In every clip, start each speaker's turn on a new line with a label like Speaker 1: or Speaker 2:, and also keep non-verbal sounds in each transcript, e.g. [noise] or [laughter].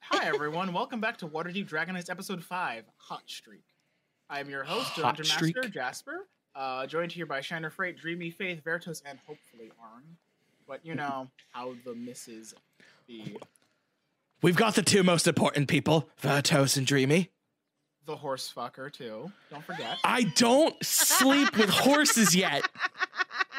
Speaker 1: Hi, everyone. Welcome back to Waterdeep Dragon Heist Episode 5, Hot Streak. I am your host,
Speaker 2: Hot
Speaker 1: Dungeon
Speaker 2: Streak.
Speaker 1: Master Jasper, uh, joined here by Shiner Freight, Dreamy Faith, Vertos, and hopefully Arn. But you know how the misses the,
Speaker 2: We've got the two most important people, Vertos and Dreamy.
Speaker 1: the horse fucker, too. Don't forget.
Speaker 2: I don't sleep with horses yet.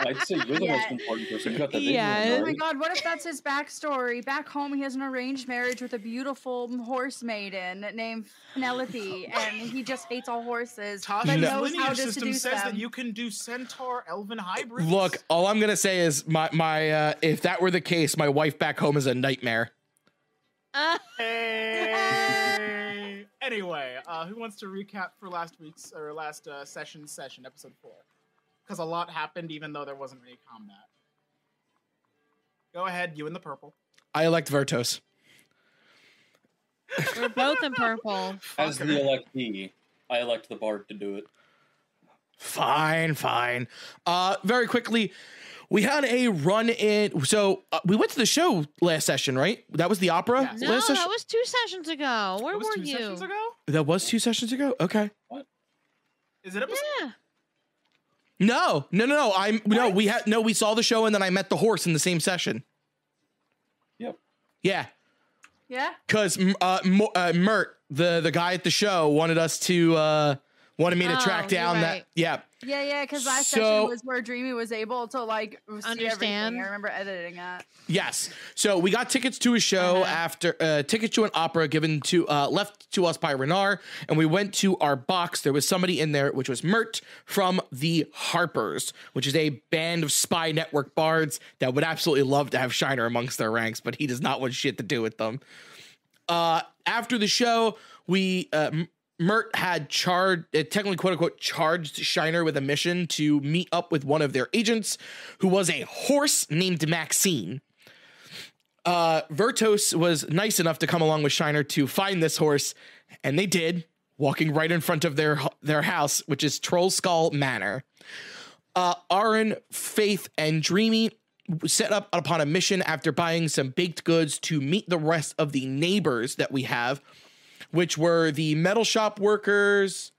Speaker 3: I'd say you're the
Speaker 4: Yeah.
Speaker 3: most important person. You got that
Speaker 5: Yeah.
Speaker 4: Oh
Speaker 3: ignorant
Speaker 4: my
Speaker 3: one.
Speaker 4: god, what if that's his backstory? Back home, he has an arranged marriage with a beautiful m- horse maiden named
Speaker 1: [laughs]
Speaker 4: Penelope, and he just hates all horses.
Speaker 1: Tasha's
Speaker 4: but
Speaker 2: No.
Speaker 4: knows how
Speaker 1: lineage
Speaker 4: to
Speaker 1: system
Speaker 4: seduce
Speaker 1: says
Speaker 4: them.
Speaker 1: that you can do centaur elven hybrids.
Speaker 2: Look, all I'm gonna say is my my uh, if that were the case, my wife back home is a nightmare.
Speaker 5: Uh,
Speaker 1: Hey. [laughs] anyway, uh, who wants to recap for last week's or last uh, session session episode four? Because a lot happened, even though there wasn't really combat. Go ahead, you in the purple.
Speaker 2: I elect Vertos.
Speaker 5: we're both in purple.
Speaker 3: As the
Speaker 1: Fucker.
Speaker 3: electee, I elect the bard to do it.
Speaker 2: Fine, fine. Uh, very quickly, we had a run in. So uh, we went to the show last session, right? That was the opera
Speaker 1: Yes.
Speaker 5: No,
Speaker 2: last
Speaker 5: that
Speaker 2: session.
Speaker 5: was two sessions ago. Where
Speaker 1: That was
Speaker 5: were
Speaker 1: two
Speaker 5: you?
Speaker 1: sessions ago?
Speaker 2: that was two sessions ago. Okay.
Speaker 1: Is it episode?
Speaker 5: Yeah.
Speaker 2: No, no, no, no. I'm no. We had no. We saw the show and then I met the horse in the same session.
Speaker 3: Yep.
Speaker 2: Yeah.
Speaker 4: yeah,
Speaker 2: because uh, Mo- uh, Mert, the the guy at the show, wanted us to uh, wanted me to
Speaker 5: Oh,
Speaker 2: track
Speaker 5: you're
Speaker 2: down that.
Speaker 5: right.
Speaker 2: Yeah,
Speaker 4: yeah, yeah. Because last
Speaker 2: So-
Speaker 4: session was where Dreamy was able to like see
Speaker 5: Understand.
Speaker 4: everything. I remember editing that.
Speaker 2: yes. So we got tickets to a show
Speaker 5: Uh-huh.
Speaker 2: after uh, tickets to an opera given to uh, left to us by Renard, and we went to our box. There was somebody in there, which was Mert from the Harpers, which is a band of spy network bards that would absolutely love to have Shiner amongst their ranks, but he does not want shit to do with them. uh, after the show, we uh, M- Mert had charged, uh, technically quote unquote, charged Shiner with a mission to meet up with one of their agents, who was a horse named Maxine. Uh, Vertos was nice enough to come along with Shiner to find this horse, and they did, walking right in front of their hu- their house, which is Troll Skull Manor. Uh, Aaron, Faith, and Dreamy set up upon a mission after buying some baked goods to meet the rest of the neighbors that we have, which were the metal shop workers.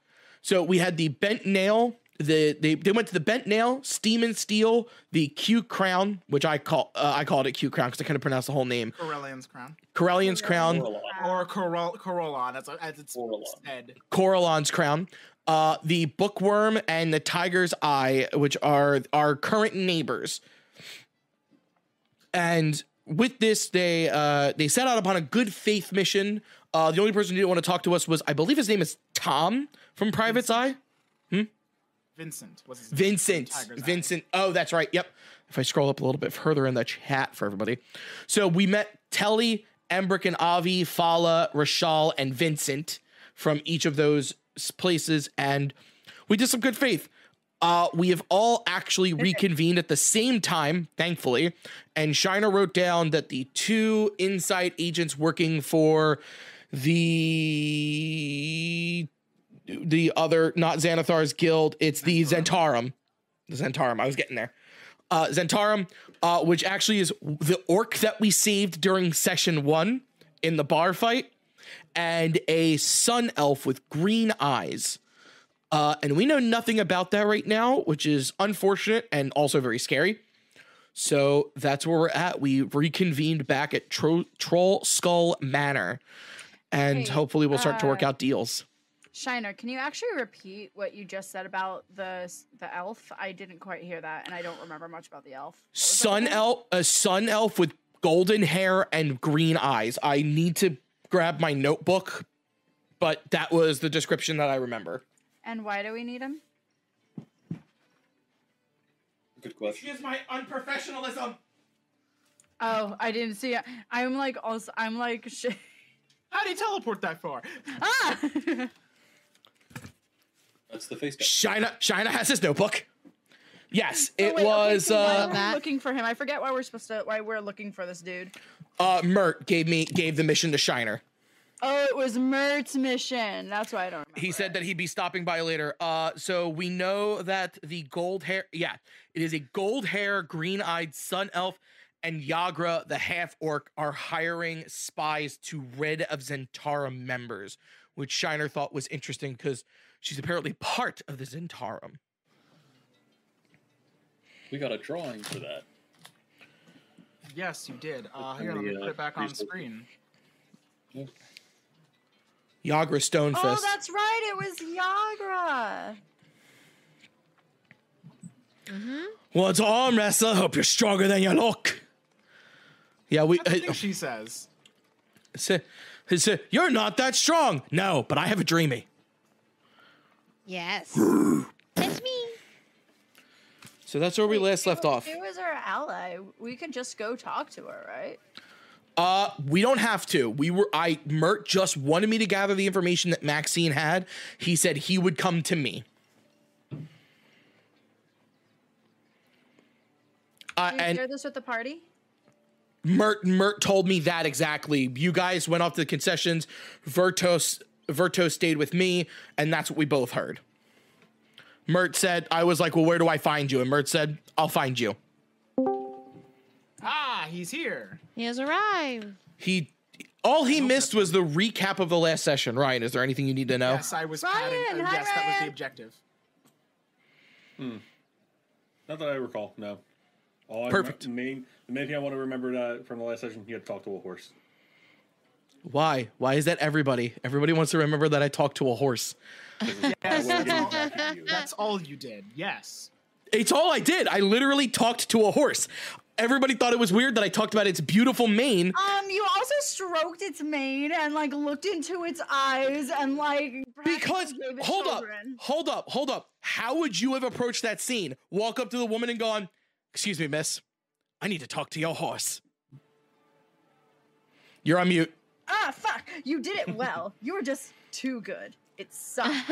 Speaker 2: So we had the bent nail. The they, they went to the bent nail, steam and steel, the Q crown, which I call uh, I called it Q crown because I couldn't pronounce the whole name.
Speaker 1: Corellian's crown.
Speaker 2: Corellian's crown,
Speaker 3: Orlon.
Speaker 1: Or Corel- Corellon, as, as it's
Speaker 3: Orlon.
Speaker 1: said.
Speaker 2: Corellon's crown, uh, the bookworm, and the tiger's eye, which are our current neighbors. And with this, they uh, they set out upon a good faith mission. Uh, the only person who didn't want to talk to us was, I believe his name is Tom from Private's Eye.
Speaker 1: Vincent was his name.
Speaker 2: Vincent.
Speaker 1: Tiger's Eye.
Speaker 2: Vincent. Oh, that's right. Yep. If I scroll up a little bit further in the chat for everybody. So we met Telly, Embrick and Avi, Fala, Rashal, and Vincent from each of those s- places. And we did some good faith. Uh, we have all actually reconvened at the same time, thankfully. And Shiner wrote down that the two inside agents working for the the other not Xanathar's guild. It's the Zentarum. The Zentarum. I was getting there. Uh, Zentarum, uh, which actually is the orc that we saved during session one in the bar fight, and a sun elf with green eyes. Uh, and we know nothing about that right now, which is unfortunate and also very scary. So that's where we're at. We reconvened back at Tro- Troll Skull Manor, and
Speaker 4: Hey,
Speaker 2: hopefully we'll start to work
Speaker 4: uh,
Speaker 2: out deals.
Speaker 4: Shiner, can you actually repeat what you just said about the s- the elf? I didn't quite hear that, and I don't remember much about the elf. What was that
Speaker 2: sun
Speaker 4: again?
Speaker 2: elf a sun elf with golden hair and green eyes i need to grab my notebook but that was the description that i remember
Speaker 4: And why do we need him?
Speaker 3: Good question.
Speaker 2: my unprofessionalism
Speaker 4: Oh, I didn't see it. I'm like also I'm like [laughs] sh-
Speaker 1: How do you teleport that far? [laughs]
Speaker 4: ah!
Speaker 3: That's the face guy.
Speaker 2: shina shina has his notebook yes
Speaker 4: Oh,
Speaker 2: it
Speaker 4: wait, okay,
Speaker 2: was
Speaker 4: so why
Speaker 2: uh
Speaker 4: are we
Speaker 5: That-
Speaker 4: looking for him. I forget why we're supposed to why we're looking for this dude.
Speaker 2: uh mert gave me gave the mission to shiner
Speaker 4: Oh, it was Mert's mission. That's why I don't remember.
Speaker 2: he said that he'd be stopping by later uh so we know that the gold hair yeah it is a gold hair green eyed sun elf and Yagra the half orc are hiring spies to rid of Zentara members, which Shiner thought was interesting because she's apparently part of the Zentarum.
Speaker 3: We got a drawing for
Speaker 4: [laughs]
Speaker 3: that.
Speaker 1: Yes, you did. Uh, here,
Speaker 3: in
Speaker 1: let
Speaker 3: the,
Speaker 1: me put
Speaker 3: uh,
Speaker 1: it back on
Speaker 3: resources.
Speaker 1: screen.
Speaker 2: Yagra Stonefist.
Speaker 4: Oh, that's right. It was Yagra.
Speaker 5: Mm-hmm.
Speaker 2: well, it's an arm wrestler. Hope you're stronger than you look. Yeah, we. oh,
Speaker 1: That's the thing she says.
Speaker 2: It's a- it's a- you're not that strong. No, but I have a dreamy.
Speaker 5: Yes. That's me.
Speaker 2: So that's where we last left off.
Speaker 4: She was our ally. We could just go talk to her, right?
Speaker 2: Uh, we don't have to. We were I Mert just wanted me to gather the information that Maxine had. He said he would come to me. Uh,
Speaker 4: Do you share
Speaker 2: and
Speaker 4: this with the party?
Speaker 2: Mert Mert told me that exactly. You guys went off to the concessions. Vertos Vertos stayed with me, and that's what we both heard. Mert said, I was like, Well, where do I find you? And Mert said, I'll find you.
Speaker 1: Ah, he's here.
Speaker 5: He has [laughs] arrived.
Speaker 2: He all he missed was the recap of the last session. Ryan, is there anything you need to know?
Speaker 1: Yes, I was padding.
Speaker 4: Ryan,
Speaker 1: uh,
Speaker 4: hi,
Speaker 1: yes, that was the
Speaker 4: Ryan.
Speaker 1: objective.
Speaker 6: Not that I recall. No. All I
Speaker 2: Perfect.
Speaker 6: remem- main, the main thing I want to remember uh, from the last session, he had talked to a horse.
Speaker 2: Why? Why is that everybody? Everybody wants to remember that I talked to a horse.
Speaker 1: Yes,
Speaker 6: Well,
Speaker 1: that's, all,
Speaker 6: yeah, you-
Speaker 1: that's all you did. Yes.
Speaker 2: It's all I did. I literally talked to a horse. Everybody thought it was weird that I talked about its beautiful mane.
Speaker 4: Um, you also stroked its mane and like looked into its eyes and like perhaps
Speaker 2: Because
Speaker 4: gave it
Speaker 2: hold up,
Speaker 4: children.
Speaker 2: hold up, hold up. How would you have approached that scene? Walk up to the woman and gone, "Excuse me, miss, I need to talk to your horse." You're on mute.
Speaker 4: Ah, fuck! You did it well. you were just too good. It sucked.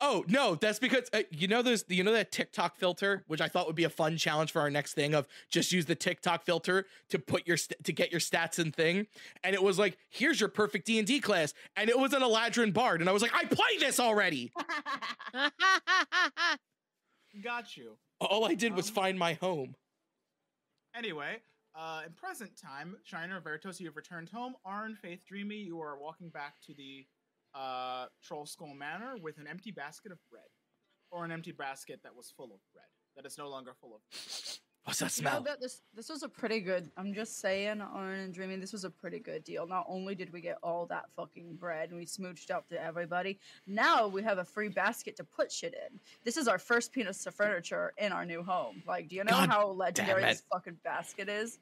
Speaker 2: Oh no, that's because uh, you know those you know that TikTok filter, which I thought would be a fun challenge for our next thing of just use the TikTok filter to put your st- to get your stats and thing, and it was like here's your perfect D and D class, and it was an Eladrin Bard, and I was like I play this already.
Speaker 1: Got you.
Speaker 2: All I did was
Speaker 1: Um.
Speaker 2: find my home.
Speaker 1: Anyway, uh, in present time, Shiner, Veritos, you have returned home. Arn, Faith, Dreamy, you are walking back to the uh, Troll Skull Manor with an empty basket of bread. Or an empty basket that was full of bread, that is no longer full of
Speaker 2: What's that
Speaker 4: You know,
Speaker 2: smell?
Speaker 4: that this this was a pretty good. I'm just saying, Arn and Dreamy, this was a pretty good deal. Not only did we get all that fucking bread and we smooched up to everybody, now we have a free basket to put shit in. This is our first piece of furniture in our new home. Like, do you know
Speaker 2: God
Speaker 4: how legendary
Speaker 2: damn
Speaker 4: this fucking basket is?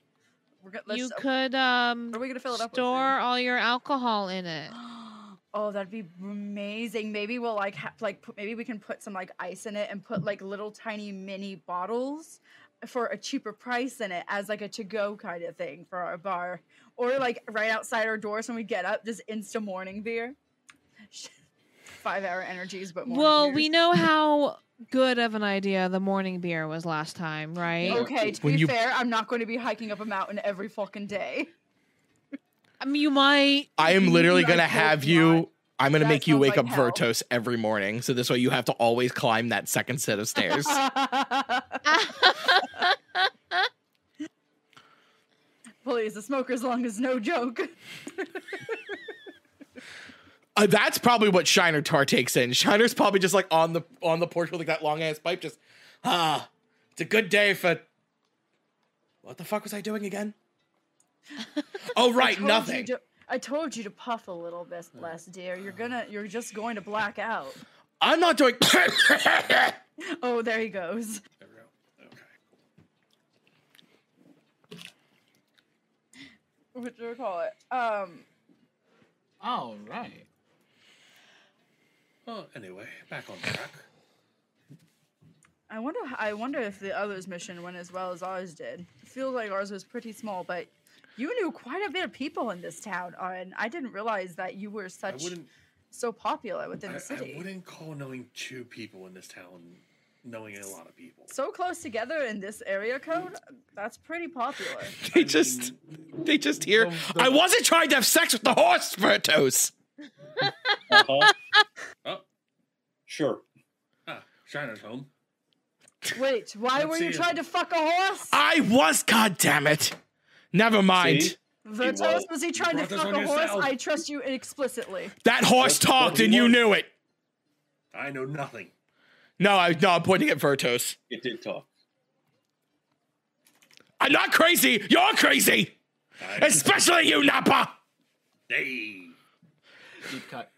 Speaker 4: We're gonna,
Speaker 5: you
Speaker 4: let's-
Speaker 5: could um
Speaker 4: are we gonna fill it up? with food?
Speaker 5: store all your alcohol in it.
Speaker 4: [gasps] oh, that'd be amazing. Maybe we'll like ha- like put, maybe we can put some like ice in it and put like little tiny mini bottles for a cheaper price in it as like a to go kind of thing for our bar or like right outside our doors when we get up just insta morning beer. [laughs] 5 hour energies but morning
Speaker 5: Well,
Speaker 4: beers.
Speaker 5: we know how good of an idea the morning beer was last time, right?
Speaker 3: Yeah.
Speaker 4: Okay, to
Speaker 2: When
Speaker 4: be
Speaker 2: you-
Speaker 4: fair, I'm not going to be hiking up a mountain every fucking day.
Speaker 5: I mean, you might.
Speaker 2: I am literally
Speaker 4: I
Speaker 2: gonna
Speaker 4: hope
Speaker 2: have
Speaker 4: not.
Speaker 2: you. I'm gonna
Speaker 4: That
Speaker 2: make you
Speaker 4: sounds
Speaker 2: wake
Speaker 4: like
Speaker 2: up
Speaker 4: hell.
Speaker 2: Vertos every morning, so this way you have to always climb that second set of
Speaker 4: [laughs]
Speaker 2: stairs.
Speaker 4: [laughs] Please, the smoker's lung is no joke.
Speaker 2: Uh, that's probably what Shiner Tar takes in. Shiner's probably just like on the on the porch with like that long ass pipe, just ah, it's a good day for. What the fuck was I doing again? oh right,
Speaker 4: told you
Speaker 2: nothing.
Speaker 4: to- I told you to puff a little bit less, dear. You're gonna, you're just going to black out.
Speaker 2: I'm not doing. [laughs]
Speaker 4: Oh, there he goes.
Speaker 6: There we go. Okay.
Speaker 4: What do we call it? Um,
Speaker 1: All right.
Speaker 6: Well, anyway, back on track.
Speaker 4: I wonder, I wonder if the others' mission went as well as ours did. Feels like ours was pretty small, but you knew quite a bit of people in this town, and I didn't realize that you were
Speaker 6: I
Speaker 4: such
Speaker 6: wouldn't.
Speaker 4: so popular within
Speaker 6: I,
Speaker 4: the
Speaker 6: I
Speaker 4: city.
Speaker 6: wouldn't call knowing two people in this town knowing a lot of people.
Speaker 4: so close together in this area code, that's pretty
Speaker 2: [laughs]
Speaker 4: popular.
Speaker 2: they just, they just hear.
Speaker 1: The- the-
Speaker 2: I wasn't trying to have sex with the horse, Vertos.
Speaker 3: Uh-huh.
Speaker 6: Oh,
Speaker 3: Sure.
Speaker 6: ah, Shiner's home.
Speaker 4: Wait, why
Speaker 6: Let's
Speaker 4: were you
Speaker 6: see.
Speaker 4: trying to fuck a horse?
Speaker 2: I was, god damn it. Never mind.
Speaker 3: See?
Speaker 4: Vertos,
Speaker 3: was.
Speaker 4: was he trying to
Speaker 6: brought this
Speaker 4: fuck
Speaker 6: on
Speaker 4: a horse?
Speaker 6: yourself.
Speaker 4: I trust you
Speaker 6: [laughs]
Speaker 4: explicitly.
Speaker 2: That horse
Speaker 3: That's what
Speaker 2: talked
Speaker 3: he
Speaker 2: and you
Speaker 3: was.
Speaker 2: knew it.
Speaker 6: I know nothing.
Speaker 2: No, I no, I'm pointing at Vertos.
Speaker 3: It did talk.
Speaker 2: I'm not crazy. You're crazy.
Speaker 6: I,
Speaker 2: Especially you, Nappa.
Speaker 6: hey,
Speaker 1: Deep cut.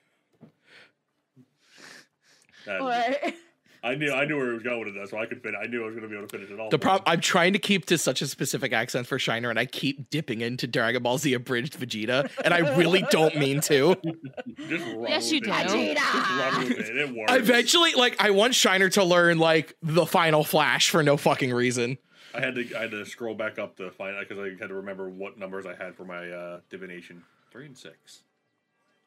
Speaker 6: That-
Speaker 4: Like, [laughs]
Speaker 6: I knew I knew where it was going with that, so I could fin I knew I was going to be able to finish it all.
Speaker 2: The problem I'm trying to keep to such a specific accent for Shiner, and I keep dipping into Dragon Ball Z abridged Vegeta, and I really don't mean to.
Speaker 6: Just run
Speaker 5: Yes, you
Speaker 6: with it.
Speaker 5: do.
Speaker 6: Just run with it. It works.
Speaker 2: Eventually, like I want Shiner to learn like the final flash for no fucking reason.
Speaker 6: I had to I had to scroll back up to find because I had to remember what numbers I had for my uh, divination. Three and six.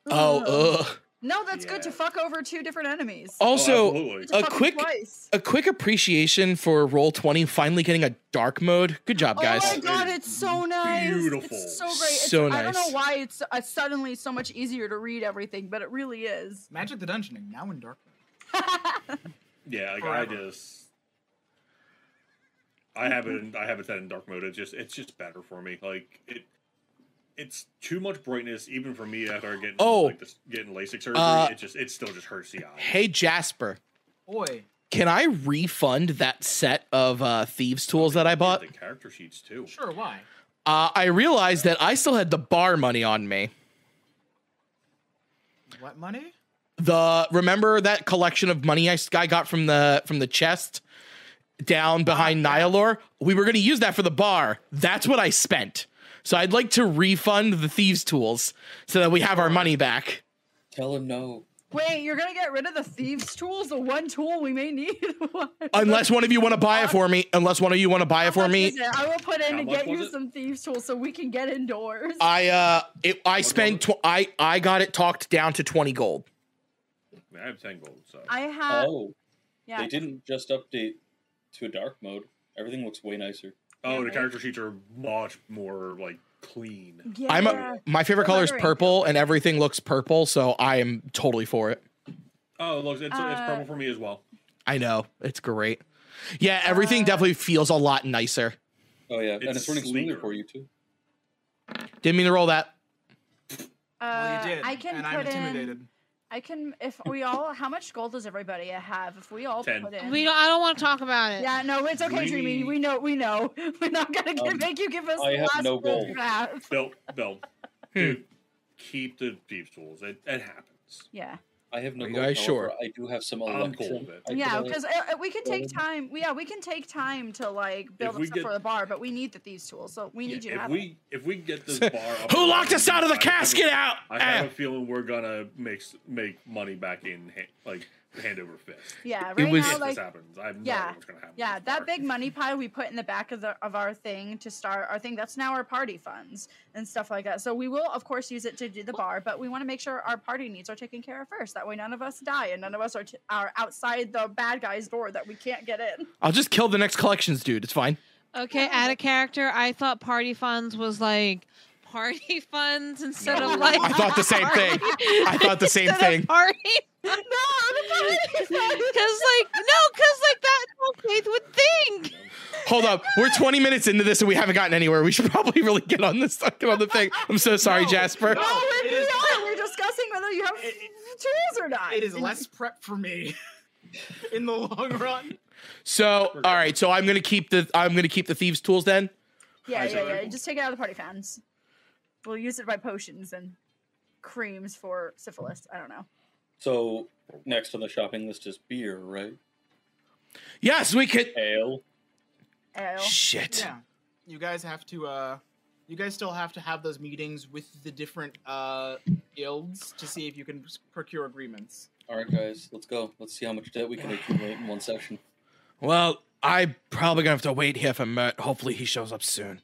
Speaker 2: Oh, ugh.
Speaker 4: no, that's good to
Speaker 6: Yeah.
Speaker 4: fuck over two different enemies.
Speaker 2: Also,
Speaker 6: Oh, absolutely.
Speaker 4: To
Speaker 2: Oh, a
Speaker 4: fuck 'em
Speaker 2: quick-
Speaker 4: twice.
Speaker 2: a quick appreciation for Roll Twenty finally getting a dark mode. Good job,
Speaker 4: Oh
Speaker 2: guys.
Speaker 4: my god, it's so nice.
Speaker 6: beautiful.
Speaker 4: It's so great. It's,
Speaker 2: So
Speaker 4: I don't know
Speaker 2: nice.
Speaker 4: why it's uh, suddenly so much easier to read everything, but it really is. [laughs]
Speaker 1: Magic the Dungeoning now in dark. mode.
Speaker 6: Yeah, like I
Speaker 1: Forever.
Speaker 6: just I haven't I haven't said in dark mode. It's just it's just better for me. Like it it's too much brightness even for me after getting
Speaker 2: Oh.
Speaker 6: like this, getting LASIK surgery.
Speaker 2: Uh,
Speaker 6: it just it still just hurts the eye.
Speaker 2: Hey Jasper,
Speaker 1: Boy,
Speaker 2: can I refund that set of uh, thieves tools that I bought?
Speaker 6: the character sheets too.
Speaker 1: sure, why?
Speaker 2: Uh, I realized that I still had the bar money on me.
Speaker 1: What money?
Speaker 2: The remember that collection of money I s- I got from the from the chest down behind Nyalor? We were going to use that for the bar. That's what I spent. So I'd like to refund the thieves tools so that we have our money back.
Speaker 3: Tell him no.
Speaker 4: Wait, you're gonna get rid of the thieves' tools? The one tool we may need. [laughs] What?
Speaker 2: Unless one of you want to buy it for me, unless one of you want to buy
Speaker 4: How
Speaker 2: it for
Speaker 4: much
Speaker 2: me,
Speaker 4: is it? I will put in
Speaker 6: How
Speaker 4: to
Speaker 6: much
Speaker 4: get
Speaker 6: was
Speaker 4: you
Speaker 6: it?
Speaker 4: some thieves' tools so we can get indoors.
Speaker 2: I uh it, I
Speaker 6: What
Speaker 2: spent
Speaker 6: was
Speaker 2: tw- I I got it talked down to 20 gold.
Speaker 6: I, mean, I have ten gold, so
Speaker 4: I have.
Speaker 3: Oh,
Speaker 4: Uh, yeah.
Speaker 3: they didn't just update to dark mode. Everything looks way nicer.
Speaker 6: oh the
Speaker 4: right.
Speaker 6: character sheets are much more like clean.
Speaker 4: yeah.
Speaker 2: I'm a, my favorite color is
Speaker 4: Remembering.
Speaker 2: purple and everything looks purple, so I am totally for it.
Speaker 6: Oh look, it's, it's
Speaker 4: Uh,
Speaker 6: purple for me as well.
Speaker 2: I know. It's great. Yeah, everything
Speaker 4: Uh,
Speaker 2: definitely feels a lot nicer.
Speaker 3: Oh yeah, and
Speaker 6: It's
Speaker 3: it's running
Speaker 6: sleeker.
Speaker 3: smoother for you too.
Speaker 2: Didn't mean to roll that.
Speaker 4: uh,
Speaker 1: well, you did,
Speaker 4: I can
Speaker 1: and
Speaker 4: put
Speaker 1: I'm intimidated.
Speaker 4: in. I can if we all. How much gold does everybody have? If we all
Speaker 6: Ten.
Speaker 4: put in.
Speaker 5: We don't, I don't want to talk about it.
Speaker 4: yeah, no, it's okay, Dreamy.
Speaker 6: We-
Speaker 4: We know, we know. [laughs] We're not gonna get,
Speaker 3: Um,
Speaker 4: make you give us.
Speaker 3: I
Speaker 4: the
Speaker 3: have
Speaker 4: last
Speaker 3: no
Speaker 4: roll
Speaker 3: gold.
Speaker 4: you have.
Speaker 6: Bill, Bill,
Speaker 2: Hmm.
Speaker 6: dude, keep the thieves tools. It, it happens.
Speaker 4: Yeah,
Speaker 3: I have no.
Speaker 2: Are you
Speaker 3: gold,
Speaker 2: guys
Speaker 3: however,
Speaker 2: sure?
Speaker 3: I do have some
Speaker 6: I'm cool
Speaker 3: electrum.
Speaker 6: with it.
Speaker 3: I Oh. can
Speaker 4: yeah,
Speaker 3: only-
Speaker 4: because uh, uh, we can take
Speaker 3: gold.
Speaker 4: time. Yeah, we can take time to like build up
Speaker 6: we
Speaker 4: stuff
Speaker 6: get-
Speaker 4: for the bar, but we need the thieves tools, so we
Speaker 6: Yeah,
Speaker 4: need you to
Speaker 6: if
Speaker 4: have.
Speaker 6: we if we
Speaker 2: [laughs]
Speaker 6: get this bar, up
Speaker 2: Who
Speaker 6: and
Speaker 2: locked us out of the
Speaker 6: running, I have a-
Speaker 2: casket out?
Speaker 6: I have
Speaker 2: Eh.
Speaker 6: a feeling we're gonna make s- make money back in ha- like hand over fist.
Speaker 4: Yeah,
Speaker 2: it
Speaker 4: right
Speaker 2: was-
Speaker 4: now,
Speaker 6: If
Speaker 2: Yes,
Speaker 4: like
Speaker 6: this happens, I have no
Speaker 4: yeah,
Speaker 6: idea what's gonna happen.
Speaker 4: Yeah,
Speaker 6: with this
Speaker 4: that
Speaker 6: bar.
Speaker 4: big money pie we put in the back of the of our thing to start our thing. That's now our party funds and stuff like that. So we will, of course, use it to do the bar, but we want to make sure our party needs are taken care of first. That way, none of us die and none of us are t- are outside the bad guy's door that we can't get in.
Speaker 2: I'll just kill the next collections dude. It's fine.
Speaker 5: Okay, add a character. I thought party funds was like party [laughs] funds instead
Speaker 6: No.
Speaker 5: of like.
Speaker 2: I thought the same thing. I thought
Speaker 5: [laughs]
Speaker 2: the same
Speaker 5: instead of
Speaker 2: thing.
Speaker 5: Party. [laughs]
Speaker 4: no, the
Speaker 5: Because like no,
Speaker 4: party
Speaker 5: because like that's what Faith would think.
Speaker 2: Hold up. We're 20 minutes into this and we haven't gotten anywhere. We should [laughs] probably really get on this on the thing. I'm so sorry,
Speaker 1: No,
Speaker 2: Jasper.
Speaker 1: no.
Speaker 4: No,
Speaker 1: It
Speaker 4: we
Speaker 1: is-
Speaker 4: are. We're discussing whether you have
Speaker 1: It-
Speaker 4: tools or not.
Speaker 1: It is less prep for me [laughs] in the long run.
Speaker 2: So, all right. So I'm gonna keep the I'm gonna keep the thieves tools then.
Speaker 4: Yeah,
Speaker 6: Isaac.
Speaker 4: yeah, yeah. Just take it out of the party fans. We'll use it by potions and creams for syphilis. I don't know.
Speaker 3: So next on the shopping list is beer, right?
Speaker 2: Yes, we could.
Speaker 3: Ale.
Speaker 4: Ale.
Speaker 2: Shit.
Speaker 1: Yeah, you guys have to. uh You guys still have to have those meetings with the different uh guilds to see if you can s- procure agreements.
Speaker 3: All right, guys, let's go. Let's see how much debt we can accumulate in one session.
Speaker 2: Well, I'm probably gonna have to wait here for Mert. Hopefully, he shows up soon.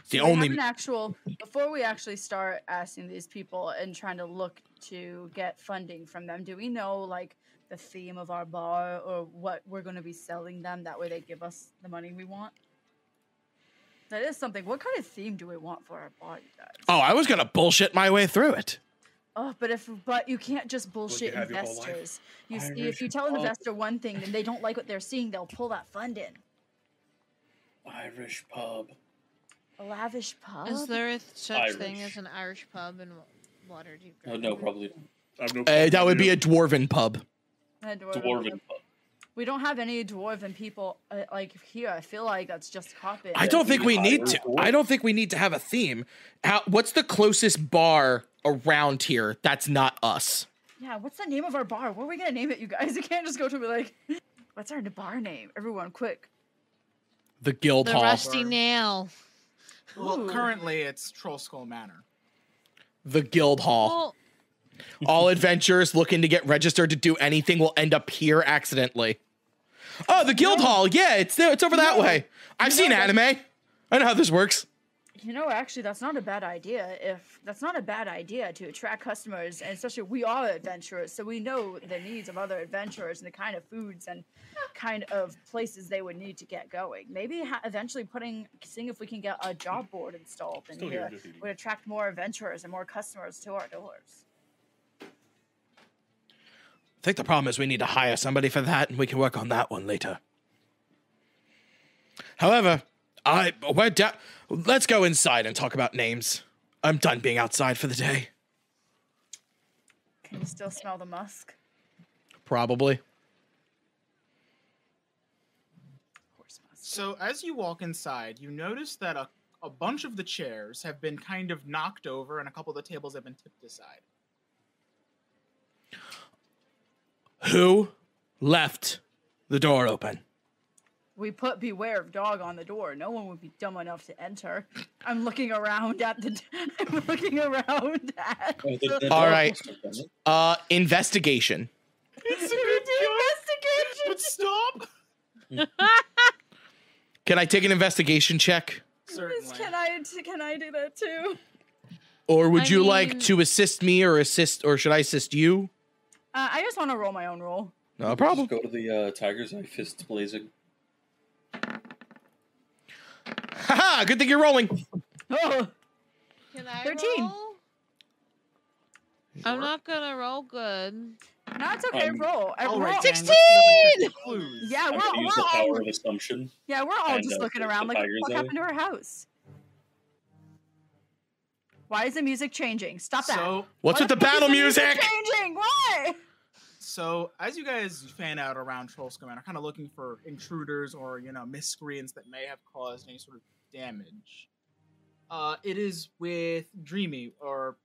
Speaker 2: It's the
Speaker 4: We have
Speaker 2: only
Speaker 4: an actual [laughs] before we actually start asking these people and trying to look to get funding from them. Do we know like the theme of our bar or what we're going to be selling them? That way they give us the money we want. That is something. What kind of theme do we want for our bar, you guys?
Speaker 2: Oh, I was gonna bullshit my way through it.
Speaker 4: Oh, but if but you can't just bullshit
Speaker 6: have your whole life.
Speaker 4: investors. You see,
Speaker 3: Irish
Speaker 4: if you tell an
Speaker 3: pub.
Speaker 4: investor one thing and they don't like what they're seeing, they'll pull that fund in.
Speaker 3: Irish pub.
Speaker 4: A lavish pub.
Speaker 5: Is there a th- such thing
Speaker 3: Irish.
Speaker 5: as an Irish pub in Waterdeep?
Speaker 3: Oh,
Speaker 5: Drive?
Speaker 3: no, probably
Speaker 6: I have no
Speaker 2: Uh,
Speaker 6: problem
Speaker 2: that would
Speaker 6: with
Speaker 2: be
Speaker 6: you.
Speaker 2: a dwarven pub.
Speaker 4: A dwarven
Speaker 3: dwarven
Speaker 4: pub.
Speaker 3: pub.
Speaker 4: We don't have any dwarven people uh, like here. I feel like that's just copy.
Speaker 2: I don't think we need to. I don't think we need to have a theme. How, what's the closest bar around here that's not us?
Speaker 4: Yeah, what's the name of our bar? What are we gonna name it, you guys? [laughs] You can't just go to and be like, what's our bar name? Everyone, quick.
Speaker 2: The guild
Speaker 5: The
Speaker 2: hall.
Speaker 5: Rusty Nail.
Speaker 1: Well,
Speaker 4: Ooh.
Speaker 1: currently it's Troll Skull Manor.
Speaker 2: the guild hall.
Speaker 5: Well,
Speaker 2: All adventurers looking to get registered to do anything will end up here accidentally. Oh, the guild hall. Yeah, it's there. It's over that
Speaker 4: No.
Speaker 2: way. I've
Speaker 4: You
Speaker 2: seen
Speaker 4: know that-
Speaker 2: anime. I know how this works.
Speaker 4: You know, actually, that's not a bad idea. If that's not a bad idea to attract customers, and especially we are adventurers, so we know the needs of other adventurers and the kind of foods and kind of places they would need to get going. Maybe ha- eventually putting, seeing if we can get a job board installed in
Speaker 6: Still
Speaker 4: here
Speaker 6: here, just eating.
Speaker 4: would attract more adventurers and more customers to our doors.
Speaker 2: I think the problem is we need to hire somebody for that, and we can work on that one later. However, I we're da- let's go inside and talk about names. I'm done being outside for the day.
Speaker 4: Can you still smell the musk?
Speaker 2: Probably.
Speaker 4: Horse musk.
Speaker 1: So as you walk inside, you notice that a, a bunch of the chairs have been kind of knocked over and a couple of the tables have been tipped aside.
Speaker 2: Who left the door open?
Speaker 4: We put beware of dog on the door. No one would be dumb enough to enter. I'm looking around at the. [laughs] I'm looking around
Speaker 3: [laughs]
Speaker 4: at.
Speaker 3: Oh, the- the
Speaker 4: the-
Speaker 2: All
Speaker 3: dog
Speaker 2: right.
Speaker 3: must have done it.
Speaker 2: Uh, investigation.
Speaker 4: [laughs]
Speaker 1: It's a good joke, but stop!
Speaker 2: Can I take an investigation check,
Speaker 1: Certainly.
Speaker 4: Can I? Can I do that too?
Speaker 2: or would
Speaker 5: I
Speaker 2: you like
Speaker 5: mean-
Speaker 2: to assist me, or assist, or should I assist you?
Speaker 4: Uh, I just want to roll my own roll. [laughs]
Speaker 2: No
Speaker 3: Just
Speaker 2: problem.
Speaker 3: go to the uh, tiger's eye, fists blazing.
Speaker 2: Haha! Good thing you're rolling.
Speaker 4: Oh,
Speaker 5: can I
Speaker 4: 13.
Speaker 5: roll? I'm not gonna roll good.
Speaker 4: no, it's okay.
Speaker 3: Um,
Speaker 4: roll. I roll.
Speaker 1: All right, gang, let's get up and check the clues.
Speaker 4: Yeah,
Speaker 3: I'm
Speaker 4: we're,
Speaker 3: gonna use the
Speaker 4: we're all.
Speaker 3: power of assumption.
Speaker 4: Yeah, we're all
Speaker 3: and,
Speaker 4: just
Speaker 3: uh,
Speaker 4: looking
Speaker 3: the
Speaker 4: around. Like, what
Speaker 3: tiger's
Speaker 4: the fuck
Speaker 3: eye.
Speaker 4: happened to her house? Why is the music changing? Stop that.
Speaker 1: So,
Speaker 2: What's
Speaker 4: Why
Speaker 2: with the
Speaker 4: fuck is
Speaker 2: battle music?
Speaker 4: Changing. Why?
Speaker 1: so as you guys fan out around Troll Skull Manor, kind of looking for intruders or you know miscreants that may have caused any sort of damage. Uh, it is with Dreamy or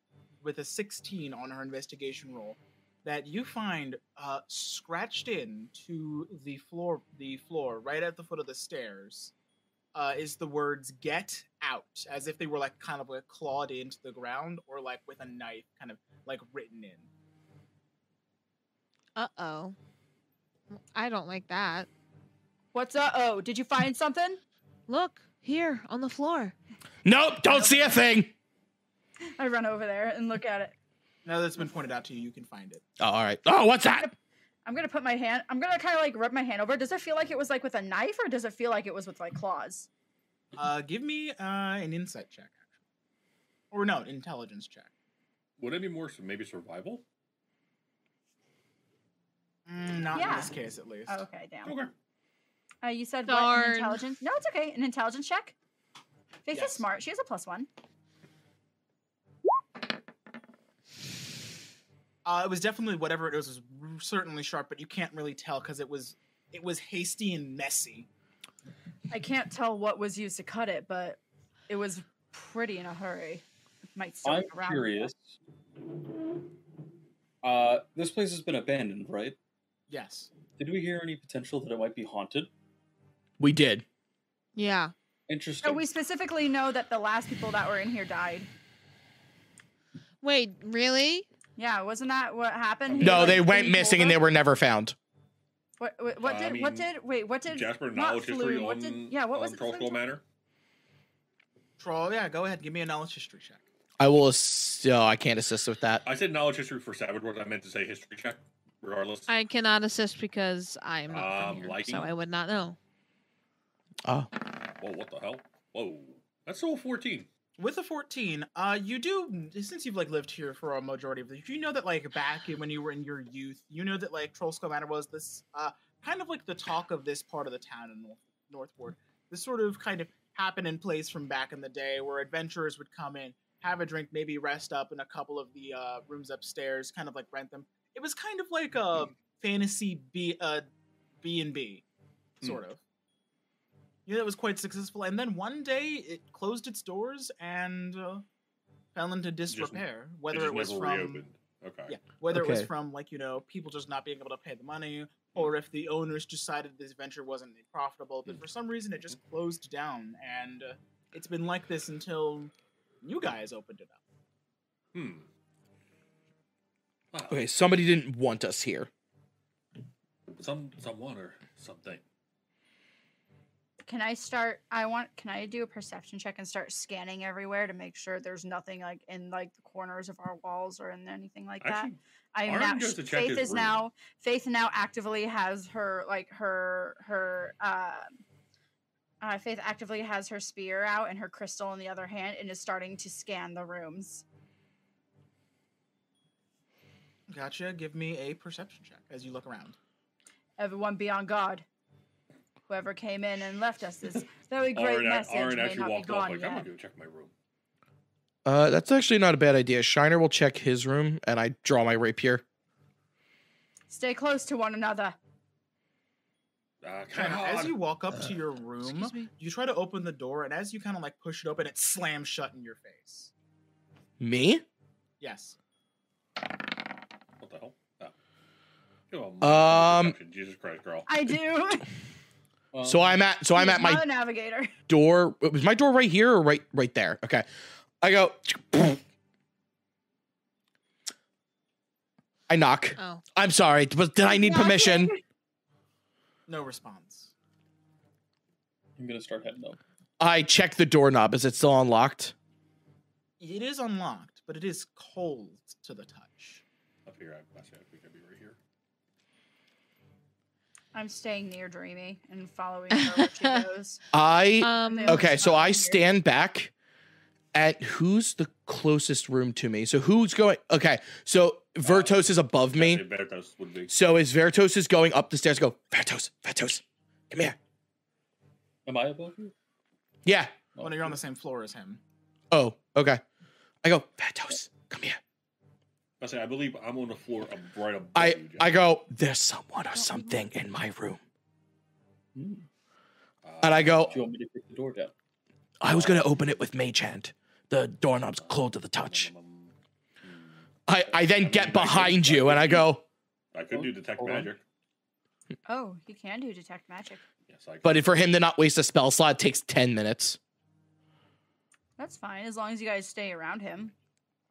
Speaker 1: with a 16 on her investigation roll that you find uh, scratched in to the floor, the floor right at the foot of the stairs, uh, is the words "Get out," as if they were like kind of like clawed into the ground or like with a knife, kind of like written in.
Speaker 5: Uh oh. I don't like that.
Speaker 4: What's uh oh? Did you find something?
Speaker 5: Look here on the floor.
Speaker 2: Nope. Don't see a thing.
Speaker 4: I run over there and look at it.
Speaker 1: Now that it's been pointed out to you, you can find it.
Speaker 2: Oh, all right. Oh, what's that?
Speaker 4: I'm gonna put my hand. I'm gonna kind of like rub my hand over. it. Does it feel like it was like with a knife, or does it feel like it was with like claws?
Speaker 1: Uh, give me uh, an insight check, actually, or no, intelligence check.
Speaker 6: Would it be more so maybe survival?
Speaker 1: Mm, not in
Speaker 4: Yeah.
Speaker 1: this case, at least.
Speaker 4: Oh, okay, damn.
Speaker 6: Okay.
Speaker 4: Uh, you said what?
Speaker 5: Darn.
Speaker 4: An intelligence? No, it's okay. An intelligence check. Faith
Speaker 1: Yes.
Speaker 4: is smart. She has a plus one.
Speaker 1: Uh, it was definitely whatever it was was r- certainly sharp, but you can't really tell because it was it was hasty and messy.
Speaker 4: I can't tell what was used to cut it, but it was pretty in a hurry. It might still
Speaker 3: I'm
Speaker 4: be around.
Speaker 3: curious. Uh, this place has been abandoned, right?
Speaker 1: Yes.
Speaker 3: Did we hear any potential that it might be haunted?
Speaker 2: We did.
Speaker 5: Yeah.
Speaker 3: Interesting.
Speaker 4: So we specifically know that the last people that were in here died.
Speaker 5: Wait, really?
Speaker 4: Yeah, wasn't that what happened? He,
Speaker 2: No,
Speaker 4: like,
Speaker 2: they went
Speaker 4: leaned
Speaker 2: missing and
Speaker 4: over?
Speaker 2: they were never found.
Speaker 4: What, what, what
Speaker 6: Uh,
Speaker 4: did
Speaker 6: I
Speaker 4: what
Speaker 6: mean,
Speaker 4: did wait what did
Speaker 6: Jasper,
Speaker 4: not
Speaker 6: knowledge history
Speaker 4: flume,
Speaker 6: on,
Speaker 4: what did, yeah what
Speaker 6: on
Speaker 4: was it
Speaker 6: Troll
Speaker 4: flume
Speaker 6: Skull
Speaker 4: told?
Speaker 6: Manor.
Speaker 1: Troll, yeah, go ahead. Give me a knowledge history check.
Speaker 2: I will. Ass- oh, I can't assist with that.
Speaker 6: I said knowledge history for Savage World. I meant to say history check, regardless.
Speaker 5: I cannot assist because I'm not
Speaker 6: Um,
Speaker 5: from here,
Speaker 6: liking?
Speaker 5: so I would not know.
Speaker 2: Oh,
Speaker 6: Whoa, what the hell? Whoa. That's all 14.
Speaker 1: with a 14, uh, you do since you've like lived here for a majority of the, you know that like back in- when you were in your youth, you know that like Troll Skull Manor was this uh kind of like the talk of this part of the town in North Northport. This sort of kind of happened in place from back in the day where adventurers would come in, have a drink, maybe rest up in a couple of the uh, rooms upstairs, kind of like rent them. It was kind of like a
Speaker 6: Mm-hmm.
Speaker 1: fantasy B uh B and B,
Speaker 6: Hmm.
Speaker 1: sort of. Yeah, that was quite successful. And then one day it closed its doors and uh, fell into disrepair. whether
Speaker 6: just
Speaker 1: it was
Speaker 6: never
Speaker 1: from
Speaker 6: reopened. Okay.
Speaker 1: yeah, whether it was
Speaker 2: Okay.
Speaker 1: from like you know people just not being able to pay the money, or if the owners decided this venture wasn't profitable, but for some reason it just closed down, and uh, it's been like this until you guys opened it up.
Speaker 6: Hmm. Wow.
Speaker 2: Okay, somebody didn't want us here.
Speaker 6: Some someone or something.
Speaker 4: Can I start? I want. Can I do a perception check and start scanning everywhere to make sure there's nothing like in like the corners of our walls or in anything like that?
Speaker 6: Actually,
Speaker 4: I am
Speaker 6: Arm
Speaker 4: now
Speaker 6: goes
Speaker 4: sh-
Speaker 6: to check
Speaker 4: Faith
Speaker 6: his
Speaker 4: is
Speaker 6: room.
Speaker 4: now Faith now actively has her like her her uh, uh Faith actively has her spear out and her crystal in the other hand and is starting to scan the rooms.
Speaker 1: Gotcha. Give me a perception check as you look [laughs] around.
Speaker 4: Everyone be on guard. Whoever came in and left us this very great
Speaker 6: Aaron,
Speaker 4: message
Speaker 6: Aaron
Speaker 4: may
Speaker 6: actually
Speaker 4: not be
Speaker 6: walked off
Speaker 4: gone
Speaker 6: like I'm gonna
Speaker 4: yet.
Speaker 6: go check my room.
Speaker 2: Uh, that's actually not a bad idea. Shiner will check his room, and I draw my rapier.
Speaker 4: Stay close to one another.
Speaker 6: Ah,
Speaker 1: Shiner, as
Speaker 6: God.
Speaker 1: you walk up to your room,
Speaker 5: Excuse me.
Speaker 1: you try to open the door, and as you kind of like push it open, it slams shut in your face.
Speaker 2: Me?
Speaker 1: Yes.
Speaker 6: What the hell? Oh. You have a
Speaker 2: Um,
Speaker 6: multiple perception, Jesus Christ, girl.
Speaker 4: I do.
Speaker 3: Um,
Speaker 2: So I'm at
Speaker 4: [laughs]
Speaker 2: so I'm at my
Speaker 4: a navigator.
Speaker 2: door. Was my door right here or right right there? Okay. I go. I knock.
Speaker 5: Oh.
Speaker 2: I'm sorry, but did I need permission?
Speaker 1: No response.
Speaker 3: I'm gonna start heading up.
Speaker 2: I check the doorknob. Is it still unlocked?
Speaker 1: It is unlocked, but it is cold to the touch.
Speaker 6: Up here, I, I think I'd be right here.
Speaker 4: I'm staying near Dreamy and following her where
Speaker 6: [laughs]
Speaker 4: she goes.
Speaker 2: I
Speaker 5: Um,
Speaker 4: They all
Speaker 2: Okay, so
Speaker 4: come
Speaker 2: I
Speaker 4: here.
Speaker 2: stand back at who's the closest room to me. So who's going? Okay, so Vertos is above
Speaker 6: Yeah,
Speaker 2: me.
Speaker 6: better those would be.
Speaker 2: So as Vertos is going up the stairs, I go Vertos, Vertos, come here.
Speaker 3: Am I above you?
Speaker 2: Yeah.
Speaker 1: Oh, no, you're on the same floor as him.
Speaker 2: Oh, okay. I go Vertos, come here.
Speaker 6: I say I believe I'm on the floor up right above
Speaker 2: I
Speaker 6: you, Jack.
Speaker 2: I go. There's someone or something in my room,
Speaker 3: Hmm.
Speaker 6: Uh,
Speaker 2: and I go.
Speaker 3: Do you want me to kick the door down?
Speaker 2: I was gonna open it with Mage Hand. The doorknob's cold to the touch.
Speaker 6: um, hmm.
Speaker 2: I I then get behind you, and I go.
Speaker 6: I could do detect
Speaker 3: Hold on.
Speaker 6: magic.
Speaker 4: Oh, you can do detect magic.
Speaker 6: Yes, I could.
Speaker 2: But for him to not waste a spell slot it takes ten minutes.
Speaker 4: That's fine as long as you guys stay around him.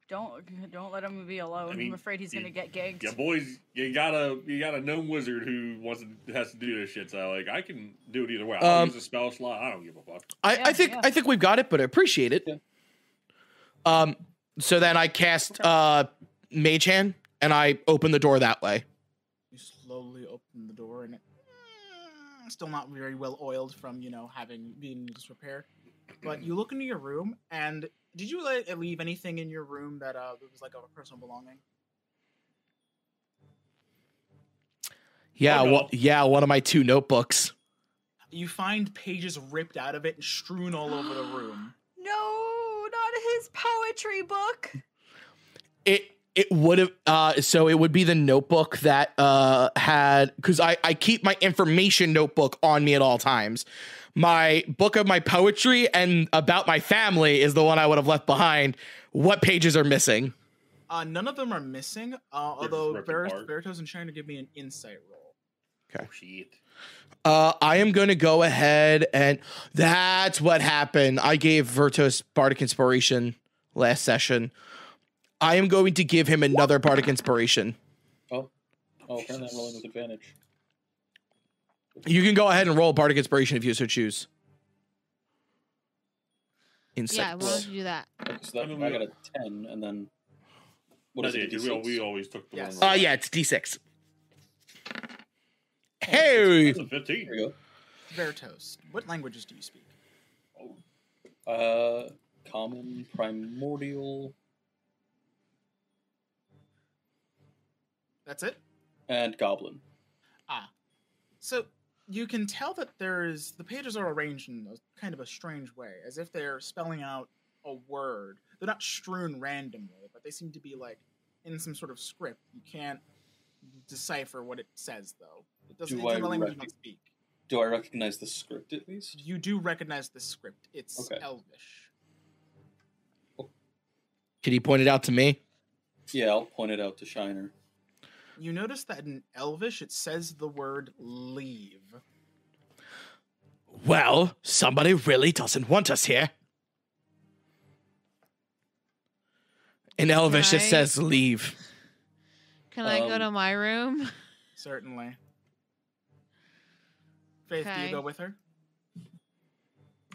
Speaker 4: Don't don't let him be alone. I
Speaker 6: mean,
Speaker 4: am afraid he's
Speaker 6: you-
Speaker 4: gonna get gigged.
Speaker 6: yeah, boys, you got a you got a gnome wizard who wants to, has to do this shit. So like, I can do it either way. I'll
Speaker 2: Um,
Speaker 6: use a spell slot. I don't give a fuck.
Speaker 2: I,
Speaker 4: Yeah,
Speaker 2: I think
Speaker 4: yeah.
Speaker 2: I think we've got it, but I appreciate it.
Speaker 3: Yeah.
Speaker 2: Um, so then I cast uh Mage Hand and I open the door that way.
Speaker 1: You slowly open the door, and it mm, still not very well oiled from you know having been in disrepair. But you look into your room, and did you like, leave anything in your room that uh that was like a personal belonging?
Speaker 2: Yeah,
Speaker 6: Oh, no.
Speaker 2: one- yeah, one of my two notebooks.
Speaker 1: You find pages ripped out of it and strewn all over the room.
Speaker 4: No, not his poetry book.
Speaker 2: It it would have uh so it would be the notebook that uh had because I, I keep my information notebook on me at all times. My book of my poetry and about my family is the one I would have left behind. What pages are missing?
Speaker 1: Uh, none of them are missing. Uh,
Speaker 6: just
Speaker 1: although
Speaker 6: ripped
Speaker 1: Ber-
Speaker 6: apart.
Speaker 1: Berto's and Shiner give me an insight roll.
Speaker 6: Oh, shit.
Speaker 2: Uh, I am going to go ahead and that's what happened. I gave Vertos Bardic Inspiration last session. I am going to give him another Bardic Inspiration.
Speaker 3: Oh, oh, apparently I'm rolling with advantage.
Speaker 2: You can go ahead and roll Bardic Inspiration if you so choose.
Speaker 5: Yeah,
Speaker 2: Insights.
Speaker 5: why don't you do that?
Speaker 3: Okay, so that, I,
Speaker 6: I mean, we-
Speaker 3: got a ten, and then what
Speaker 6: What
Speaker 3: is
Speaker 6: is
Speaker 3: it? a
Speaker 6: it? We, al-
Speaker 3: D6?
Speaker 6: we always took the
Speaker 1: Yes.
Speaker 6: one.
Speaker 5: Ah,
Speaker 2: uh,
Speaker 6: right.
Speaker 2: yeah, it's D6.
Speaker 6: That's
Speaker 2: Hey!
Speaker 6: a fifteen.
Speaker 3: There you
Speaker 1: Bertos, what languages do you speak?
Speaker 3: go. Uh, common, primordial,
Speaker 1: That's it.
Speaker 3: and goblin.
Speaker 1: So you can tell that there's the pages are arranged in a kind of a strange way, as if they're spelling out a word. They're not strewn randomly, but they seem to be like in some sort of script. You can't decipher what it says, though. It doesn't.
Speaker 3: Do
Speaker 1: it's in
Speaker 3: I
Speaker 1: the language you
Speaker 3: rec-
Speaker 1: don't speak.
Speaker 3: Do I recognize the script at least?
Speaker 1: You do recognize the script. It's
Speaker 3: Okay.
Speaker 1: Elvish.
Speaker 2: Could he point it out to me?
Speaker 3: Yeah, I'll point it out to Shiner.
Speaker 1: You notice that in Elvish it says the word leave.
Speaker 2: Well, somebody really doesn't want us here. In Elvish, it
Speaker 5: Right.
Speaker 2: says leave.
Speaker 5: Can I go
Speaker 3: Um,
Speaker 5: to my room?
Speaker 1: Certainly. Faith, do you
Speaker 5: Okay.
Speaker 1: go with her?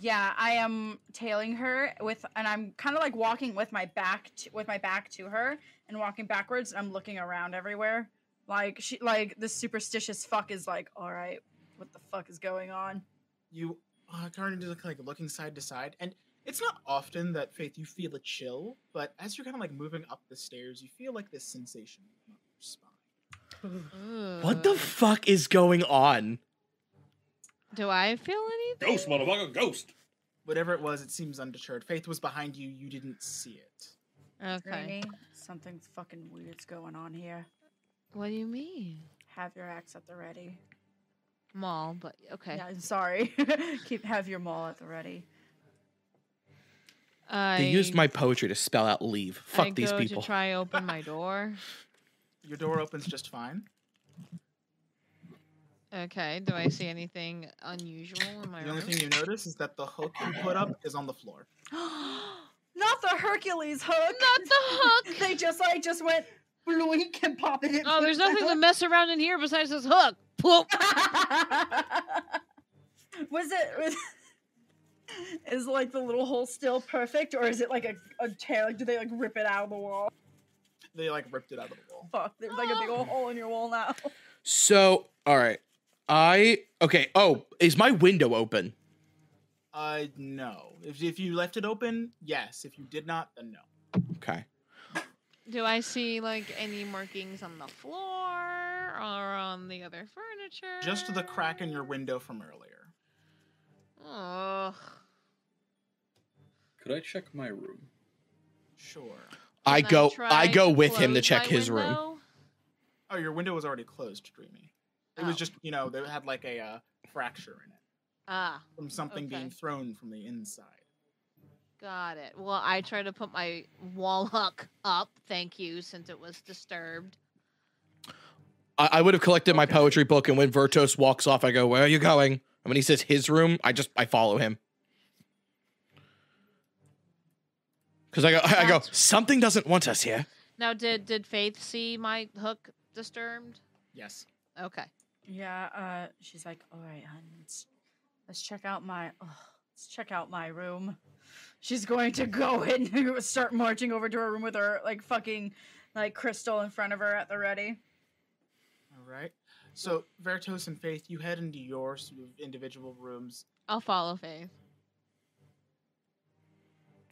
Speaker 4: Yeah, I am tailing her with, and I'm kind of like walking with my back to, with my back to her and walking backwards. And I'm looking around everywhere, like she, like the superstitious fuck is like, all right, what the fuck is going on?
Speaker 5: [sighs]
Speaker 1: you uh, kind of like looking side to side, and it's not often that Faith you feel a chill, but as you're kind of like moving up the stairs, you feel like this sensation come up your spine.
Speaker 2: What the
Speaker 5: Ugh.
Speaker 2: fuck is going on?
Speaker 5: Do I feel anything?
Speaker 6: Ghost, motherfucker, ghost.
Speaker 1: Whatever it was, it seems undeterred. Faith was behind you; you didn't see it.
Speaker 5: Okay.
Speaker 4: Rainey, something's fucking weird's going on here.
Speaker 5: What do you mean?
Speaker 4: Have your axe at the ready.
Speaker 5: Mall, but okay.
Speaker 4: Yeah, I'm sorry. [laughs] Keep have your maul at the ready.
Speaker 5: [gasps] I,
Speaker 2: They used my poetry to spell out leave. Fuck
Speaker 5: I
Speaker 2: these
Speaker 5: go
Speaker 2: people.
Speaker 5: to try open my door.
Speaker 1: Your door opens just fine.
Speaker 5: Okay. Do I see anything unusual in my
Speaker 1: The only
Speaker 5: room?
Speaker 1: thing you notice is that the hook you put up is on the floor.
Speaker 5: Not
Speaker 4: Not the Hercules hook.
Speaker 5: the hook.
Speaker 2: [laughs]
Speaker 4: they just like just went bloink and popped it.
Speaker 5: Oh, there's nothing to mess around in here besides this hook. Ploop.
Speaker 4: [laughs] was it was, is like the little hole still perfect or is it like a, a tear like do they like rip it out of the wall
Speaker 1: They like ripped it out of the wall.
Speaker 4: fuck there's like a big old hole in your wall now
Speaker 2: So, all right. I okay. Oh, is my window open?
Speaker 1: Uh, no. If if you left it open, yes. If you did not, then no.
Speaker 2: Okay.
Speaker 5: Do I see like any markings on the floor or on the other furniture?
Speaker 1: Just the crack in your window from earlier.
Speaker 5: Ugh.
Speaker 3: Could I check my room?
Speaker 1: Sure.
Speaker 2: I
Speaker 5: Can
Speaker 2: go. I
Speaker 5: try
Speaker 2: go with him to
Speaker 5: close
Speaker 2: check
Speaker 5: my
Speaker 2: his room.
Speaker 5: window?
Speaker 1: Oh, your window was already closed, Dreamy. It was
Speaker 5: Oh.
Speaker 1: just, you know, they had like a uh, fracture in it
Speaker 5: Ah,
Speaker 1: from something being
Speaker 5: Okay.
Speaker 1: thrown from the inside.
Speaker 5: got it. Well, I tried to put my wall [laughs] hook up. Thank you, since it was disturbed.
Speaker 2: I, I would have collected my
Speaker 1: Okay.
Speaker 2: poetry book, and when Vertos walks off, I go, "Where are you going?" And when he says his room, I just I follow him. Because I go, I go.
Speaker 5: That's-
Speaker 2: Something doesn't want us here.
Speaker 5: Now, did did Faith see my hook disturbed?
Speaker 1: Yes.
Speaker 5: Okay.
Speaker 4: [laughs] yeah uh she's like all right hun, let's, let's check out my oh, let's check out my room she's going to go [laughs] in and start marching over to her room with her like fucking like crystal in front of her at the ready
Speaker 1: All right. So, Veritos and Faith, you head into your sort of individual rooms.
Speaker 5: I'll follow Faith.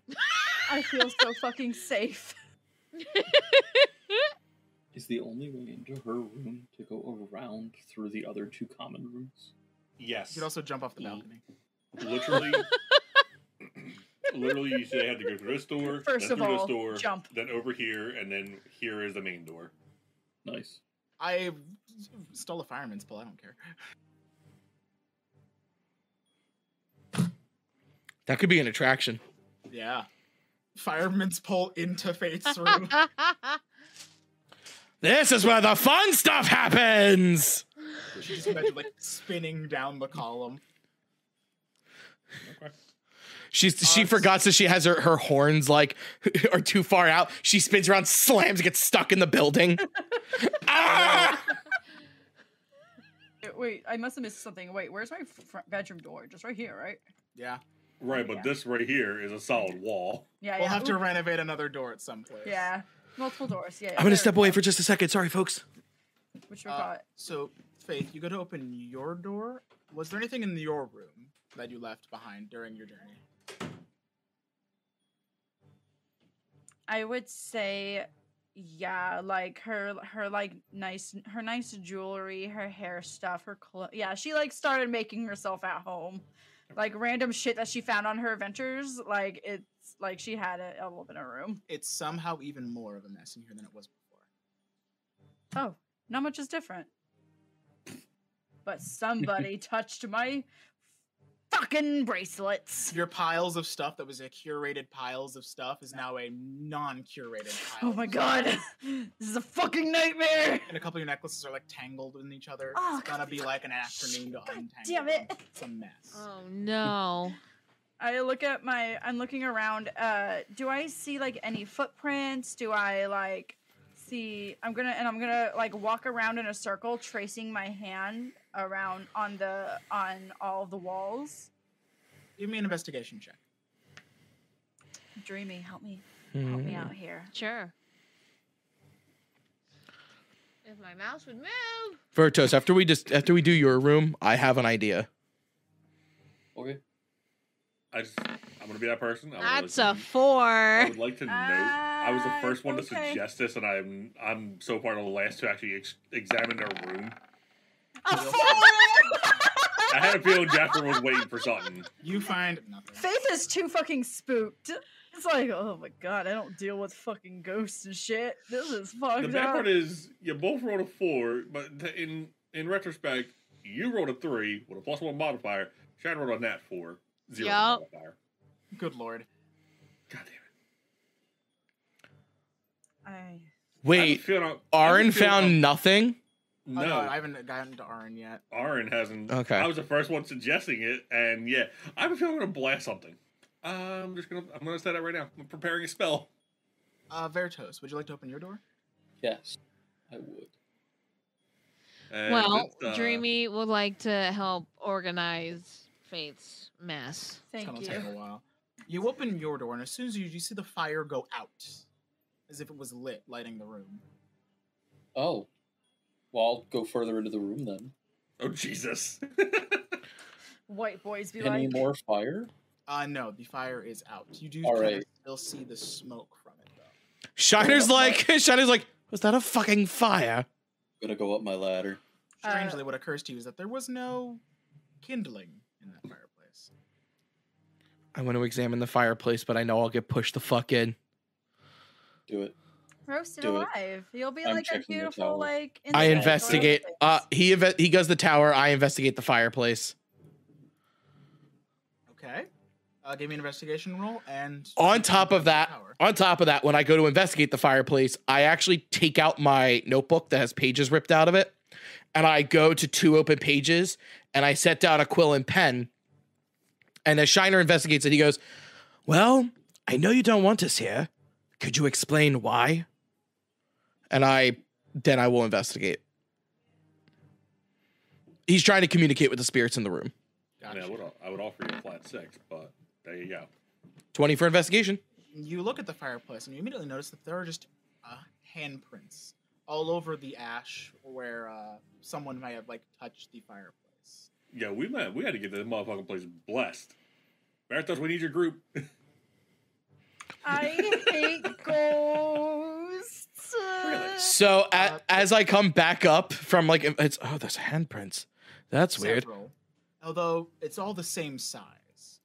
Speaker 5: [laughs]
Speaker 4: i feel [laughs] so fucking safe
Speaker 3: Is the only way into her room to go around through the other two common rooms?
Speaker 1: You
Speaker 6: Yes.
Speaker 1: could also jump off the
Speaker 3: Mm.
Speaker 1: balcony.
Speaker 6: [laughs]
Speaker 4: [laughs]
Speaker 6: Literally. literally, you say I had to go through this door,
Speaker 4: First
Speaker 6: then
Speaker 4: of
Speaker 6: through
Speaker 4: all,
Speaker 6: this door,
Speaker 4: jump.
Speaker 6: then over here, and then here is the main door.
Speaker 3: Nice.
Speaker 1: I stole a fireman's pole. I don't care.
Speaker 2: That could be an attraction.
Speaker 1: Yeah. Fireman's pole into
Speaker 4: [laughs]
Speaker 1: Faith's room.
Speaker 2: This is where the fun stuff happens.
Speaker 1: she just imagine, like, spinning down the column.
Speaker 2: She's she
Speaker 1: Uh,
Speaker 2: forgets that she has her, her horns like [laughs] are too far out. She spins around, slams, gets stuck in the
Speaker 4: [laughs]
Speaker 2: building. ah!
Speaker 4: Uh, Wait, I must have missed something. Wait, where's my f- fr- bedroom door? Just right here, right?
Speaker 1: Yeah.
Speaker 6: Right, but
Speaker 4: Yeah.
Speaker 6: this right here is a solid wall.
Speaker 4: Yeah,
Speaker 1: We'll
Speaker 4: yeah.
Speaker 1: have to
Speaker 4: Oop.
Speaker 1: renovate another door at some place.
Speaker 4: yeah, multiple doors. Yeah. yeah,
Speaker 2: I'm gonna
Speaker 4: there
Speaker 2: step
Speaker 4: we
Speaker 2: away
Speaker 4: go.
Speaker 2: for just a second. Sorry, folks.
Speaker 4: Which we
Speaker 1: Uh,
Speaker 4: call it.
Speaker 1: So, Faith, you go to open your door. Was there anything in your room that you left behind during your journey?
Speaker 4: I would say yeah, like her her like nice her nice jewelry, her hair stuff, her clothes. Yeah, she like started making herself at home. Like random shit that she found on her adventures, like it's like she had it all up in her room.
Speaker 1: It's somehow even more of a mess in here than it was before.
Speaker 4: Oh, not much is different. But somebody touched my fucking bracelets.
Speaker 1: Your piles of stuff that was a curated piles of stuff is now a non-curated pile.
Speaker 4: Oh my
Speaker 1: of stuff.
Speaker 4: god, [laughs] this is a fucking nightmare.
Speaker 1: And a couple of your necklaces are like tangled in each other.
Speaker 4: Oh,
Speaker 1: it's gonna
Speaker 4: God,
Speaker 1: be
Speaker 4: fuck.
Speaker 1: like an afternoon to
Speaker 4: God
Speaker 1: untangle.
Speaker 4: damn
Speaker 1: them.
Speaker 4: it.
Speaker 1: It's a mess.
Speaker 5: Oh no.
Speaker 4: I look at my I'm looking around. Uh do I see like any footprints? Do I like see I'm gonna and I'm gonna like walk around in a circle tracing my hand around on the on all the walls.
Speaker 1: Give me an investigation check.
Speaker 4: Dreamy, help me help me out here.
Speaker 5: Sure. If my mouse would move.
Speaker 2: Vertos, after we just after we do your room, I have an idea.
Speaker 3: Okay.
Speaker 6: I just, I'm gonna be that person. I Oh, would like
Speaker 5: That's
Speaker 6: to-
Speaker 5: a four.
Speaker 6: I would like to note I was the
Speaker 4: Ah,
Speaker 6: first one to
Speaker 4: okay.
Speaker 6: suggest this, and I'm I'm so far the last to actually ex- examine their room.
Speaker 5: [laughs]
Speaker 6: Mm.
Speaker 4: A
Speaker 1: You'll
Speaker 4: four!
Speaker 6: I had a feeling Jasper was waiting for something.
Speaker 1: You find nothing.
Speaker 4: [laughs] Faith is too fucking spooked. It's like, oh my god, I don't deal with fucking ghosts and shit. This is
Speaker 6: The
Speaker 4: fucked
Speaker 6: bad
Speaker 4: up.
Speaker 6: part is you both rolled a four, but th- in in retrospect, you rolled a three with a plus one modifier. Shine rolled a nat four, zero
Speaker 5: Yup.
Speaker 6: modifier.
Speaker 1: Good lord.
Speaker 6: God damn it!
Speaker 4: I-
Speaker 2: Wait,
Speaker 6: Aaron
Speaker 2: Aaron found nothing.
Speaker 1: Oh,
Speaker 6: no.
Speaker 1: no, I haven't gotten to Arn yet.
Speaker 6: Aaron hasn't.
Speaker 2: Okay.
Speaker 6: I was the first one suggesting it, and yeah, I have a feeling I'm gonna blast something. I'm just gonna I'm gonna say that right now. I'm preparing a spell.
Speaker 1: Uh, Vertos, would you like to open your door?
Speaker 3: Yes, I would.
Speaker 6: And
Speaker 5: Well,
Speaker 6: it's, uh,
Speaker 5: Dreamy would like to help organize Faith's mess.
Speaker 4: thank
Speaker 1: it's gonna
Speaker 4: you.
Speaker 1: take a while. You open your door, and as soon as you, you see the fire go out, as if it was lit, lighting the room.
Speaker 3: Oh. Well, I'll go further into the room then.
Speaker 6: Oh Jesus!
Speaker 4: White boys be
Speaker 3: Any
Speaker 4: like
Speaker 3: more fire?
Speaker 1: Uh, no, the fire is out. You do
Speaker 3: All
Speaker 1: kinda
Speaker 3: right.
Speaker 1: still see the smoke from it, though.
Speaker 2: Shiner's like [laughs] Shiner's like, was that a fucking fire?
Speaker 3: I'm gonna go up my ladder.
Speaker 4: Uh,
Speaker 1: Strangely, what occurs to you is that there was no kindling in that fireplace.
Speaker 2: I want to examine the fireplace, but I know I'll get pushed the fuck in.
Speaker 3: Do it.
Speaker 4: roasted
Speaker 3: Do it.
Speaker 4: alive. You'll be
Speaker 3: I'm
Speaker 4: like a
Speaker 3: checking the
Speaker 4: beautiful
Speaker 3: tower.
Speaker 4: like.
Speaker 2: I
Speaker 4: insect or
Speaker 2: investigate.
Speaker 4: something.
Speaker 2: Uh, he inve- he goes to the tower. I investigate the fireplace.
Speaker 1: Okay. Uh, give me an investigation roll, and
Speaker 2: On top of that,
Speaker 1: Power.
Speaker 2: on top of that, when I go to investigate the fireplace, I actually take out my notebook that has pages ripped out of it, and I go to two open pages, and I set down a quill and pen. And as Shiner investigates it, he goes, "Well, I know you don't want us here. Could you explain why?" And I then I will investigate. He's trying to communicate with the spirits in the room.
Speaker 6: I, mean, I would I would offer you a flat six, but there you go.
Speaker 2: Twenty for investigation.
Speaker 1: you look at the fireplace and you immediately notice that there are just uh, handprints all over the ash where uh, someone might have like touched the fireplace.
Speaker 6: Yeah, we might we had to get this motherfucking place blessed. Marathos, we need your group.
Speaker 4: I
Speaker 3: [laughs]
Speaker 4: hate ghosts.
Speaker 6: Really?
Speaker 2: So a
Speaker 1: Uh,
Speaker 2: as I come back up from like it's oh there's handprints. That's weird.
Speaker 1: Several. Although it's all the same size,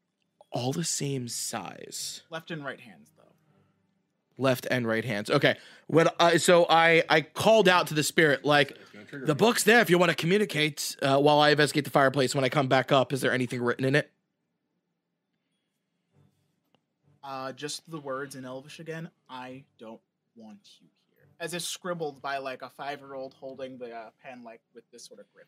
Speaker 2: All the same size.
Speaker 1: left and right hands though.
Speaker 2: Left and right hands. Okay. When I so I I called out to the spirit like
Speaker 6: It's gonna trigger
Speaker 2: the
Speaker 6: me.
Speaker 2: book's there if you want to communicate uh, while I investigate the fireplace when I come back up is there anything written in it?
Speaker 1: Uh, just the words in Elvish again. I don't want you here. As if scribbled by like a five-year-old holding the uh, pen like with this sort of grip.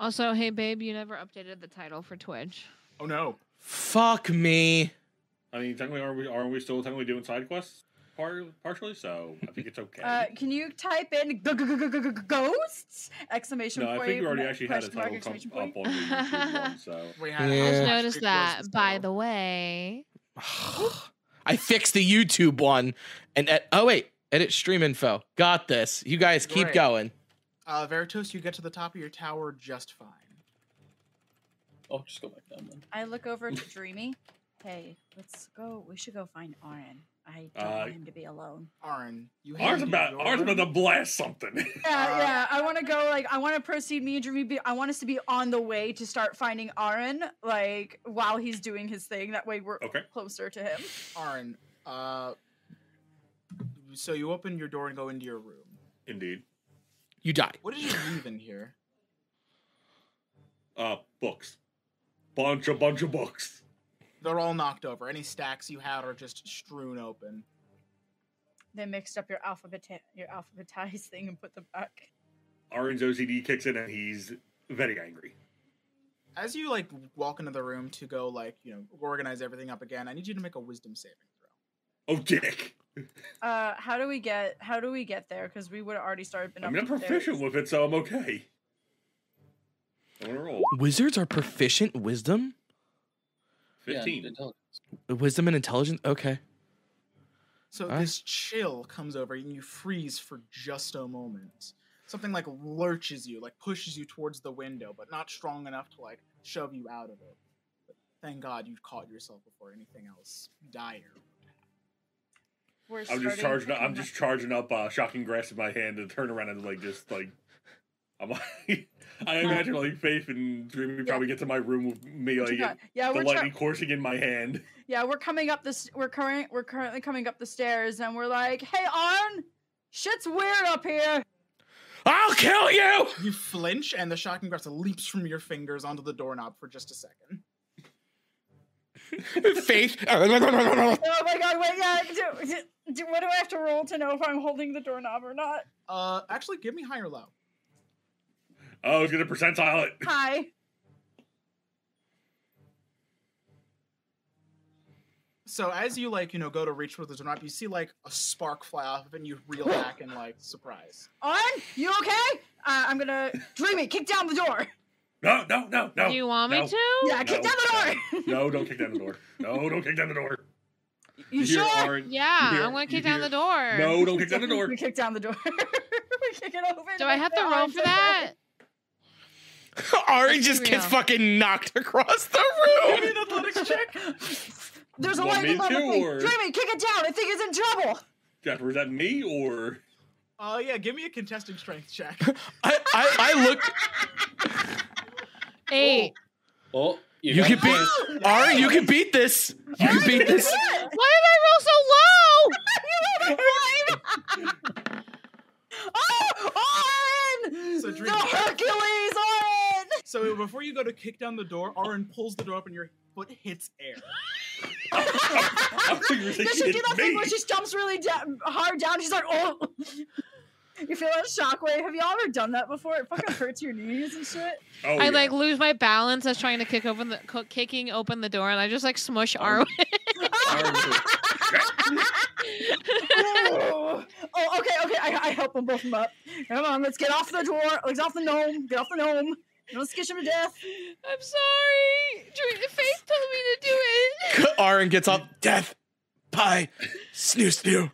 Speaker 5: Also, hey babe, you never updated the title for Twitch.
Speaker 1: Oh no!
Speaker 2: Fuck me. [sighs]
Speaker 6: I mean, technically, are we are we still technically doing side quests? Par- partially, so I think it's okay.
Speaker 4: [laughs] Uh, can you type in g- g- g- g- g- ghosts? Exclamation
Speaker 6: no,
Speaker 4: point.
Speaker 6: I think we already
Speaker 4: ma-
Speaker 6: actually had a
Speaker 4: question mark,
Speaker 6: title come
Speaker 4: exclamation
Speaker 6: up
Speaker 4: point.
Speaker 6: on the
Speaker 4: [laughs]
Speaker 6: YouTube one, so
Speaker 1: We
Speaker 2: Yeah.
Speaker 5: I just
Speaker 2: Ash
Speaker 5: noticed that, by the way.
Speaker 2: I fixed the YouTube one and ed- oh wait, edit stream info. Got this. You guys keep
Speaker 1: Great.
Speaker 2: going.
Speaker 1: Uh, Veritas, you get to the top of your tower just fine.
Speaker 3: I'll just go back down then.
Speaker 4: I look over to Dreamy. Hey, let's go. We should go find Arin. I don't
Speaker 6: Uh,
Speaker 4: want him to be alone.
Speaker 1: Arn, you
Speaker 6: Ours
Speaker 1: handed
Speaker 6: about,
Speaker 1: your-
Speaker 6: ours about to blast something. [laughs]
Speaker 4: Yeah,
Speaker 1: Uh,
Speaker 4: yeah. I want to go. Like, I want to proceed. Me and Dreamy. Be, I want us to be on the way to start finding Aaron. Like, while he's doing his thing. That way, we're
Speaker 6: Okay.
Speaker 4: closer to him.
Speaker 1: Arn, uh, so you open your door and go into your room.
Speaker 6: Indeed.
Speaker 2: You die.
Speaker 1: What did you leave in here?
Speaker 6: Uh, books. Bunch, a bunch of books.
Speaker 1: They're all knocked over. Any stacks you had are just strewn open.
Speaker 4: They mixed up your alphabet, your alphabetized thing, and put them back.
Speaker 6: Orange OCD kicks in and he's very angry.
Speaker 1: As you like walk into the room to go like you know organize everything up again, I need you to make a wisdom saving throw.
Speaker 6: Oh, dick.
Speaker 4: Uh, how do we get? How do we get there? Because we would have already started. Been
Speaker 6: I mean, I'm
Speaker 4: up the
Speaker 6: proficient
Speaker 4: stairs.
Speaker 6: with it, so I'm okay. I'm gonna roll.
Speaker 2: Wizards are proficient wisdom,
Speaker 6: 15.
Speaker 3: Yeah, intelligence.
Speaker 2: wisdom and intelligence. Okay.
Speaker 1: So
Speaker 2: Alright.
Speaker 1: this chill comes over and you freeze for just a moment. Something like lurches you, like pushes you towards the window, but not strong enough to like shove you out of it. But thank God you caught yourself before anything else dire.
Speaker 4: We're
Speaker 6: I'm just
Speaker 4: starting
Speaker 6: charging.
Speaker 4: to
Speaker 6: Up, I'm
Speaker 4: come [laughs]
Speaker 6: just charging up uh, shocking grass in my hand to turn around and like just like. I'm. Like, [laughs] I imagine like Faith and Dreamy probably get to my room with me
Speaker 4: back.
Speaker 6: like
Speaker 4: Yeah, yeah,
Speaker 6: uh, the
Speaker 4: we're
Speaker 6: lightning
Speaker 4: tra-
Speaker 6: coursing in my hand. [laughs]
Speaker 4: yeah, we're coming up this. We're current. We're currently coming up the stairs, and we're like, "Hey, Arn, shit's weird up here."
Speaker 2: I'll kill you.
Speaker 1: You flinch, and the shocking grass leaps from your fingers onto the doorknob for just a second.
Speaker 2: Faith.
Speaker 4: Oh my god, wait, yeah. Do, do- do- what do I have to roll to know if I'm holding the doorknob or not?
Speaker 1: Uh, actually, give me high or low.
Speaker 6: I was gonna percentile it.
Speaker 4: Hi.
Speaker 1: So as you like, you know, go to reach for the doorknob, you see like a spark fly off of it, and you reel back in like surprise.
Speaker 4: On? You okay? Uh, I'm gonna. Dreamy, kick down the door.
Speaker 6: No, no, no, no.
Speaker 5: Do you want me
Speaker 6: no.
Speaker 5: to?
Speaker 4: Yeah, kick
Speaker 6: No,
Speaker 4: down the door.
Speaker 6: No, don't kick down the door. No, don't kick down the door.
Speaker 4: You,
Speaker 6: hear
Speaker 4: sure?
Speaker 6: Orange-
Speaker 5: [laughs] Yeah,
Speaker 6: you hear-
Speaker 5: I'm gonna
Speaker 6: you
Speaker 5: kick down
Speaker 6: hear-
Speaker 5: the door.
Speaker 6: No, don't kick down the door.
Speaker 4: We [laughs] kick down the door. we kick it open.
Speaker 5: Do I have to
Speaker 4: Orange
Speaker 5: roll for
Speaker 4: says,
Speaker 5: that?
Speaker 6: Oh,
Speaker 2: [laughs] Orange just gets
Speaker 5: Yeah.
Speaker 2: fucking knocked across the
Speaker 1: Give me
Speaker 2: room.
Speaker 1: an athletics check.
Speaker 4: There's a
Speaker 6: Want
Speaker 4: lightning
Speaker 6: me
Speaker 4: bolt.
Speaker 6: to,
Speaker 4: with me.
Speaker 6: or-
Speaker 4: Dreamy, kick it down. I think it's in trouble.
Speaker 6: Jeff, was that
Speaker 4: [laughs]
Speaker 6: me or?
Speaker 1: Uh, yeah, give me a contested strength check.
Speaker 2: [laughs] I, I, I look.
Speaker 5: Eight.
Speaker 3: Oh,
Speaker 2: You
Speaker 3: got
Speaker 2: could be-
Speaker 3: this.
Speaker 4: Ah!
Speaker 2: Orange, you can beat this. You can beat
Speaker 4: [laughs]
Speaker 2: this. [laughs]
Speaker 5: Why did I roll so low?
Speaker 6: [laughs]
Speaker 4: [laughs] Oh, Orin!
Speaker 1: So
Speaker 4: the
Speaker 1: Dreamy-
Speaker 4: Hercules, Orin!
Speaker 2: [laughs]
Speaker 1: So before you go to kick down the door, Aaron pulls the door up and your foot hits air.
Speaker 6: I thought you were
Speaker 4: Does
Speaker 6: saying
Speaker 4: she do
Speaker 6: it's
Speaker 4: that thing where
Speaker 6: me.
Speaker 4: she jumps really da- hard down? She's like, oh. [laughs] You feel that shockwave? Have y'all ever done that before? It fucking hurts your knees and [laughs] shit.
Speaker 6: Oh,
Speaker 5: I
Speaker 6: yeah.
Speaker 5: like lose my balance. I was trying to kick open the co- kicking open the door, and I just like smush Arwen.
Speaker 6: Orange-
Speaker 4: oh, okay, okay. I, I help them both them up. Come on, let's get off the door. Let's off the gnome. Get off the gnome. Don't skish him to death.
Speaker 5: [laughs] I'm sorry. Dr- Faith told me to do
Speaker 6: [laughs]
Speaker 5: it.
Speaker 2: Orange gets up. Death pie. Snoo snoo.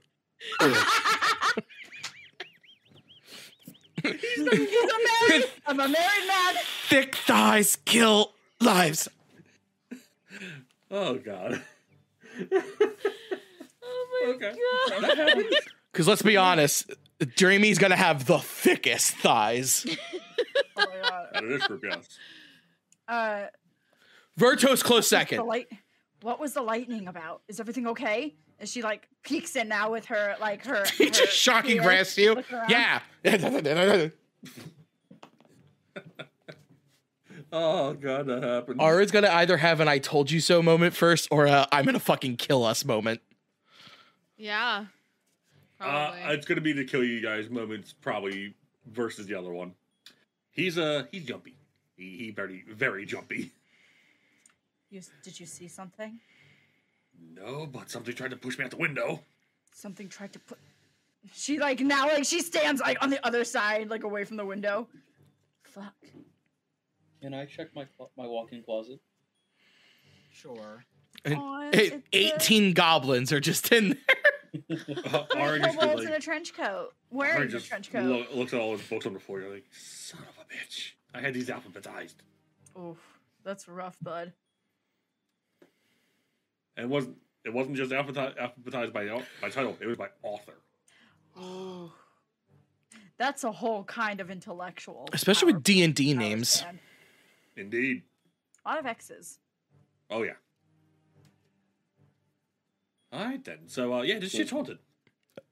Speaker 4: He's [laughs] Oh a married. I'm a married man.
Speaker 2: Thick thighs kill lives.
Speaker 4: [laughs]
Speaker 6: Oh god.
Speaker 5: Oh my
Speaker 6: Okay.
Speaker 5: god.
Speaker 4: [laughs]
Speaker 6: That happens.
Speaker 2: Because let's be honest, Dreamy's gonna have the thickest thighs.
Speaker 4: Oh my god.
Speaker 6: Out of this group, yes.
Speaker 4: Uh,
Speaker 2: Verto's close
Speaker 4: The
Speaker 2: second.
Speaker 4: light. What was the lightning about? Is everything okay? And she like peeks in now with her like
Speaker 2: [laughs]
Speaker 4: her.
Speaker 2: He
Speaker 4: her
Speaker 2: just shocking
Speaker 4: ear,
Speaker 2: grass you.
Speaker 4: looking around.
Speaker 2: Yeah. [laughs]
Speaker 6: Oh god, that happened.
Speaker 2: Ara's gonna either have an "I told you so" moment first, or a "I'm gonna fucking kill us" moment.
Speaker 5: Yeah.
Speaker 6: Uh,
Speaker 5: Probably.
Speaker 6: it's gonna be the kill you guys moments probably versus the other one. He's uh he's jumpy. He, he very very jumpy.
Speaker 4: You, s- did you see something?
Speaker 6: No, but something tried to push me out the [laughs] window.
Speaker 4: Something tried to put. She like now like she stands like on the other side like away from the window. Fuck.
Speaker 3: Can I check my clo- my walk-in closet?
Speaker 1: Sure.
Speaker 2: And-
Speaker 4: Aw,
Speaker 2: Hey,
Speaker 4: Oh, it's a-
Speaker 2: Eighteen goblins are just in there.
Speaker 6: Uh, Orange
Speaker 4: Kobold's
Speaker 6: just, like,
Speaker 4: in a trench coat.
Speaker 6: Orange
Speaker 4: Wearing a
Speaker 6: just
Speaker 4: trench coat.
Speaker 6: lo- looks at all his books on the floor. You're like, son of a bitch. I had these alphabetized.
Speaker 4: Oof, that's rough, bud.
Speaker 6: and it wasn't it wasn't just alphabetized, alphabetized by au- by title; it was by author.
Speaker 4: That's a whole kind of intellectual.
Speaker 2: especially
Speaker 4: power-
Speaker 2: with D and D
Speaker 4: power
Speaker 2: names.
Speaker 4: span.
Speaker 6: Indeed.
Speaker 4: A lot of X's.
Speaker 6: Oh yeah. All right then. So uh, yeah, this shit's haunted.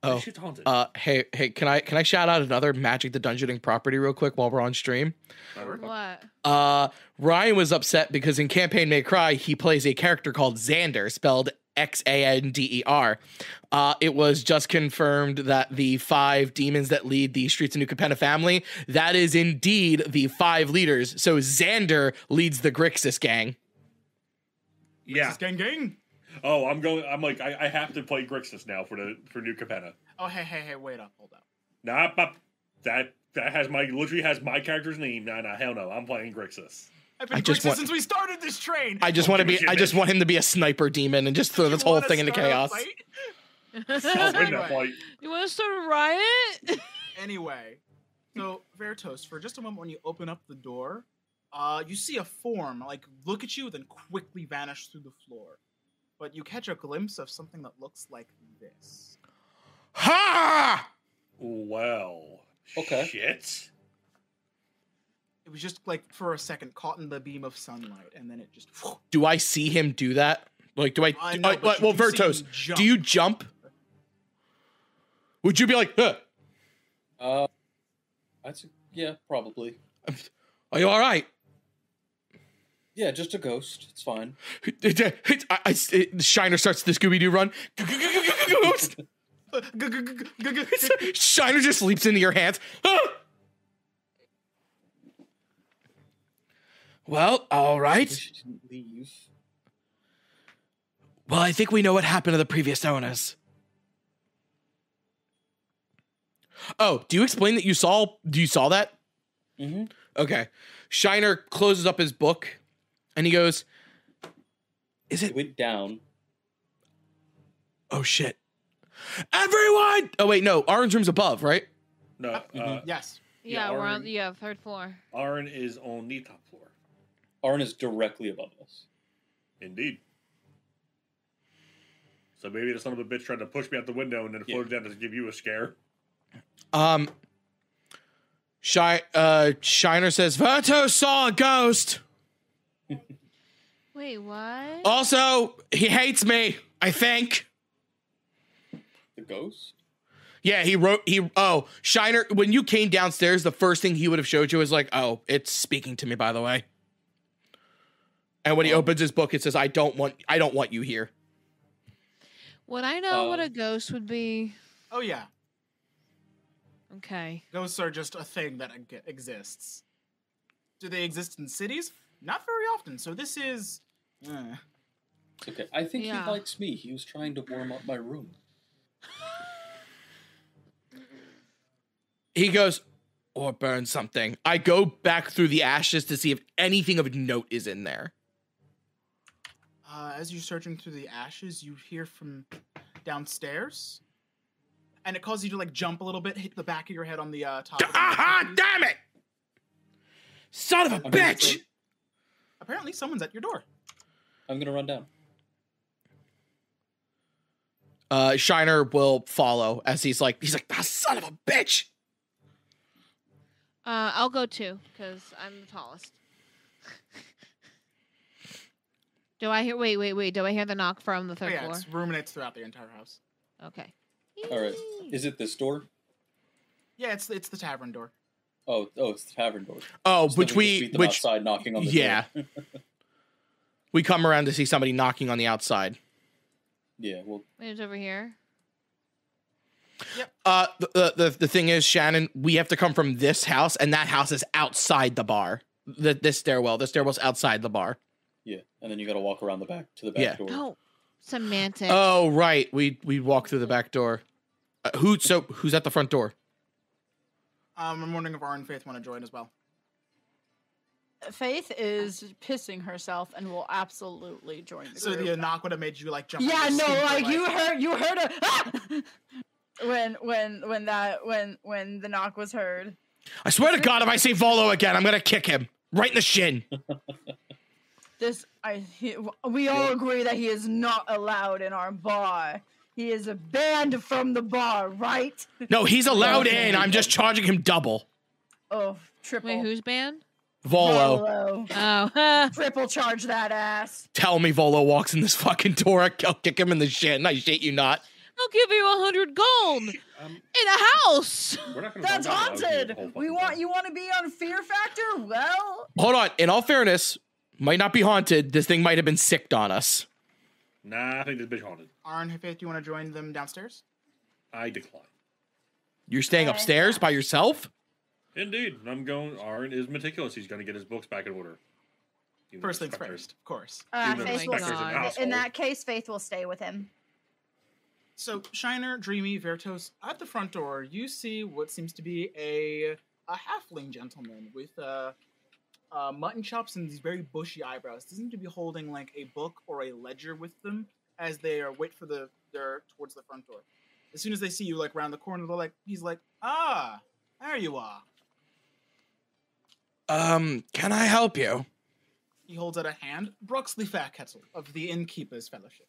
Speaker 2: Oh,
Speaker 6: This shit's haunted.
Speaker 2: Uh, hey, hey, can I can I shout out another Magic the Dungeoning property real quick while we're on stream?
Speaker 5: What? [laughs]
Speaker 2: Uh, Ryan was upset because in Campaign May Cry he plays a character called Xander, spelled X A N D E R. Uh, it was just confirmed that the five demons that lead the Streets of New Capenna family that is indeed the five leaders. So Xander leads the Grixis gang.
Speaker 6: yeah.
Speaker 1: Gang gang.
Speaker 6: Oh, I'm going. I'm like I, I have to play Grixis now for the for New Capenna.
Speaker 1: Oh hey hey hey wait up hold up.
Speaker 6: Nah, pop. that that has my literally has my character's name. Nah, nah, hell no. I'm playing
Speaker 4: [laughs]
Speaker 6: Grixis.
Speaker 1: I've been
Speaker 2: I just
Speaker 1: Grixis
Speaker 2: want-
Speaker 1: since we started this train.
Speaker 2: I just
Speaker 6: Oh,
Speaker 2: want to
Speaker 6: give me
Speaker 2: be. I
Speaker 6: shit,
Speaker 2: just
Speaker 6: man.
Speaker 2: want him to be a sniper demon and just throw
Speaker 1: You
Speaker 2: this whole
Speaker 1: wanna
Speaker 2: thing into
Speaker 1: start a
Speaker 2: chaos.
Speaker 1: fight?
Speaker 6: I'll win that fight.
Speaker 5: You want to start a riot? [laughs]
Speaker 1: Anyway, so Vertos, for just a moment when you open up the door, uh, you see a form like look at you, then quickly vanish through the floor. But you catch a glimpse of something that looks like this.
Speaker 2: Ha!
Speaker 6: Well.
Speaker 3: Okay.
Speaker 6: Shit.
Speaker 1: It was just like for a second caught in the beam of sunlight, and then it just.
Speaker 2: Do I see him do that? Like, do I?
Speaker 1: I
Speaker 2: do-
Speaker 1: know,
Speaker 2: I-
Speaker 1: but you
Speaker 2: well,
Speaker 1: can see him
Speaker 2: Vertos,
Speaker 1: jump.
Speaker 2: do you jump? Would you be like, huh,
Speaker 3: Uh, that's yeah, probably.
Speaker 2: "Are you all right?" [laughs]
Speaker 3: Yeah, just a ghost. It's fine.
Speaker 2: I, I- Shiner starts the Scooby Doo run. [laughs] Shiner just leaps into your hands. [gasps] Ah! well, all
Speaker 3: I
Speaker 2: right.
Speaker 3: wish it didn't leave.
Speaker 2: Well, I think we know what happened to the previous owners. Oh, do you explain that you saw? Do you saw that?
Speaker 3: Mm-hmm.
Speaker 2: Okay. Shiner closes up his book, and he goes, "Is it
Speaker 3: It went down.
Speaker 2: Oh shit. Everyone! Oh wait, no. Orange room's above, right?
Speaker 6: No. Uh,
Speaker 4: mm-hmm.
Speaker 3: Mhm.
Speaker 1: yes.
Speaker 5: yeah, we're on.
Speaker 6: Arn-
Speaker 5: Yeah, third floor.
Speaker 6: Arn is on the top floor.
Speaker 3: Arn is directly above us.
Speaker 6: Indeed. So maybe the son of a bitch tried to push me out the window and then
Speaker 3: Yeah.
Speaker 6: floated down to give you a scare.
Speaker 2: Um Shi- uh, Shiner says, Verto saw a ghost.
Speaker 5: Wait, what?
Speaker 2: Oh. Also, he hates me, I think.
Speaker 3: The ghost?
Speaker 2: Yeah, he wrote he oh, Shiner, when you came downstairs, the first thing he would have showed you is like, oh, it's speaking to me, by the way. And when he
Speaker 3: Um,
Speaker 2: opens his book, it says, I don't want I don't want you here.
Speaker 5: Would I know
Speaker 2: Oh.
Speaker 5: what a
Speaker 3: Um,
Speaker 5: ghost would be?
Speaker 1: Oh yeah,
Speaker 5: Okay.
Speaker 1: ghosts are just a thing that e- exists. Do they exist in cities? Not very often. So this is. eh.
Speaker 3: It's okay. I think
Speaker 5: Yeah.
Speaker 3: he likes me. He was trying to warm up my room.
Speaker 2: He goes, or burn something. I go back through the ashes to see if anything of note is in there.
Speaker 1: Uh, as you're searching through the ashes, you hear from downstairs, and it causes you to like jump a little bit, hit the back of your head on the uh, top. of the
Speaker 2: Aha! [laughs]
Speaker 1: cookies.
Speaker 2: Damn it! Son of a
Speaker 3: I'm gonna
Speaker 2: bitch!
Speaker 3: throw-
Speaker 1: Apparently, someone's at your door.
Speaker 3: I'm gonna run down.
Speaker 2: Uh, Shiner will follow as he's like, he's like, ah, son of a bitch!
Speaker 5: Uh, I'll go two because I'm the tallest. [laughs] Do I hear? Wait, wait, wait. Do I hear the knock from the
Speaker 1: Oh,
Speaker 5: third
Speaker 1: yeah,
Speaker 5: floor?
Speaker 1: it's ruminates throughout the entire house.
Speaker 5: Okay.
Speaker 3: All right. Is it this door?
Speaker 1: Yeah, it's it's the tavern door.
Speaker 3: Oh, oh, it's the tavern door.
Speaker 2: Oh,
Speaker 3: So
Speaker 2: which
Speaker 3: just
Speaker 2: we,
Speaker 3: beat them
Speaker 2: which
Speaker 3: outside knocking on the
Speaker 2: yeah,
Speaker 3: door. [laughs]
Speaker 2: we come around to see somebody knocking on the outside.
Speaker 3: Yeah. Well,
Speaker 5: Wait, it's over here.
Speaker 2: Uh, the, the the the thing is, Shannon, we have to come from this house, and that house is outside the bar. The, this stairwell, the stairwell's outside the bar.
Speaker 3: yeah. And then you got to walk around the back to the back
Speaker 2: Yeah.
Speaker 3: door.
Speaker 5: Oh, semantics.
Speaker 2: Oh, right, we we walk through the back door. Uh, who? So who's at the front door?
Speaker 1: Um, I'm wondering if Arn Faith want to join as well.
Speaker 4: Faith is pissing herself and will absolutely join the
Speaker 1: So
Speaker 4: group.
Speaker 1: the uh, knock would have made you like jump. out
Speaker 4: yeah,
Speaker 1: of your
Speaker 4: no,
Speaker 1: skin for,
Speaker 4: like you heard, you heard a [laughs] when when when that when when the knock was heard.
Speaker 2: I swear to God, if I see Volo again, I'm gonna kick him right in the shin.
Speaker 4: This, I, he, we all agree that he is not allowed in our bar. He is banned from the bar, right? [laughs]
Speaker 2: No, he's allowed in. I'm just charging him double.
Speaker 4: Oh, triple.
Speaker 5: Wait, who's banned?
Speaker 2: Volo.
Speaker 4: Volo.
Speaker 5: Oh, [laughs]
Speaker 4: Triple charge that ass.
Speaker 2: Tell me Volo walks in this fucking door. [laughs] I'll kick him in the shin. I shit you not.
Speaker 5: I'll give you a hundred gold in
Speaker 6: Um,
Speaker 5: a house.
Speaker 6: we're not gonna
Speaker 4: That's
Speaker 6: talk about allow you the
Speaker 4: haunted.
Speaker 6: whole
Speaker 4: We
Speaker 6: fucking
Speaker 4: want
Speaker 6: thing.
Speaker 4: you want to be on Fear Factor. Well,
Speaker 2: Hold on. In all fairness, might not be haunted. This thing might have been sicked on us.
Speaker 6: Nah, I think this bitch haunted.
Speaker 1: Arn, Faith, do you want to join them downstairs?
Speaker 6: I decline.
Speaker 2: You're staying upstairs by yourself?
Speaker 6: Indeed, I'm going. Arn is meticulous. He's going to get his books back in order. Even
Speaker 1: First things
Speaker 6: Spectre-
Speaker 1: first, of course.
Speaker 4: uh,
Speaker 6: even
Speaker 5: Faith
Speaker 4: Faith
Speaker 5: will-
Speaker 4: will,
Speaker 6: Spectre's an
Speaker 5: God.
Speaker 4: in
Speaker 6: asshole.
Speaker 4: that case, Faith will stay with him.
Speaker 1: So Shiner, Dreamy, Vertos, at the front door, you see what seems to be a a halfling gentleman with uh, uh, mutton chops and these very bushy eyebrows. They seem to be holding like a book or a ledger with them as they are wait for the they're towards the front door. As soon as they see you like round the corner, they're like he's like ah there you are.
Speaker 2: Um, can I help you?
Speaker 1: He holds out a hand, Broxley Fairkettle of the Innkeepers Fellowship.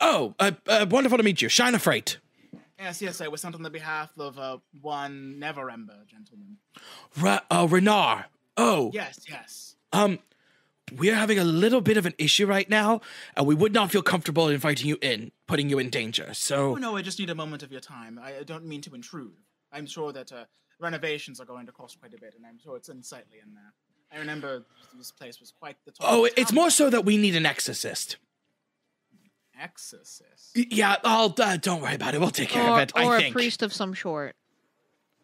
Speaker 2: Oh, uh, uh, wonderful to meet you. Shine a freight.
Speaker 1: Yes, yes, I was sent on the behalf of uh, one Neverember gentleman.
Speaker 2: Ra- uh, Renar. Oh,
Speaker 1: Yes, yes.
Speaker 2: um, we're having a little bit of an issue right now, and we would not feel comfortable inviting you in, putting you in danger. So,
Speaker 1: Oh no, I just need a moment of your time. I I don't mean to intrude. I'm sure that uh, renovations are going to cost quite a bit, and I'm sure it's unsightly in there. I remember this place was quite the top.
Speaker 2: oh,
Speaker 1: of
Speaker 2: it's
Speaker 1: town.
Speaker 5: Um,
Speaker 2: more so that we need an exorcist.
Speaker 1: exorcist.
Speaker 2: Y- Yeah, I'll uh, don't worry about it. We'll take care of
Speaker 5: or
Speaker 2: it.
Speaker 5: or
Speaker 2: I
Speaker 5: a
Speaker 2: think.
Speaker 5: priest of some sort.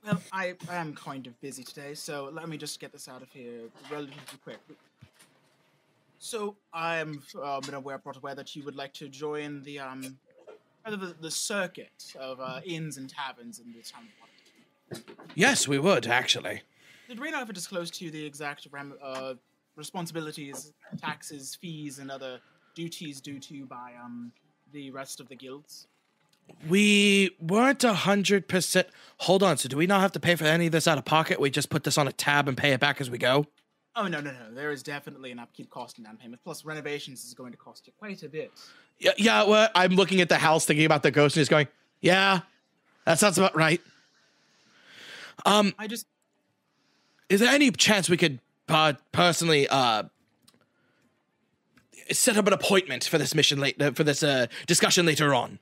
Speaker 1: Well, I I am kind of busy today, so let me just get this out of here relatively quick. So I'm uh, been aware, brought aware that you would like to join the um, rather the, the circuit of uh, inns and taverns in the town of Waterdeep.
Speaker 2: Yes, we would actually.
Speaker 1: Did Reno ever disclose to you the exact ram- uh, responsibilities, taxes, fees, and other duties due to you by um, the rest of the guilds?
Speaker 2: We weren't a hundred percent. Hold on. So, do we not have to pay for any of this out of pocket? We just put this on a tab and pay it back as we go.
Speaker 1: Oh no, no, no! There is definitely an upkeep cost and down payment. Plus, renovations is going to cost you quite a bit.
Speaker 2: Yeah, yeah. Well, I'm looking at the house, thinking about the ghost, and just going, "Yeah, that sounds about right." Um,
Speaker 1: I just
Speaker 2: is there any chance we could uh, personally uh set up an appointment for this mission late uh, for this uh discussion later on?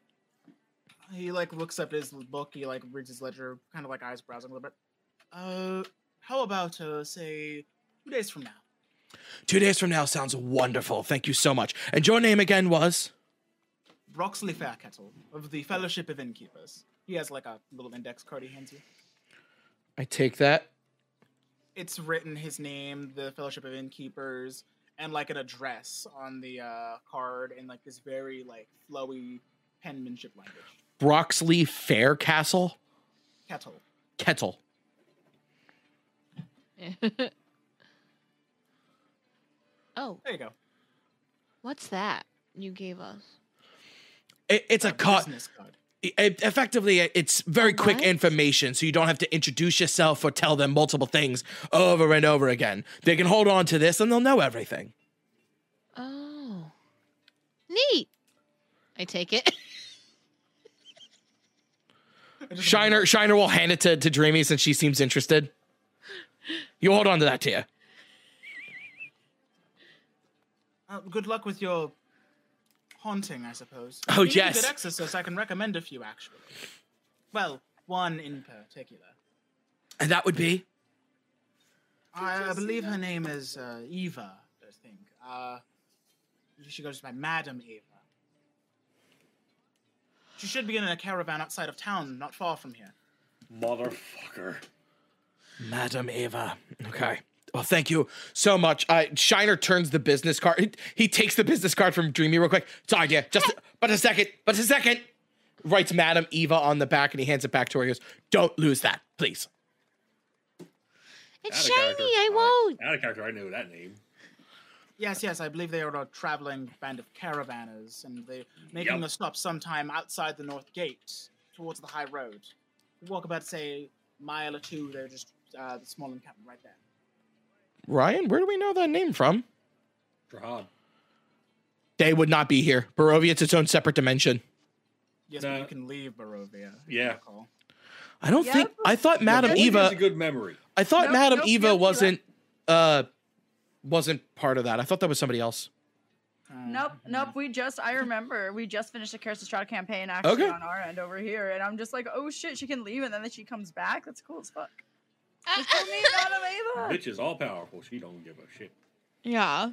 Speaker 1: he like looks up his book. He like reads his ledger, kind of like eyes browsing a little bit. Uh, how about uh, say two days from now?
Speaker 2: Two days from now sounds wonderful. Thank you so much. And your name again was
Speaker 1: Broxley Fairkettle of the Fellowship of Innkeepers. He has like a little index card he hands you.
Speaker 2: I take that.
Speaker 1: it's written his name, the Fellowship of Innkeepers, and like an address on the uh, card in like this very like flowy penmanship language.
Speaker 2: Broxley Faircastle
Speaker 1: Kettle.
Speaker 2: Kettle.
Speaker 5: [laughs] oh,
Speaker 1: There you go.
Speaker 5: what's that you gave us?
Speaker 2: It, it's a cut.
Speaker 1: Uh, business card.
Speaker 2: it, effectively uh, it's very quick
Speaker 5: What?
Speaker 2: information so you don't have to introduce yourself or tell them multiple things over and over again they can hold on to this and they'll know everything
Speaker 5: Oh, neat. I take it. [laughs]
Speaker 1: I just-
Speaker 2: shiner shiner will hand it to, to dreamy since she seems interested you hold on to that tia
Speaker 1: Uh, good luck with your haunting, I suppose. You
Speaker 2: Oh,
Speaker 1: need a
Speaker 2: yes.
Speaker 1: Good exorcist. I can recommend a few actually. Well, one in particular.
Speaker 2: and that would be
Speaker 1: I, I believe her name is uh, Eva. I think. Uh, she goes by Madam Eva. She should be in a caravan outside of town, not far from here.
Speaker 6: Motherfucker.
Speaker 2: madam ava okay well thank you so much uh, shiner turns the business card he, he takes the business card from dreamy real quick sorry dear just but a second but a second writes madam eva on the back and he hands it back to her he goes don't lose that please
Speaker 5: It's
Speaker 6: Outta character.
Speaker 5: shiny. I
Speaker 6: Alright.
Speaker 5: won't.
Speaker 6: Out of character, I knew that name.
Speaker 1: Yes, yes, I believe they are a traveling band of caravanners, and they're making
Speaker 6: Yep.
Speaker 1: a stop sometime outside the north gate, towards the high road. Walk about, say, a mile or two, they're just uh, the small encampment right there.
Speaker 2: Ryan, where do we know that name from?
Speaker 6: Drahad.
Speaker 2: They would not be here. Barovia's its own separate dimension.
Speaker 1: Yes,
Speaker 6: Nah.
Speaker 1: but you can leave Barovia. if
Speaker 6: Yeah.
Speaker 1: you recall.
Speaker 2: I don't
Speaker 4: Yeah.
Speaker 2: think I thought Madam
Speaker 6: Barovia's
Speaker 2: Eva
Speaker 6: a good memory.
Speaker 2: I thought
Speaker 4: Nope,
Speaker 2: Madam
Speaker 4: nope,
Speaker 2: Eva
Speaker 4: nope, you're
Speaker 2: wasn't uh wasn't part of that. I thought that was somebody else.
Speaker 1: Uh,
Speaker 4: Nope,
Speaker 6: Mm-hmm.
Speaker 4: nope. We just, I remember, we just finished the Curse of Strata campaign actually
Speaker 2: Okay.
Speaker 4: on our end over here, and I'm just like, oh shit, she can leave, and then she comes back. That's cool as fuck. Just
Speaker 5: [laughs]
Speaker 4: call me
Speaker 6: [laughs]
Speaker 4: Madam Ava.
Speaker 6: Bitch is all powerful. She don't give a shit.
Speaker 7: Yeah.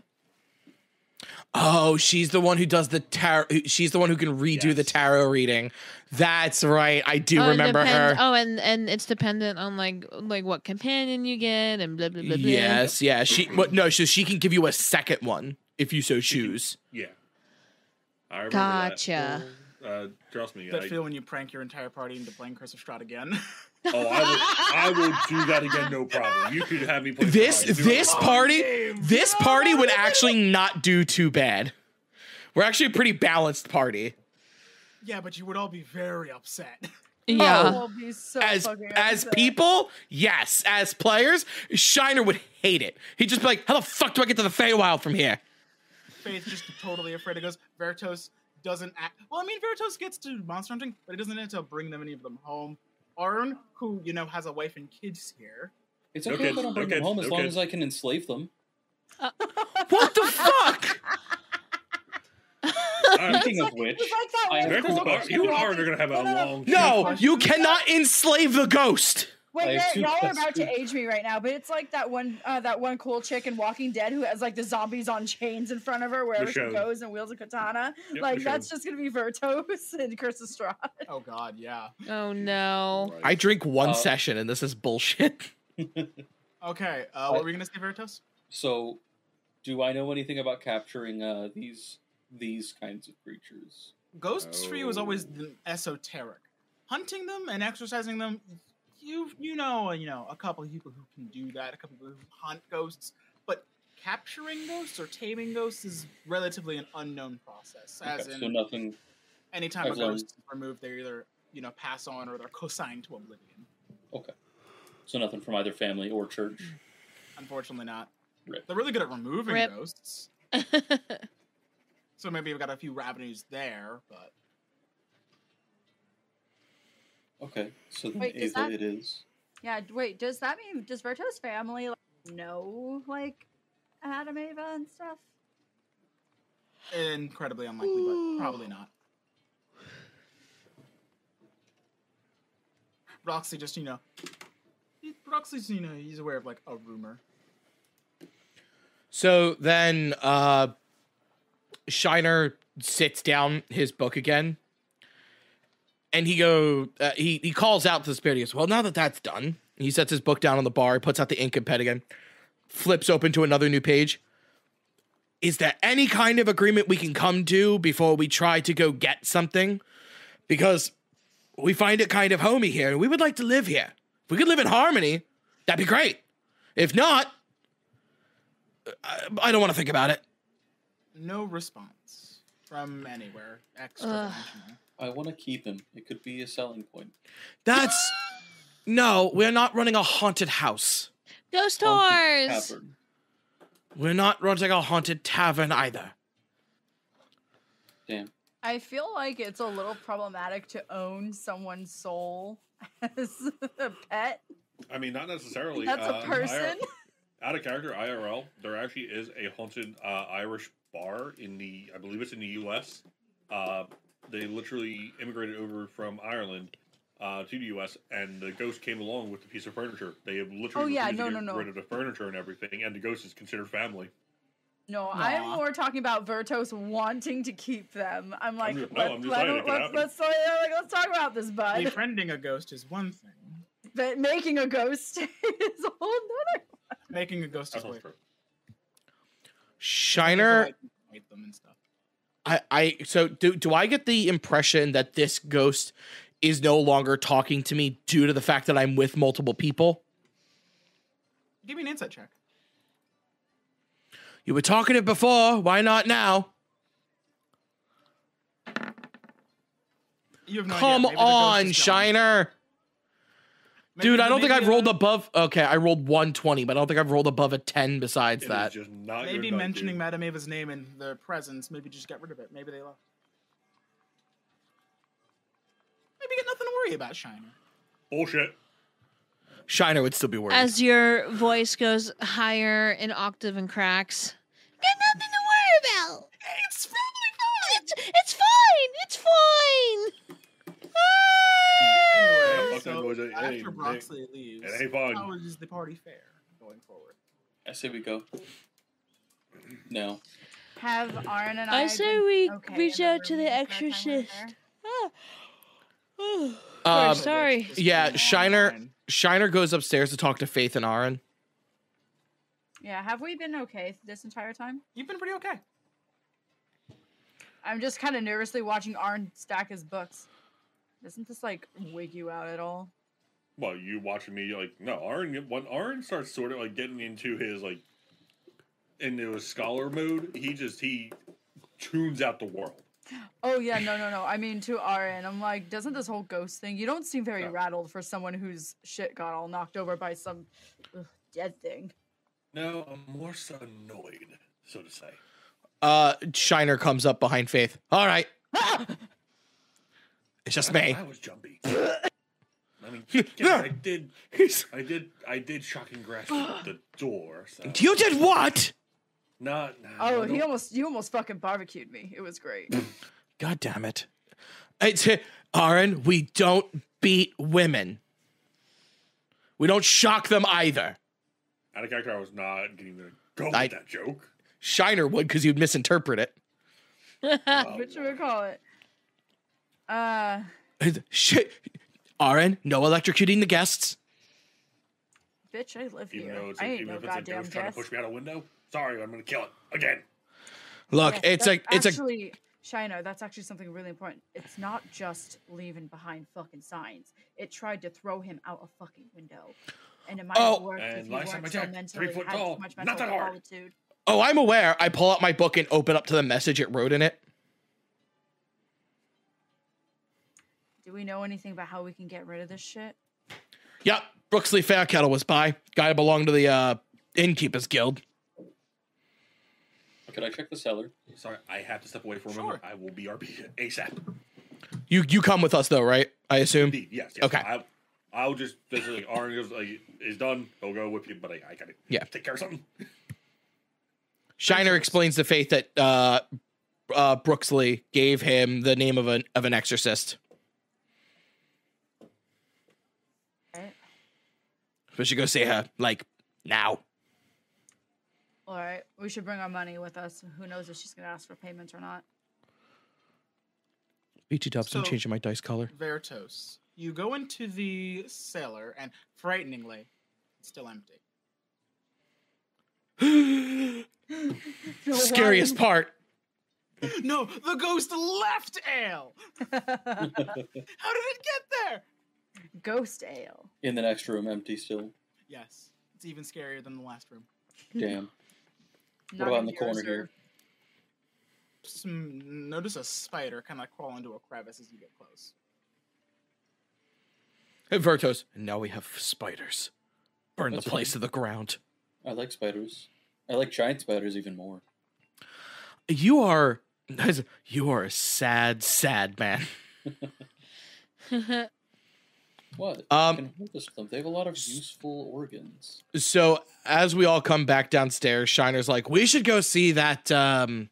Speaker 2: Oh, she's the one who does the tarot. She's the one who can redo the
Speaker 6: Yes.
Speaker 2: tarot reading. That's right. I
Speaker 4: Uh,
Speaker 2: do
Speaker 5: it
Speaker 2: remember her.
Speaker 5: depends- Oh, and and it's dependent on like like what companion you get and blah blah blah. blah.
Speaker 2: Yes, yeah. She but no, so she can give you a second one if you so choose.
Speaker 6: Yeah. I remember
Speaker 5: Gotcha.
Speaker 6: That. Uh, trust me.
Speaker 1: That
Speaker 6: I,
Speaker 1: feel when you prank your entire party into playing Curse of Strahd again. [laughs]
Speaker 6: oh, I will, I will do that again, no problem. You could have me play.
Speaker 2: This
Speaker 6: Drahad. Do
Speaker 2: this
Speaker 6: it.
Speaker 2: party this party
Speaker 4: [laughs]
Speaker 2: would actually not do too bad. We're actually a pretty balanced party.
Speaker 1: yeah, but you would all be very upset. [laughs]
Speaker 5: Yeah.
Speaker 4: We'll Oh, be so
Speaker 2: As
Speaker 4: fucking
Speaker 2: as
Speaker 4: upset.
Speaker 2: people, yes. As players, Shiner would hate it. He'd just be like, "How the fuck do I get to the Feywild from here?"
Speaker 1: Faith just totally afraid. It goes, Veritos doesn't act. Well, I mean, Veritos gets to monster hunting, but it doesn't have to bring them any of them home. Arn, who, you know, has a wife and kids here.
Speaker 3: It's
Speaker 6: No
Speaker 3: okay if I
Speaker 6: kids,
Speaker 3: don't
Speaker 6: no
Speaker 3: bring them
Speaker 6: kids,
Speaker 3: home as
Speaker 6: no
Speaker 3: long
Speaker 6: kids.
Speaker 3: as I can enslave
Speaker 6: [laughs]
Speaker 3: them.
Speaker 2: What the fuck?
Speaker 6: All right.
Speaker 3: Speaking of which,
Speaker 4: It's like that
Speaker 3: I
Speaker 4: one
Speaker 3: have
Speaker 6: Miracles
Speaker 3: two
Speaker 4: cool
Speaker 6: are-
Speaker 3: questions.
Speaker 4: picture
Speaker 6: you and
Speaker 4: of-
Speaker 6: Arn are gonna have a
Speaker 4: No, no, no.
Speaker 6: long.
Speaker 2: No, you cannot enslave the ghost.
Speaker 3: I have
Speaker 4: Wait, you're-
Speaker 3: two
Speaker 4: y'all are
Speaker 3: questions.
Speaker 4: about to age me right now, but it's like that one, uh, that one cool chick in Walking Dead who has like the zombies on chains in front of her wherever she
Speaker 6: Michonne.
Speaker 4: goes and wields a katana.
Speaker 6: Yep,
Speaker 4: like
Speaker 6: Michonne.
Speaker 4: that's just gonna be Vertos [laughs] and Curse of Strahd.
Speaker 1: [laughs] Oh, God, yeah.
Speaker 5: Oh no. [laughs]
Speaker 2: I drink one
Speaker 3: Uh,
Speaker 2: session and this is bullshit.
Speaker 1: Okay, uh, what were you going to say, Veritos?
Speaker 3: So, do I know anything about capturing uh, these these kinds of creatures?
Speaker 1: Ghosts for you is always
Speaker 6: Oh.
Speaker 1: the esoteric. Hunting them and exercising them, you you know you know a couple of people who can do that, a couple of people who hunt ghosts, but capturing ghosts or taming ghosts is relatively an unknown process. As
Speaker 3: Okay,
Speaker 1: in,
Speaker 3: so nothing.
Speaker 1: anytime a
Speaker 3: I've learned.
Speaker 1: ghost is removed, they either you know pass on or they're cosigned to oblivion.
Speaker 3: So nothing from either family or church.
Speaker 1: Unfortunately, not.
Speaker 3: Rip.
Speaker 1: They're really good at removing
Speaker 5: Rip.
Speaker 1: ghosts, so maybe we've got a few avenues there. But
Speaker 3: Okay, so then
Speaker 4: Wait,
Speaker 3: Ava
Speaker 4: does that-
Speaker 3: it is.
Speaker 4: Yeah, d- wait, does that mean does Verto's family like, know like Adam Ava and stuff?
Speaker 1: incredibly unlikely, but probably not. Roxy just you know, he- Roxy's you know he's aware of like a rumor.
Speaker 2: So then uh Shiner sits down his book again and he go uh, he he calls out to the spirit. He goes, "Well, now that that's done." He sets his book down on the bar, puts out the ink and pen again, flips open to another new page. Is there any kind of agreement we can come to before we try to go get something? Because we find it kind of homey here, and we would like to live here. If we could live in harmony, that'd be great. If not, I, I don't want to think about it.
Speaker 1: No response from anywhere. Extra
Speaker 5: Ugh.
Speaker 1: dimensional.
Speaker 3: I want to keep him. It could be a selling point.
Speaker 2: That's no, we're not running a haunted house.
Speaker 5: Ghost
Speaker 3: Haunted
Speaker 5: tours.
Speaker 3: Tavern.
Speaker 2: We're not running a haunted tavern either.
Speaker 3: Damn.
Speaker 4: I feel like it's a little problematic to own someone's soul [laughs] as a pet.
Speaker 6: I mean, not necessarily.
Speaker 4: That's
Speaker 6: uh,
Speaker 4: a
Speaker 6: I-
Speaker 4: person.
Speaker 6: out of character IRL, there actually is a haunted uh, Irish bar in the, I believe it's in the U.S. Uh, they literally immigrated over from Ireland uh, to the U.S. and the ghost came along with the piece of furniture. They have literally
Speaker 4: Oh, yeah,
Speaker 6: refused
Speaker 4: no, no,
Speaker 6: to get
Speaker 4: no.
Speaker 6: rid of the furniture and everything, and the ghost is considered family.
Speaker 4: No, I'm
Speaker 1: Aw.
Speaker 4: more talking about Vertos wanting to keep them. I'm like,
Speaker 6: just- no,
Speaker 4: let,
Speaker 6: I'm just
Speaker 4: let,
Speaker 6: saying it
Speaker 4: let,
Speaker 6: could
Speaker 4: let's,
Speaker 6: happen.
Speaker 4: let's, like, let's talk about this, bud.
Speaker 1: Befriending a ghost is one thing.
Speaker 4: [laughs] But making a ghost [laughs] is a whole nother.
Speaker 1: Making a ghost is
Speaker 6: That's
Speaker 1: way.
Speaker 6: not true.
Speaker 2: Shiner,
Speaker 1: People like Fight them and stuff.
Speaker 2: I, I so do do I get the impression that this ghost is no longer talking to me due to the fact that I'm with multiple people?
Speaker 1: Give me an insight check.
Speaker 2: You were talkative before, why not now?
Speaker 1: You have no idea.
Speaker 2: Come
Speaker 1: Maybe the ghost
Speaker 2: on,
Speaker 1: is gone.
Speaker 2: Shiner.
Speaker 1: Maybe-
Speaker 2: Dude, I don't think
Speaker 1: maybe,
Speaker 2: I've rolled
Speaker 1: uh,
Speaker 2: above. Okay, I rolled 120, but I don't think I've rolled above a 10 besides
Speaker 6: It
Speaker 2: that.
Speaker 6: is just not your
Speaker 1: Maybe
Speaker 6: nut,
Speaker 1: mentioning
Speaker 6: dude.
Speaker 1: Madame Eva's name in their presence, maybe just get rid of it. Maybe they left. Maybe get nothing to worry about, Shiner.
Speaker 6: bullshit.
Speaker 2: Shiner would still be worried.
Speaker 5: As your voice goes higher in octave and cracks, got nothing to worry about. It's probably fine. It's, it's fine. It's fine. Ah!
Speaker 1: Anyway,
Speaker 6: Yeah, fuck that
Speaker 1: so
Speaker 6: noise, it ain't-
Speaker 1: after
Speaker 6: it
Speaker 1: Broxley
Speaker 6: It
Speaker 1: leaves,
Speaker 6: ain't fun.
Speaker 1: how is the party fair going forward?
Speaker 3: I say we go. No.
Speaker 4: Have Aaron and I.
Speaker 7: I say
Speaker 4: been-
Speaker 7: we
Speaker 4: okay,
Speaker 7: reach
Speaker 4: in the
Speaker 7: out to
Speaker 4: room
Speaker 7: the
Speaker 4: for a time when we're
Speaker 7: exorcist.
Speaker 4: there?
Speaker 7: Ah.
Speaker 5: [sighs]
Speaker 7: Oh.
Speaker 1: Sorry,
Speaker 2: Um,
Speaker 1: that's
Speaker 5: [laughs]
Speaker 7: sorry.
Speaker 1: just
Speaker 2: yeah,
Speaker 1: been on
Speaker 2: Shiner-
Speaker 1: mine.
Speaker 2: Shiner goes upstairs to talk to Faith and Aaron.
Speaker 4: Yeah, have we been okay this entire time?
Speaker 1: You've been pretty okay.
Speaker 4: I'm just kind of nervously watching Arn stack his books. Doesn't this like wig you out at all?
Speaker 6: Well, you watching me like no, Arn when Arn starts sort of like getting into his like into his scholar mode, he just he tunes out the world.
Speaker 4: Oh yeah, no, no, no. I mean to Arn, I'm like, doesn't this whole ghost thing? You don't seem very
Speaker 6: No.
Speaker 4: rattled for someone whose shit got all knocked over by some ugh, dead thing.
Speaker 6: No, I'm more so annoyed, so to say.
Speaker 2: Uh, Shiner comes up behind Faith. All right, [laughs]
Speaker 4: I
Speaker 2: it's just me.
Speaker 6: I was jumpy. I mean, yeah, I did, I did, I did shock and grasp at the door. So
Speaker 2: [laughs] You did what?
Speaker 6: not? nah,
Speaker 4: Oh,
Speaker 6: I
Speaker 4: he
Speaker 6: don't-
Speaker 4: almost you almost fucking barbecued me. It was
Speaker 6: [laughs]
Speaker 4: great.
Speaker 2: God damn it. It's Aaron, we don't beat women. We don't shock them either.
Speaker 6: out of character. I was not getting to go
Speaker 2: I-
Speaker 6: with that joke.
Speaker 2: Shiner would because you'd misinterpret it.
Speaker 6: Oh,
Speaker 4: what you would call it? Uh,
Speaker 2: [laughs] Shit. Aaron, no electrocuting the guests.
Speaker 4: bitch, I live
Speaker 6: even
Speaker 4: here.
Speaker 6: though it's,
Speaker 4: I
Speaker 6: a,
Speaker 4: ain't
Speaker 6: even
Speaker 4: no
Speaker 6: if it's a
Speaker 4: goddamn
Speaker 6: ghost trying to
Speaker 4: guest.
Speaker 6: push me out a window. Sorry, I'm gonna kill it again.
Speaker 2: Look,
Speaker 4: Yes,
Speaker 2: it's a
Speaker 4: that's
Speaker 2: it's a
Speaker 4: actually Shino. That's actually something really important. It's not just leaving behind fucking signs. It tried to throw him out a fucking window, and it might
Speaker 2: Oh.
Speaker 4: have worked
Speaker 6: And
Speaker 4: if he
Speaker 6: last time
Speaker 4: weren't
Speaker 6: I
Speaker 4: so
Speaker 6: checked,
Speaker 4: mentally
Speaker 6: three foot
Speaker 4: had too
Speaker 6: tall,
Speaker 4: much
Speaker 6: not
Speaker 4: mental
Speaker 6: that hard.
Speaker 4: solitude.
Speaker 2: Oh, I'm aware. I pull out my book and open up to the message it wrote in it.
Speaker 4: Do we know anything about how we can get rid of this shit?
Speaker 2: Yep, Brooksley Fairkettle was by. Guy belonged to the uh innkeepers guild.
Speaker 3: Could I check the cellar?
Speaker 6: Sorry, I have to step away for a
Speaker 1: Sure.
Speaker 6: moment. I will be RP ASAP.
Speaker 2: You you come with us though, right? I assume.
Speaker 6: Indeed, yes. yes.
Speaker 2: Okay.
Speaker 6: I, I'll just [laughs] basically like Arn goes like is done. I'll go with you, but I, I gotta
Speaker 2: Yeah.
Speaker 6: take care of something.
Speaker 2: Shiner explains to Faith that uh uh Brooksley gave him the name of an of an exorcist.
Speaker 4: Right.
Speaker 2: We should go see her, uh, like now.
Speaker 4: All right, we should bring our money with us. Who knows if she's gonna ask for payments or not?
Speaker 2: BT dubs, I'm
Speaker 1: So-
Speaker 2: changing my dice color.
Speaker 1: Vertos, you go into the cellar, and frighteningly, it's still empty.
Speaker 2: [gasps] Scariest part.
Speaker 1: No, the ghost left Ale. [laughs] How did it get there?
Speaker 4: Ghost ale.
Speaker 3: In the next room, empty still.
Speaker 1: Yes, it's even scarier than the last room.
Speaker 4: Hmm.
Speaker 3: Damn.
Speaker 4: Not
Speaker 3: about in the
Speaker 4: gonna
Speaker 3: corner here?
Speaker 4: reserve-
Speaker 1: Some, notice a spider kind of crawl into a crevice as you get close.
Speaker 2: Hey, Vertos. Now we have spiders. Burn
Speaker 3: That's
Speaker 2: the place to the ground.
Speaker 3: I like spiders. I like giant spiders even more.
Speaker 2: You are [laughs] you are a sad, sad man.
Speaker 3: What?
Speaker 2: Um,
Speaker 3: can hold this with them. They have a lot of useful organs.
Speaker 2: So as we all come back downstairs, Shiner's like, "We should go see that um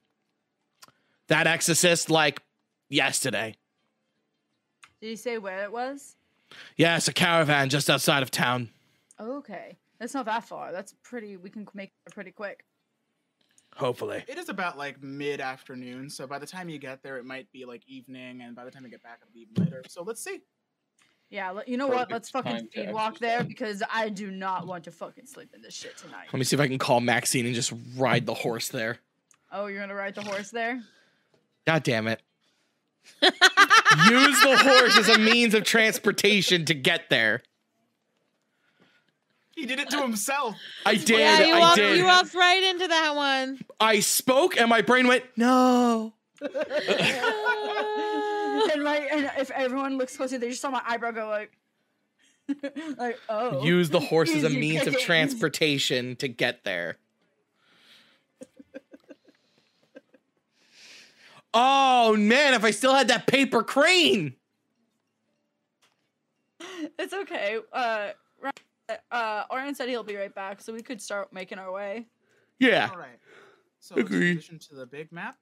Speaker 2: that exorcist like yesterday."
Speaker 4: Did he say where it was?
Speaker 2: Yes, a caravan just outside of town.
Speaker 4: Okay, that's not that far. That's pretty. We can make it pretty quick.
Speaker 2: Hopefully,
Speaker 1: It is about like mid afternoon, so by the time you get there, it might be like evening, and by the time you get back, it'll be even later. So let's see.
Speaker 4: Yeah, le- you know what?
Speaker 3: Perfect
Speaker 4: Let's
Speaker 3: time
Speaker 4: fucking
Speaker 3: to
Speaker 4: speed walk there
Speaker 3: exercise.
Speaker 4: because I do not want to fucking sleep in this shit tonight.
Speaker 2: let me see if I can call Maxine and just ride the horse there.
Speaker 4: Oh, you're gonna ride
Speaker 3: [laughs]
Speaker 4: the horse there?
Speaker 2: God damn
Speaker 5: [laughs]
Speaker 2: it! Use the horse as a means of transportation to get there.
Speaker 1: He did it to himself.
Speaker 2: I did.
Speaker 5: yeah, you
Speaker 2: I
Speaker 5: walked,
Speaker 2: did.
Speaker 5: you walked right into that one.
Speaker 2: I spoke, and my brain went no.
Speaker 4: and my and if everyone looks closely, they just saw my eyebrow go like. [laughs] like, oh.
Speaker 2: Use the horse as a
Speaker 4: easy
Speaker 2: means of
Speaker 4: pickings.
Speaker 2: transportation to get there. Oh man, if I still had that paper crane.
Speaker 4: [laughs] It's okay. Uh, Ryan- uh, Oren said he'll be right back, so we could start making our way.
Speaker 2: Yeah.
Speaker 1: All right. So
Speaker 2: Agree.
Speaker 1: transition to the big map.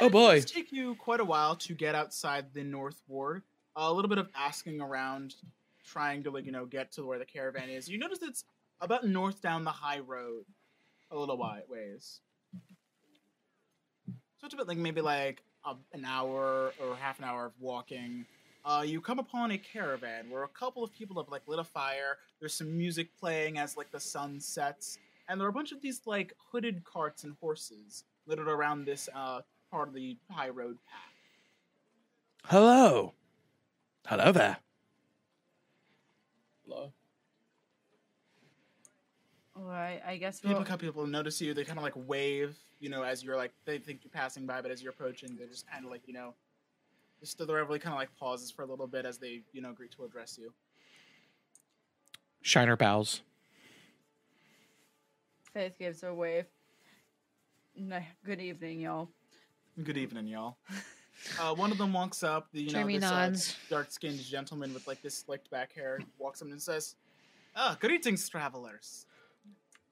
Speaker 2: Oh,
Speaker 1: it
Speaker 2: boy.
Speaker 1: does take you quite a while to get outside the North Ward. a little bit of asking around, trying to like you know get to where the caravan is. You notice it's about north down the high road, a
Speaker 2: Hmm.
Speaker 1: little wide ways. So it's about like maybe like a, an hour or half an hour of walking. Uh, you come upon a caravan where a couple of people have like lit a fire. There's some music playing as like the sun sets, and there are a bunch of these like hooded carts and horses littered around this uh, part of the high road path.
Speaker 2: Hello. Hello there.
Speaker 3: Hello.
Speaker 4: All right, I guess
Speaker 1: People
Speaker 4: we'll.
Speaker 1: come, people notice you. They kind of like wave, you know, as you're like they think you're passing by, but as you're approaching, they're just kind of like you know, just the reveille kind of like pauses for a little bit as they you know greet to address you.
Speaker 2: Shiner bows.
Speaker 4: Faith gives a wave. Nah, good evening, y'all.
Speaker 1: Good evening, [laughs] y'all. Uh, one of them walks up. The, you know,
Speaker 5: Jeremy
Speaker 1: this, uh,
Speaker 5: nods.
Speaker 1: dark-skinned gentleman with like this slicked back hair walks up and says, "Ah, greetings, travelers.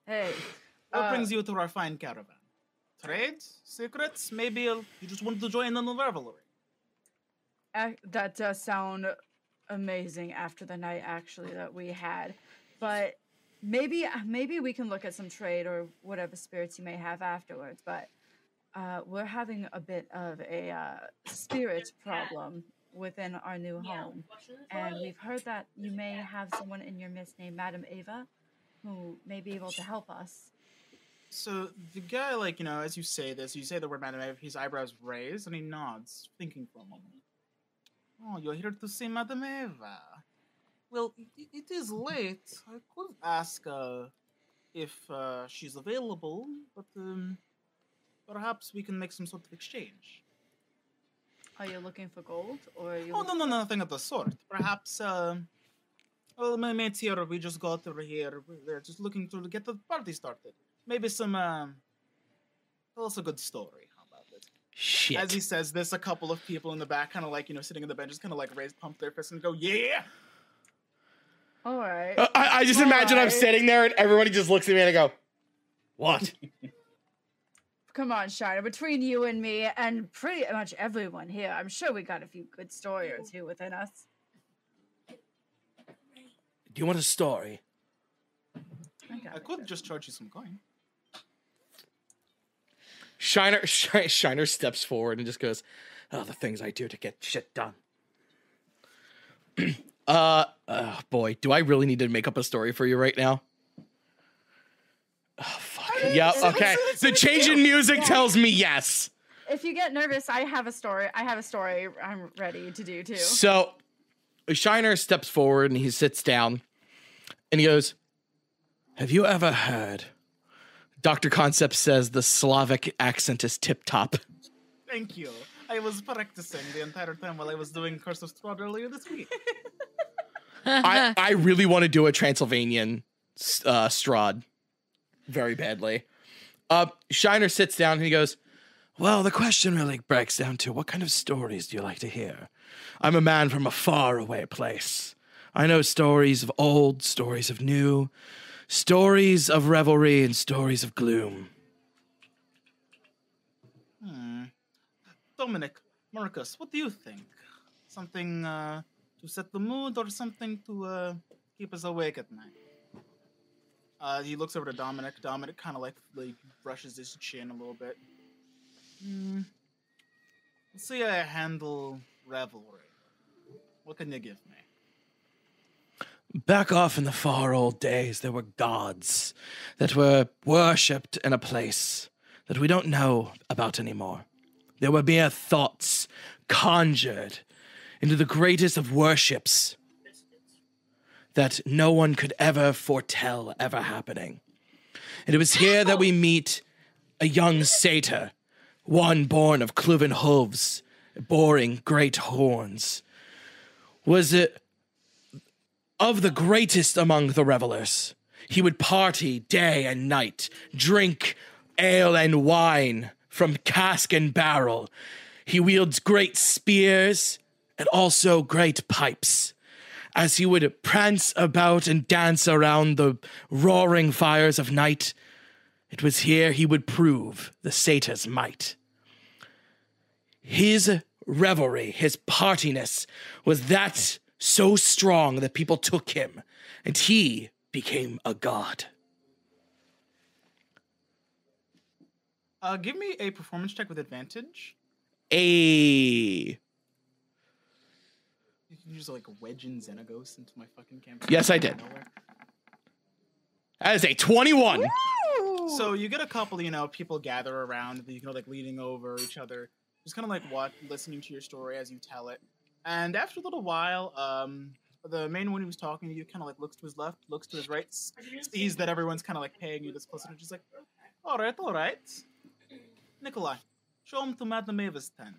Speaker 4: Hey.
Speaker 1: What
Speaker 4: uh,
Speaker 1: brings you to our fine caravan? Trade? Secrets? Maybe you'll- you just wanted to join in on the revelry."
Speaker 4: ac- that does sound amazing after the night actually that we had but maybe maybe we can look at some trade or whatever spirits you may have afterwards but uh, we're having a bit of a uh, spirit problem within our new home and we've heard that you may have someone in your midst named madam ava who may be able to help us
Speaker 1: So the guy, like you know, as you say this, you say the word Madame Eve. His eyebrows raise and he nods, thinking for a moment. Oh, you're here to see Madame Eva. Well, i- i- it is late. I could ask uh, if uh, she's available, but um, perhaps we can make some sort of exchange.
Speaker 4: are you looking for gold or are you
Speaker 1: Oh no, no, nothing of the sort. Perhaps. Uh, well, my mates here, we just got over here. They're just looking to get the party started. Maybe some. Uh, tell us a good story. How about it?
Speaker 2: Shit.
Speaker 1: As he says this, a couple of people in the back, kind of like you know, sitting on the benches, kind of like raise, pump their fists and go, "Yeah!"
Speaker 4: all right
Speaker 2: I, Uh, I just imagine I'm
Speaker 4: Alright.
Speaker 2: sitting there and everybody just looks at me and I go, What?
Speaker 4: Come on, Shiner. Between you and me, and pretty much everyone here, I'm sure we got a few good story or two within us.
Speaker 2: Do you want a story?
Speaker 4: I got
Speaker 1: I
Speaker 4: it.
Speaker 1: could just charge you some coin.
Speaker 2: Shiner [laughs] Shi- Shiner steps forward and just goes, "Oh, the things I do to get shit done." [clears throat] uh, oh boy, do I really need to make up a story for you right now? Oh fuck. Yeah, okay. The change in music tells me yes.
Speaker 4: If you get nervous, I have a story. I have a story I'm ready to [laughs] do too.
Speaker 2: So Shiner steps forward and he sits down and he goes, Have you ever heard? Dr. Concept says the Slavic accent is tip top. [laughs]
Speaker 1: Thank you. I was practicing the entire time while I was doing Curse of Strahd earlier this week.
Speaker 2: I, I really want to do a Transylvanian uh, Strahd very badly. Uh, Shiner sits down and he goes, Well, the question really breaks down to what kind of stories do you like to hear? I'm a man from a faraway place. I know stories of old, stories of new, stories of revelry, and stories of gloom.
Speaker 1: Hmm. Dominic, Marcus, what do you think? Something uh, to set the mood or something to uh, keep us awake at night? Uh, he looks over to Dominic. Dominic kind of like, like brushes his chin a little bit. Hmm. Let's see how I handle revelry. What can you give me?
Speaker 2: Back off in the far old days, there were gods that were worshipped in a place that we don't know about anymore. There were mere thoughts conjured into the greatest of worships that no one could ever foretell ever happening. And it was here that we meet a young satyr, one born of cloven hooves, boring great horns. Was it of the greatest among the revelers. He would party day and night, drink ale and wine from cask and barrel. He wields great spears and also great pipes. As he would prance about and dance around the roaring fires of night, it was here he would prove the satyr's might. His revelry, his partiness, was that so strong that people took him, and he became a god.
Speaker 1: Uh, give me a performance check with advantage.
Speaker 2: A
Speaker 1: You can use like wedge in Xenagos into my fucking campaign.
Speaker 2: Yes, I did. that is a twenty-one.
Speaker 1: So you get a couple, you know, people gather around, you know, like leaning over each other, just kind of like what, listening to your story as you tell it. And after a little while, um, the main one who was talking to you kind of like looks to his left, looks to his right, s- sees that everyone's kind of like paying you this close attention. Just like, all right, all right, Nikolai, show him to Madame Eva's tent.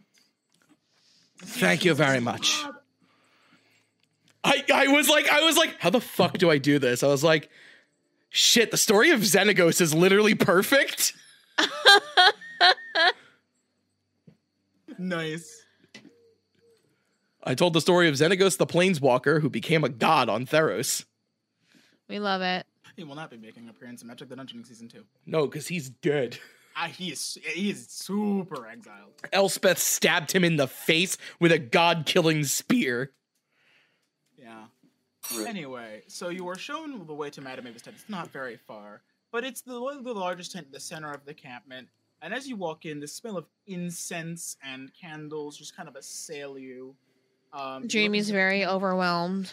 Speaker 2: Thank you very much. I, I was like, I was like, how the fuck do I do this? I was like, shit, the story of Xenagos is literally perfect.
Speaker 1: Nice.
Speaker 2: I told the story of Xenagos the Planeswalker who became a god on Theros.
Speaker 5: [laughs] We love it.
Speaker 1: He will not be making an appearance in Magic the Dungeon season two.
Speaker 2: No, because he's dead.
Speaker 1: Ah, he is he is super exiled.
Speaker 2: Elspeth stabbed him in the face with a god killing spear.
Speaker 1: Yeah.
Speaker 3: Rip.
Speaker 1: Anyway, so you are shown the way to Madame Ava's tent. It's not very far, but it's the, the largest tent in the center of the campment. And as you walk in, the smell of incense and candles just kind of assail you. Um, you look
Speaker 5: Jamie's
Speaker 1: into-
Speaker 5: very overwhelmed.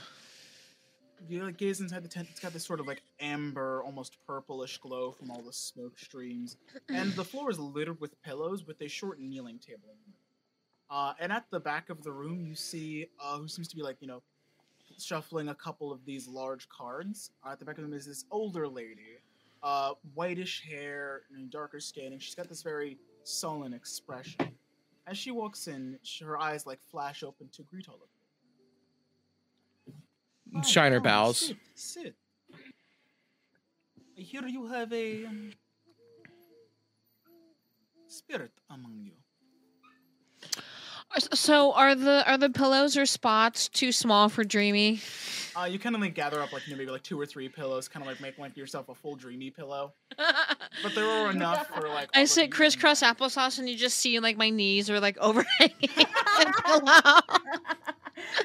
Speaker 1: You like, gaze inside the tent. It's got this sort of like amber, almost purplish glow from all the smoke streams, and the floor is littered with pillows with a short kneeling table. in the middle. Uh, and at the back of the room, you see uh, who seems to be like you know shuffling a couple of these large cards. Uh, at the back of them is this older lady, uh, whitish hair and darker skin, and she's got this very sullen expression. As she walks in, sh her eyes like flash open to greet all of you.
Speaker 2: Shiner
Speaker 1: come,
Speaker 2: bows.
Speaker 1: Sit, sit. I hear you have a um, spirit among you.
Speaker 5: Are- So are the are the pillows or spots too small for Dreamy?
Speaker 1: Uh, you kind of like gather up like you know, maybe like two or three pillows, kind of like make like yourself a full dreamy
Speaker 5: [laughs]
Speaker 1: pillow. But there were enough for like. all
Speaker 5: I
Speaker 1: of you
Speaker 5: sit
Speaker 1: and-
Speaker 5: crisscross applesauce, and you just see like my knees are like [laughs] overhanging the
Speaker 2: [laughs]
Speaker 5: pillow.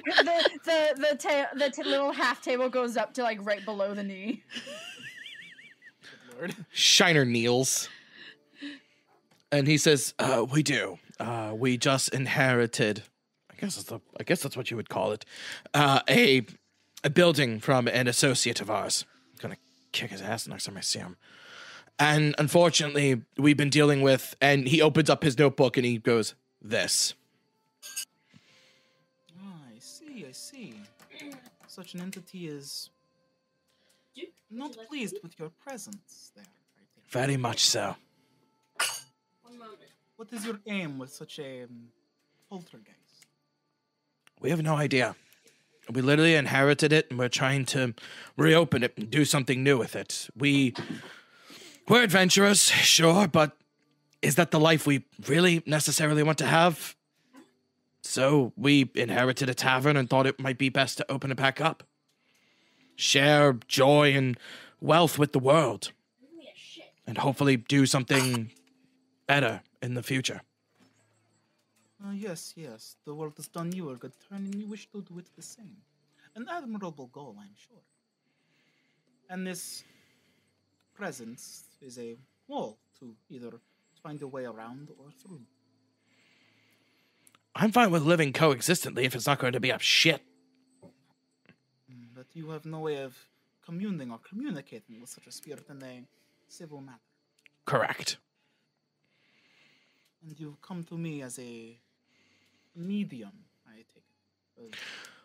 Speaker 4: the the the, ta- the t- little half table goes up to like right below the knee.
Speaker 1: Good Lord.
Speaker 2: Shiner kneels. And he says, uh, we do. Uh, we just inherited I guess it's the I guess that's what you would call it. Uh, a a building from an associate of ours. I'm gonna kick his ass next time I see him. And unfortunately, we've been dealing with and he opens up his notebook and he goes, This.
Speaker 1: [laughs] Ah, I see, I see. Such an entity is not pleased with your presence there. I think.
Speaker 2: Very much so.
Speaker 1: What is your aim with such a um, poltergeist?
Speaker 2: We have no idea. We literally inherited it and we're trying to reopen it and do something new with it. We we're adventurous, sure, but is that the life we really necessarily want to have? So we inherited a tavern and thought it might be best to open it back up. Share joy and wealth with the world. And hopefully do something better in the future.
Speaker 1: Ah, yes, yes. The world has done you a good turn, and you wish to do it the same. An admirable goal, I'm sure. And this presence is a wall to either find a way around or through.
Speaker 2: I'm fine with living coexistently if it's not going to be up shit.
Speaker 1: Mm, But you have no way of communing or communicating with such a spirit in a civil manner.
Speaker 2: Correct.
Speaker 1: And you come to me as a medium, I take it.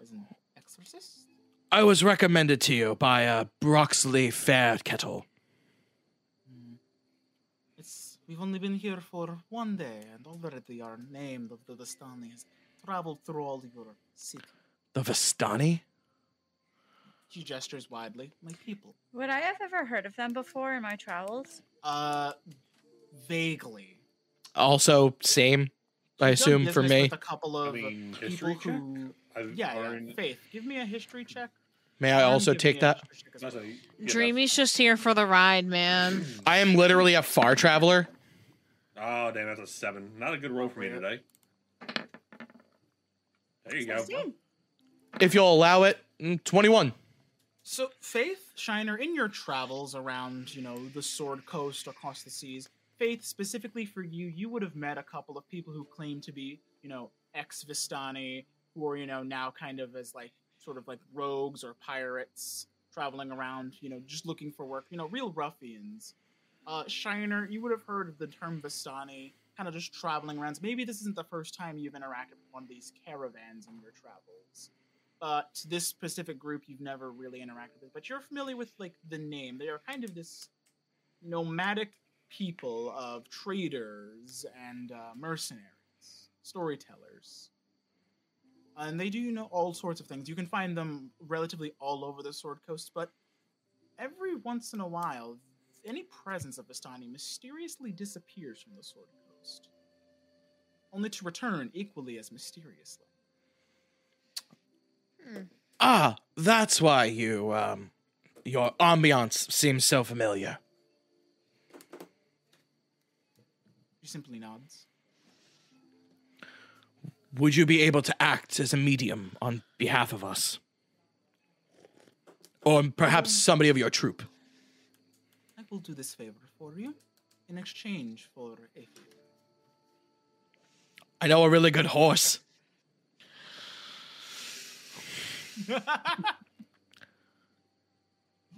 Speaker 1: As, as an exorcist?
Speaker 2: I was recommended to you by uh, Broxley Fairkettle.
Speaker 1: Mm. It's we've only been here for one day, and already our name of the Vistani has traveled through all your city.
Speaker 2: The Vistani?
Speaker 1: She gestures widely. My people.
Speaker 4: Would I have ever heard of them before in my travels?
Speaker 1: Uh, vaguely.
Speaker 2: Also, same. I
Speaker 1: She's done
Speaker 2: assume for
Speaker 1: business
Speaker 2: me.
Speaker 1: with a couple of uh,
Speaker 6: mean,
Speaker 1: people
Speaker 6: history check?
Speaker 1: who.
Speaker 6: I've
Speaker 1: Yeah, yeah.
Speaker 6: learned-
Speaker 1: Faith, give me a history check.
Speaker 2: May I
Speaker 1: Aaron,
Speaker 2: also
Speaker 1: give
Speaker 2: take
Speaker 1: me a
Speaker 2: that?
Speaker 1: history check as
Speaker 6: That's
Speaker 1: well.
Speaker 6: a- yeah, that's-
Speaker 5: Dreamy's just here for the
Speaker 2: [clears throat]
Speaker 5: ride, man.
Speaker 2: I am literally a far traveler.
Speaker 6: Oh damn, that's a seven. Not a good roll for me today. There you go.
Speaker 4: Sixteen.
Speaker 2: If you'll allow it, mm, 21.
Speaker 1: So, Faith Shiner, in your travels around, you know, the Sword Coast across the seas, Faith, specifically for you, you would have met a couple of people who claim to be, you know, ex Vistani, who are, you know, now kind of as like sort of like rogues or pirates traveling around, you know, just looking for work, you know, real ruffians. Uh, Shiner, you would have heard of the term Vistani, kind of just traveling around. Maybe this isn't the first time you've interacted with one of these caravans in your travels but uh, this specific group you've never really interacted with. But you're familiar with like the name. They are kind of this nomadic people of traders and uh, mercenaries, storytellers, and they do you know all sorts of things. You can find them relatively all over the Sword Coast, but every once in a while, any presence of Vistani mysteriously disappears from the Sword Coast, only to return equally as mysteriously.
Speaker 2: Ah, that's why you, um, your ambiance seems so familiar.
Speaker 1: She simply nods.
Speaker 2: Would you be able to act as a medium on behalf of us? Or perhaps somebody of your troop?
Speaker 1: I will do this favor for you in exchange for a favor.
Speaker 2: I know a really good horse.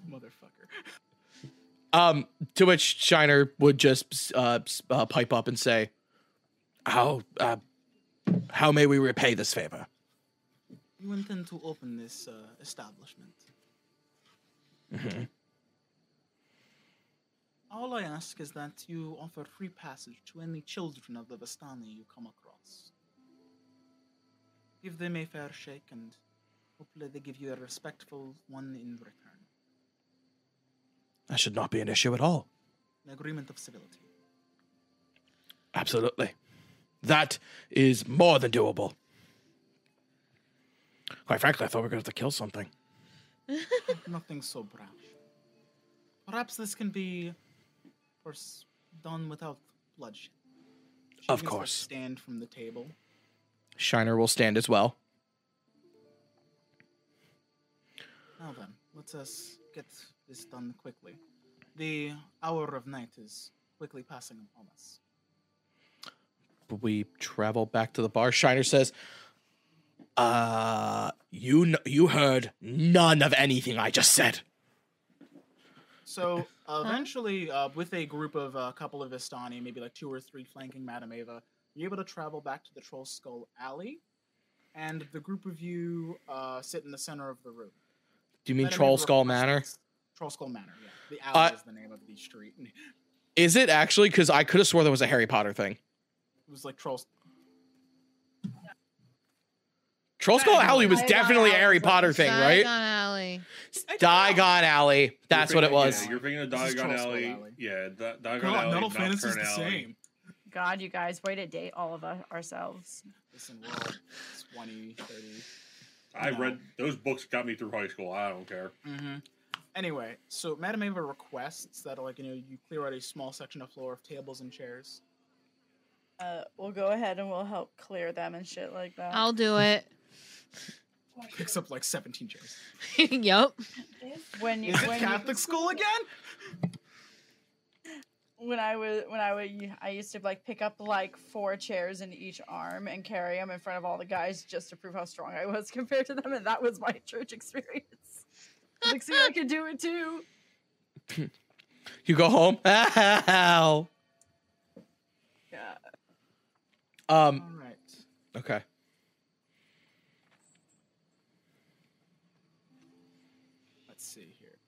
Speaker 1: Motherfucker.
Speaker 2: Um, to which Shiner would just uh, s- uh, pipe up and say, "How uh, how may we repay this favor?"
Speaker 1: You intend to open this uh, establishment. All I ask is that you offer free passage to any children of the Vistani you come across. Give them a fair shake, and hopefully they give you a respectful one in return.
Speaker 2: That should not be an issue at all.
Speaker 1: An agreement of civility.
Speaker 2: Absolutely, that is more than doable. Quite frankly, I thought we were going to have to kill something.
Speaker 1: Nothing so brash. Perhaps this can be pers- done without bloodshed. She
Speaker 2: Of
Speaker 1: begins to
Speaker 2: course.
Speaker 1: Stand from the table.
Speaker 2: Shiner will stand as well.
Speaker 1: Now then, let us get this done quickly. The hour of night is quickly passing upon us.
Speaker 2: we travel back to the bar. Shiner says, "Uh, you kn- you heard none of anything I just said." Uh,
Speaker 1: So uh, eventually, uh, with a group of a couple of Istani, maybe like two or three flanking Madame Ava, you're able to travel back to the Troll Skull Alley, and the group of you uh, sit in the center of the room.
Speaker 2: Do you mean
Speaker 1: Let him
Speaker 2: Troll
Speaker 1: interrupt
Speaker 2: Skull
Speaker 1: us.
Speaker 2: Manor?
Speaker 1: Troll Skull Manor, yeah. The alley
Speaker 2: Uh,
Speaker 1: is the name of the street. [laughs] It
Speaker 2: Is it actually? Because I could have swore there was a Harry Potter thing.
Speaker 1: was like Troll.
Speaker 2: Troll Skull
Speaker 1: Diagon
Speaker 2: Alley was
Speaker 4: Alley.
Speaker 2: definitely a Harry
Speaker 4: Diagon
Speaker 2: Potter thing,
Speaker 5: Diagon
Speaker 2: right?
Speaker 5: Alley.
Speaker 2: Diagon Alley.
Speaker 6: You're
Speaker 2: That's what it
Speaker 6: thinking- yeah,
Speaker 2: was.
Speaker 1: Diagon
Speaker 6: you're thinking of
Speaker 1: This is
Speaker 6: Diagon
Speaker 1: Troll Skull
Speaker 6: Alley.
Speaker 1: Alley.
Speaker 6: Yeah, Di- Diagon
Speaker 1: God,
Speaker 6: Alley.
Speaker 1: Metal Fantasy is the
Speaker 6: Nocturne Alley.
Speaker 1: same.
Speaker 4: God, you guys, way to date all of us, ourselves.
Speaker 1: Listen, we're all 20, 30.
Speaker 6: I
Speaker 1: No.
Speaker 6: read those books got me through high school. I don't care.
Speaker 1: Mm-hmm. Anyway, so Madame Ava requests that, like, you know, you clear out a small section of floor of tables and chairs.
Speaker 4: Uh, we'll go ahead and we'll help clear them and shit like that.
Speaker 5: I'll do it. [laughs]
Speaker 1: Picks up like 17 chairs.
Speaker 5: yep.
Speaker 4: when you,
Speaker 1: Is it
Speaker 4: when, you-
Speaker 1: Catholic school again?
Speaker 4: when I was when I would I used to like pick up like four chairs in each arm and carry them in front of all the guys just to prove how strong I was [laughs] compared to them, and that was my church experience. Like, see, I could do it too.
Speaker 2: You go home. [laughs] Ow.
Speaker 4: Yeah.
Speaker 2: Um.
Speaker 1: All right.
Speaker 2: Okay.
Speaker 1: Let's see here.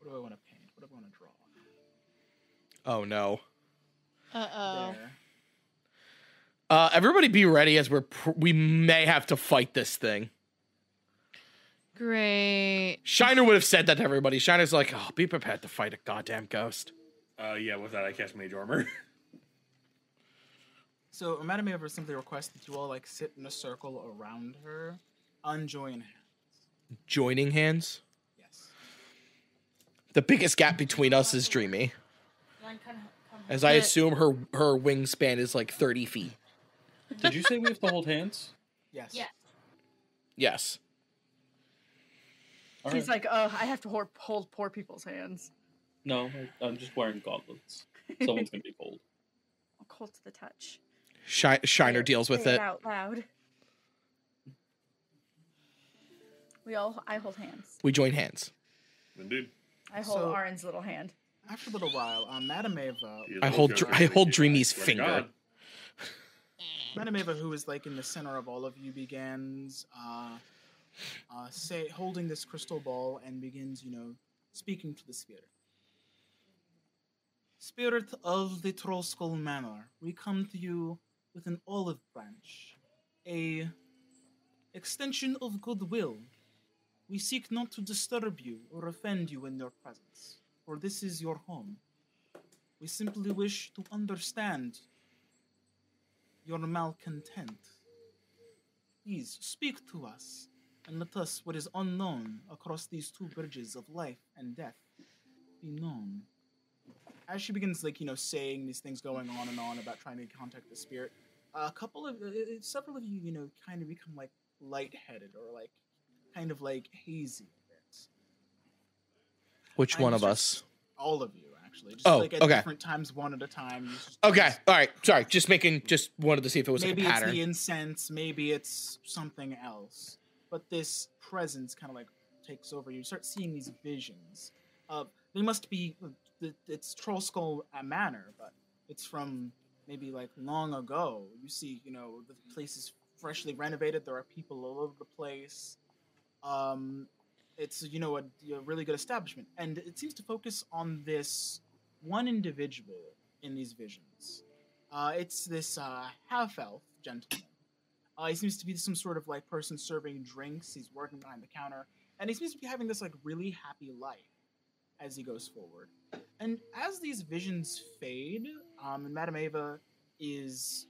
Speaker 1: What do I want to paint? What do I want to draw?
Speaker 2: Oh no.
Speaker 5: Uh oh.
Speaker 1: There.
Speaker 2: Uh, everybody, be ready as we're pr- we may have to fight this thing.
Speaker 5: Great.
Speaker 2: Shiner would have said that to everybody. Shiner's like, oh, be prepared to fight a goddamn ghost.
Speaker 6: Uh, yeah, with that, I cast Mage Armor. [laughs]
Speaker 1: So Amanda may have simply request that you all like sit in a circle around her, unjoin hands.
Speaker 2: Joining hands.
Speaker 1: Yes.
Speaker 2: The biggest gap between us is Dreamy, as I assume her her wingspan is like thirty feet.
Speaker 3: Did you say we have to hold hands?
Speaker 4: [laughs]
Speaker 1: Yes.
Speaker 2: Yes.
Speaker 3: All
Speaker 4: He's
Speaker 3: right.
Speaker 4: like, oh, I have to hold, hold poor people's hands.
Speaker 3: no, I, I'm just wearing gauntlets. Someone's gonna be cold.
Speaker 4: I'm cold to the touch.
Speaker 2: Shi- Shiner deals with
Speaker 4: Say
Speaker 2: it.
Speaker 4: out loud. We all, I hold hands.
Speaker 2: We join hands.
Speaker 6: Indeed.
Speaker 4: I hold
Speaker 1: So-
Speaker 4: Aaron's little hand.
Speaker 1: After a little while, um, Madame Ava,
Speaker 6: You
Speaker 2: I
Speaker 6: look
Speaker 2: hold
Speaker 6: good,
Speaker 2: Dr- I
Speaker 6: really
Speaker 2: hold
Speaker 6: good,
Speaker 2: Dreamy's
Speaker 6: swear to
Speaker 2: finger.
Speaker 6: God.
Speaker 1: Madame Ava, who is like in the center of all of you, begins uh, uh, say holding this crystal ball and begins, you know, speaking to the spirit. Spirit of the Trollskull Manor, we come to you with an olive branch, a extension of goodwill. We seek not to disturb you or offend you in your presence, for this is your home. We simply wish to understand your malcontent. Please speak to us and let us what is unknown across these two bridges of life and death be known. As she begins, like, you know, saying these things going on and on about trying to contact the spirit, a couple of, uh, uh, several of you, you know, kind of become like lightheaded or like kind of like hazy. a bit.
Speaker 2: Which
Speaker 1: I'm
Speaker 2: one of
Speaker 1: just-
Speaker 2: us?
Speaker 1: All of you, actually. Just
Speaker 2: Oh,
Speaker 1: like at
Speaker 2: okay.
Speaker 1: different times, one at a time. you just-
Speaker 2: Okay. All right. Sorry. Just making. Just wanted to see if it was
Speaker 1: maybe
Speaker 2: like a
Speaker 1: it's
Speaker 2: pattern.
Speaker 1: the incense, maybe it's something else. But this presence kind of like takes over. You start seeing these visions. Of they must be. th- It's Troll Skull uh, Manor, but it's from maybe like long ago. You see, you know, the place is freshly renovated. There are people all over the place. Um, it's you know a, a really good establishment, and it seems to focus on this one individual in these visions. Uh, it's this uh, half elf gentleman. Uh, he seems to be some sort of like person serving drinks. He's working behind the counter, and he seems to be having this like really happy life as he goes forward. And as these visions fade, um, and Madame Ava is,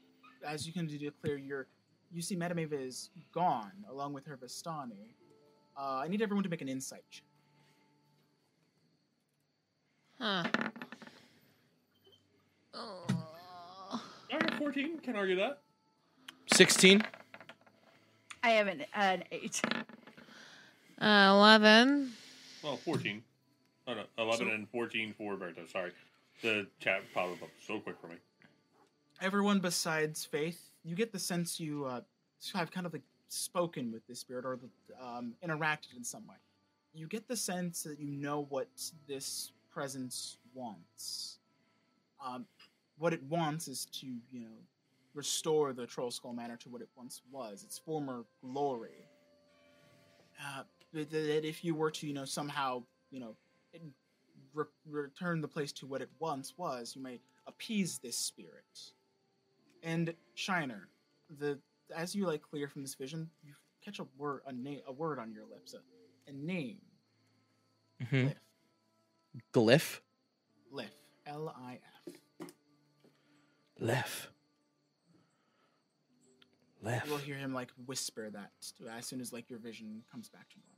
Speaker 1: as you can declare, your you see Madame Ava is gone along with her Vistani. Uh, I need everyone to make an insight check.
Speaker 5: Huh. Oh.
Speaker 6: All right, 14. Can't argue that.
Speaker 2: Sixteen.
Speaker 4: I have an, an eight.
Speaker 5: Uh, 11.
Speaker 6: Well, 14. Oh, no, 11 and 14 for Berto. Sorry. The chat popped up so quick for me.
Speaker 1: everyone besides Faith, you get the sense you uh, have kind of like spoken with this spirit or um, interacted in some way. You get the sense that you know what this presence wants. Um, what it wants is to, you know, restore the Troll Skull Manor to what it once was, its former glory. Uh, that that if you were to, you know, somehow, you know, in- re- return the place to what it once was, you may appease this spirit. And Shiner, the as you like clear from this vision, you catch a word a name a word on your lips, a, a name.
Speaker 2: Mm-hmm.
Speaker 1: Lif.
Speaker 2: Glyph.
Speaker 1: Lif. L I F.
Speaker 2: Left. Left.
Speaker 1: You will hear him like whisper that to- as soon as like your vision comes back to normal.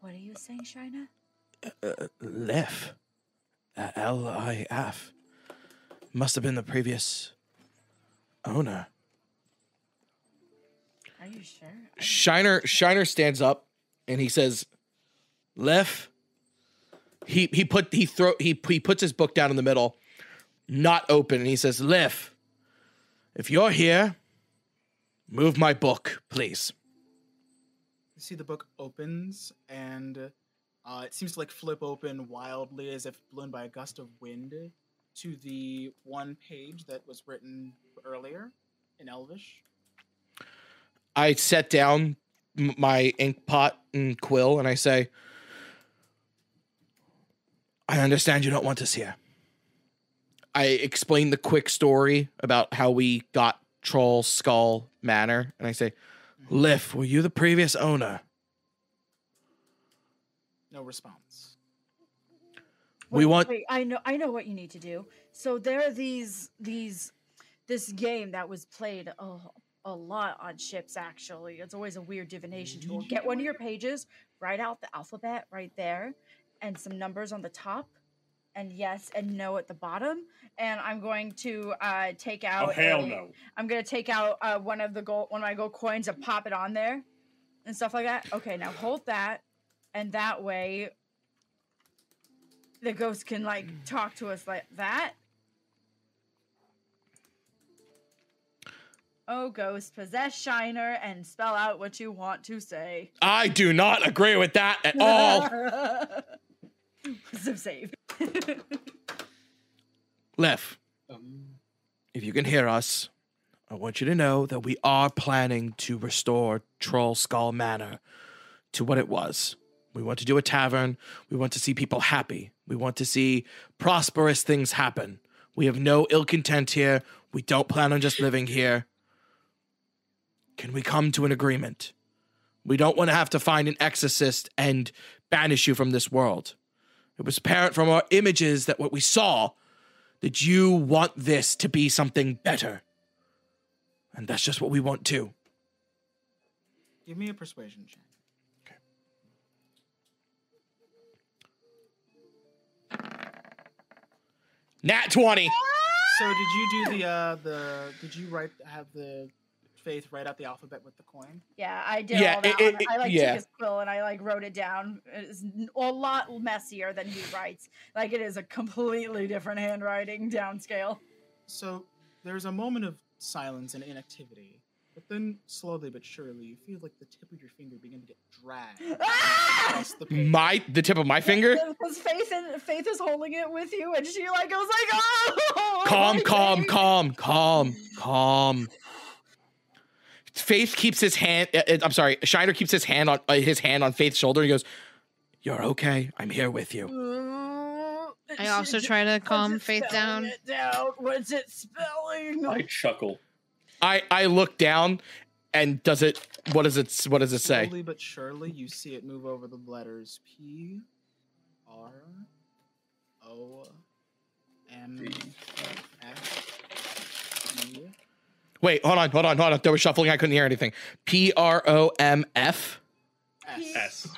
Speaker 4: What are you saying, Shina?
Speaker 2: uh, Lef. L I F. Must have been the previous owner.
Speaker 4: Are you sure?
Speaker 2: Shiner Shiner stands up and he says, "Lef." He he put he throw he he puts his book down in the middle, not open, and he says, "Lef, if you're here, move my book, please."
Speaker 1: You see the book opens and uh, it seems to like flip open wildly as if blown by a gust of wind to the one page that was written earlier in Elvish.
Speaker 2: I set down m- my ink pot and quill and I say, I understand you don't want us here. I explain the quick story about how we got Troll Skull Manor and I say, Liff, were you the previous owner?
Speaker 1: No response.
Speaker 2: We
Speaker 4: Wait,
Speaker 2: want-
Speaker 4: Wait, I know. I know what you need to do. So there are these these this game that was played a, a lot on ships. Actually, it's always a weird divination tool. Get one of your pages, write out the alphabet right there, and some numbers on the top, and yes and no at the bottom. And I'm going to uh, take out.
Speaker 6: Oh, hell
Speaker 4: a-
Speaker 6: no.
Speaker 4: I'm gonna take out uh, one of the gold, one of my gold coins, and pop it on there, and stuff like that. Okay, now hold that, and that way, the ghost can like talk to us like that. Oh, ghost, possess Shiner and spell out what you want to say.
Speaker 2: I do not agree with that
Speaker 4: [laughs]
Speaker 2: at all.
Speaker 4: Zip save.
Speaker 2: Lef,
Speaker 3: Um,
Speaker 2: if you can hear us, I want you to know that we are planning to restore Troll Skull Manor to what it was. We want to do a tavern. We want to see people happy. We want to see prosperous things happen. We have no ill content here. We don't plan on just living here. Can we come to an agreement? We don't want to have to find an exorcist and banish you from this world. It was apparent from our images that what we saw that you want this to be something better. And that's just what we want too.
Speaker 1: Give me a persuasion check.
Speaker 2: Nat 20.
Speaker 1: So did you do the uh the did you write have the faith write out the alphabet with the coin?
Speaker 4: Yeah, I did
Speaker 2: Yeah,
Speaker 4: all that.
Speaker 2: it-
Speaker 4: on-
Speaker 2: it-
Speaker 4: I like
Speaker 2: yeah.
Speaker 4: took his quill and I like wrote it down. It's n- a lot messier than he writes. Like it is a completely different handwriting downscale. [laughs]
Speaker 1: So there's a moment of silence and inactivity, but then slowly but surely you feel like the tip of your finger begin to get dragged
Speaker 4: Ah!
Speaker 1: across the page.
Speaker 2: My the tip of my finger?
Speaker 4: Because Faith and Faith is holding it with you, and she like goes like, "Oh, [laughs]
Speaker 2: Calm,
Speaker 4: my
Speaker 2: calm,
Speaker 4: baby."
Speaker 2: calm, calm, calm. Faith keeps his hand uh, uh, I'm sorry, Shiner keeps his hand on uh, his hand on Faith's shoulder and he goes, "You're okay. I'm here with you."
Speaker 4: And
Speaker 5: [laughs] I
Speaker 4: she-
Speaker 5: also
Speaker 4: she-
Speaker 5: try to
Speaker 4: what's
Speaker 5: calm
Speaker 4: it
Speaker 5: Faith
Speaker 4: spelling
Speaker 5: down.
Speaker 4: it down? What's it spelling?
Speaker 3: I
Speaker 4: [laughs]
Speaker 3: chuckle.
Speaker 2: I I look down and does it what does it what does it say?
Speaker 1: Slowly but surely you see it move over the letters P R O M F E.
Speaker 2: Wait, hold on, hold on, hold on. There was shuffling. I couldn't hear anything. P R O M F.
Speaker 6: S.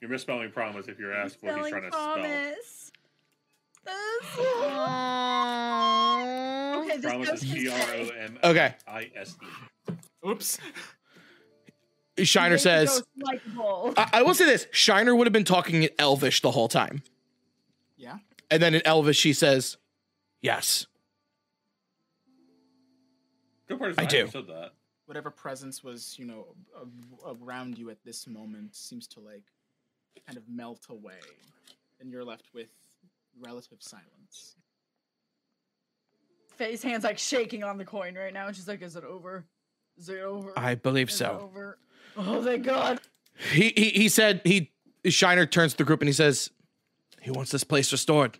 Speaker 6: You're misspelling promise if you're asked what he's
Speaker 4: Spelling
Speaker 6: trying to spell.
Speaker 4: promise. That's-
Speaker 5: Aww.
Speaker 4: [laughs] Okay, this
Speaker 6: Promise
Speaker 4: ghost
Speaker 6: is P
Speaker 4: is
Speaker 6: R O M
Speaker 2: Okay.
Speaker 6: I S E.
Speaker 1: Oops.
Speaker 2: Shiner
Speaker 4: Make the
Speaker 2: says,
Speaker 4: ghost likable.
Speaker 2: I, I will say this Shiner would have been talking in Elvish the whole time.
Speaker 1: Yeah.
Speaker 2: And then in Elvish, she says, Yes.
Speaker 6: Good part is
Speaker 2: I
Speaker 6: I,
Speaker 2: do.
Speaker 6: said that.
Speaker 1: Whatever presence was, you know, a- a- around you at this moment seems to like kind of melt away, and you're left with relative silence.
Speaker 4: Faye's hands like shaking on the coin right now, and she's like, "Is it over? Is it over?
Speaker 2: I believe
Speaker 4: Is it
Speaker 2: so.
Speaker 4: over? Oh, thank God!
Speaker 2: He, he, he said, he Shiner turns to the group and he says, He wants this place restored.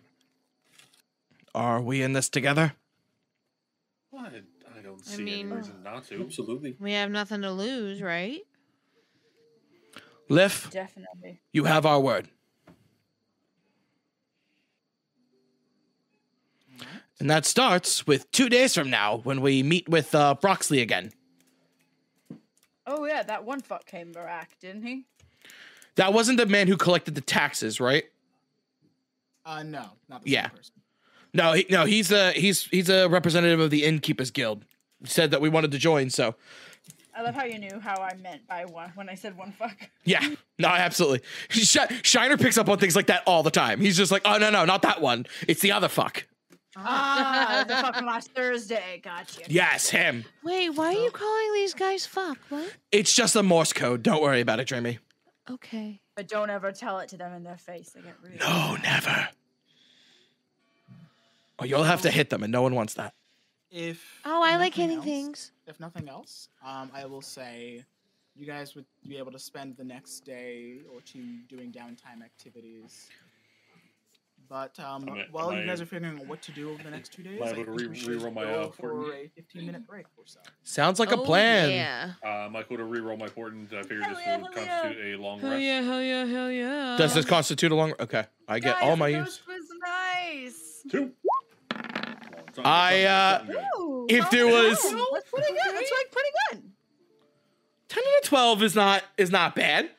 Speaker 2: Are we in this together?
Speaker 6: Well, I, I don't see
Speaker 5: mean-
Speaker 6: any reason not to.
Speaker 3: Absolutely.
Speaker 5: We have nothing to lose, right?
Speaker 2: Lif,
Speaker 4: Definitely.
Speaker 2: you have our word. And that starts with two days from now when we meet with uh, Broxley again.
Speaker 4: Oh yeah, that one fuck came back, didn't he?
Speaker 2: That wasn't the man who collected the taxes, right?
Speaker 1: Uh, no, not the same
Speaker 2: Yeah.
Speaker 1: person.
Speaker 2: No, he, no, he's a he's he's a representative of the Innkeepers Guild. Said that we wanted to join, so
Speaker 4: I love how you knew how I meant by one when I said one fuck.
Speaker 2: yeah, no, absolutely. [laughs] Sh- Shiner picks up on things like that all the time. He's just like, oh no, no, not that one. It's the other fuck.
Speaker 4: [laughs] Ah, the fuck from last Thursday. Gotcha.
Speaker 2: Yes, him.
Speaker 5: Wait, why are you calling these guys fuck? What?
Speaker 2: It's just a Morse code. Don't worry about it, Dreamy.
Speaker 5: Okay.
Speaker 4: But don't ever tell it to them in their face. They get rude.
Speaker 2: No, never. Or you'll have to hit them, and no one wants that.
Speaker 1: If
Speaker 5: Oh, I like
Speaker 1: nothing
Speaker 5: hitting
Speaker 1: else-
Speaker 5: things.
Speaker 1: If nothing else, um, I will say you guys would be able to spend the next day or two doing downtime activities. But um,
Speaker 6: I'm at-
Speaker 1: while
Speaker 6: am
Speaker 1: you guys
Speaker 6: I-
Speaker 1: are figuring out what to do over the next two days,
Speaker 6: I
Speaker 1: I
Speaker 6: able to
Speaker 1: think
Speaker 6: re-
Speaker 1: we should
Speaker 6: reroll my,
Speaker 1: go
Speaker 6: uh,
Speaker 1: for
Speaker 6: fortune?
Speaker 1: a 15 minute break or so.
Speaker 2: Sounds like
Speaker 5: Oh,
Speaker 2: a plan.
Speaker 5: Yeah.
Speaker 6: Uh, Michael to re-roll my portent. I figured
Speaker 5: Hell
Speaker 6: this
Speaker 5: yeah,
Speaker 6: would
Speaker 5: hell yeah.
Speaker 6: constitute a long
Speaker 5: Hell
Speaker 6: rest.
Speaker 5: yeah, hell yeah, hell yeah.
Speaker 2: Does this constitute a long? Okay, I get
Speaker 4: Guys,
Speaker 2: all my
Speaker 4: the
Speaker 2: use.
Speaker 4: roast was nice.
Speaker 6: Two.
Speaker 2: I, uh,
Speaker 4: Ooh,
Speaker 2: If there
Speaker 4: that's
Speaker 2: was-
Speaker 4: good. that's pretty good. That's like pretty good.
Speaker 2: Ten out of twelve is not is not bad.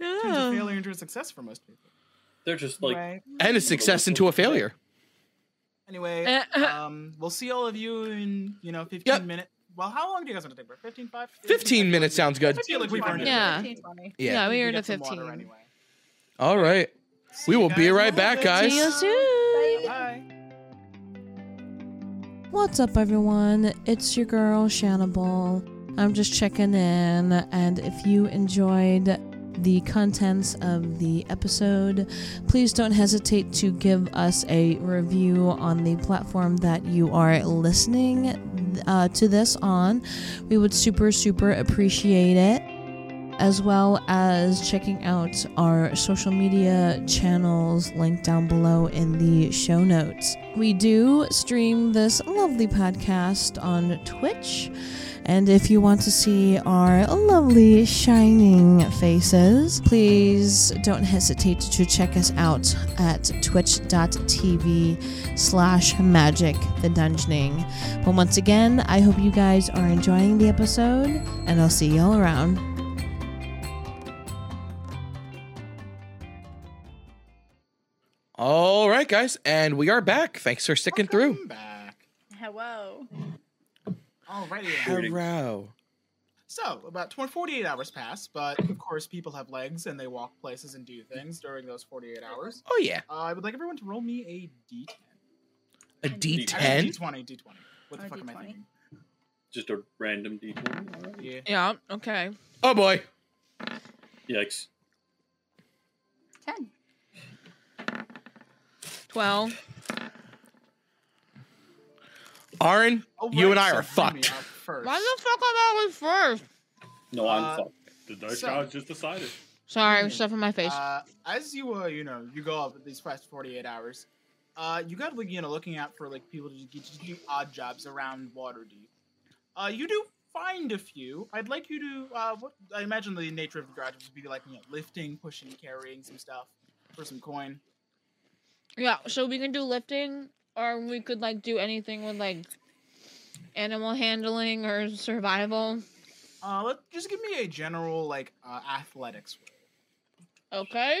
Speaker 1: Turns a
Speaker 5: Yeah.
Speaker 1: failure into a success for most people.
Speaker 3: They're just like
Speaker 1: right.
Speaker 2: And a success into a failure.
Speaker 1: Anyway,
Speaker 5: Uh, uh,
Speaker 1: um, we'll see all of you in you know 15
Speaker 2: Yep.
Speaker 1: minutes. Well, how long do you guys want to take? a break? 15, 5?
Speaker 2: Fifteen minutes sounds good.
Speaker 1: I feel like we've earned it.
Speaker 5: Yeah.
Speaker 2: Yeah.
Speaker 5: yeah, we
Speaker 1: You
Speaker 5: are
Speaker 1: get
Speaker 5: to
Speaker 1: some water
Speaker 5: 15.
Speaker 1: anyway.
Speaker 2: All right.
Speaker 1: See
Speaker 2: We
Speaker 1: you
Speaker 2: will be
Speaker 1: guys
Speaker 2: right
Speaker 1: in a
Speaker 2: back,
Speaker 1: little bit.
Speaker 2: guys.
Speaker 5: See you soon.
Speaker 1: Bye.
Speaker 7: What's up, everyone? It's your girl, Shannable. I'm just checking in, and if you enjoyed the contents of the episode, please don't hesitate to give us a review on the platform that you are listening uh, to this on. We would super, super appreciate it. As well as checking out our social media channels linked down below in the show notes. We do stream this lovely podcast on Twitch, and if you want to see our lovely shining faces, please don't hesitate to check us out at twitch.tv slash magic the dungeoning. But once again, I hope you guys are enjoying the episode, and I'll see you all around.
Speaker 2: All right, guys, and we are back. Thanks for sticking through.
Speaker 1: Welcome back.
Speaker 4: Hello.
Speaker 1: Alrighty. then.
Speaker 2: Hello.
Speaker 1: So about 20, 48 hours pass, but of course people have legs and they walk places and do things during those 48 hours.
Speaker 2: Oh yeah,
Speaker 1: Uh, I would like everyone to roll me a D10.
Speaker 2: a
Speaker 4: And
Speaker 2: D
Speaker 1: Actually,
Speaker 2: ten.
Speaker 1: D20, D20. What the
Speaker 4: Or
Speaker 1: fuck am I
Speaker 4: D20.
Speaker 1: thinking?
Speaker 3: just a random D20. All right.
Speaker 1: Yeah.
Speaker 5: Yeah, okay.
Speaker 2: Oh boy.
Speaker 3: Yikes.
Speaker 4: Ten.
Speaker 5: 12.
Speaker 2: Aaron,
Speaker 1: Oh,
Speaker 2: You and I
Speaker 1: so
Speaker 2: are
Speaker 1: bring me
Speaker 2: fucked.
Speaker 1: up First.
Speaker 5: Why the fuck am I always first?
Speaker 3: No, I'm
Speaker 1: Uh,
Speaker 3: fucked.
Speaker 6: The dice
Speaker 1: So-
Speaker 6: god just decided.
Speaker 5: Sorry, I'm stuffing my face.
Speaker 1: Uh, as you uh, you know, you go up at these past 48 hours. Uh, you got to you know looking out for like people to get to do odd jobs around Waterdeep. Uh, you do find a few. I'd like you to. Uh, what I imagine the nature of the garage would be like you know, lifting, pushing, carrying some stuff for some coin.
Speaker 5: Yeah, so we can do lifting, or we could like do anything with like animal handling or survival.
Speaker 1: Uh, let just give me a general like uh, athletics roll.
Speaker 5: Okay.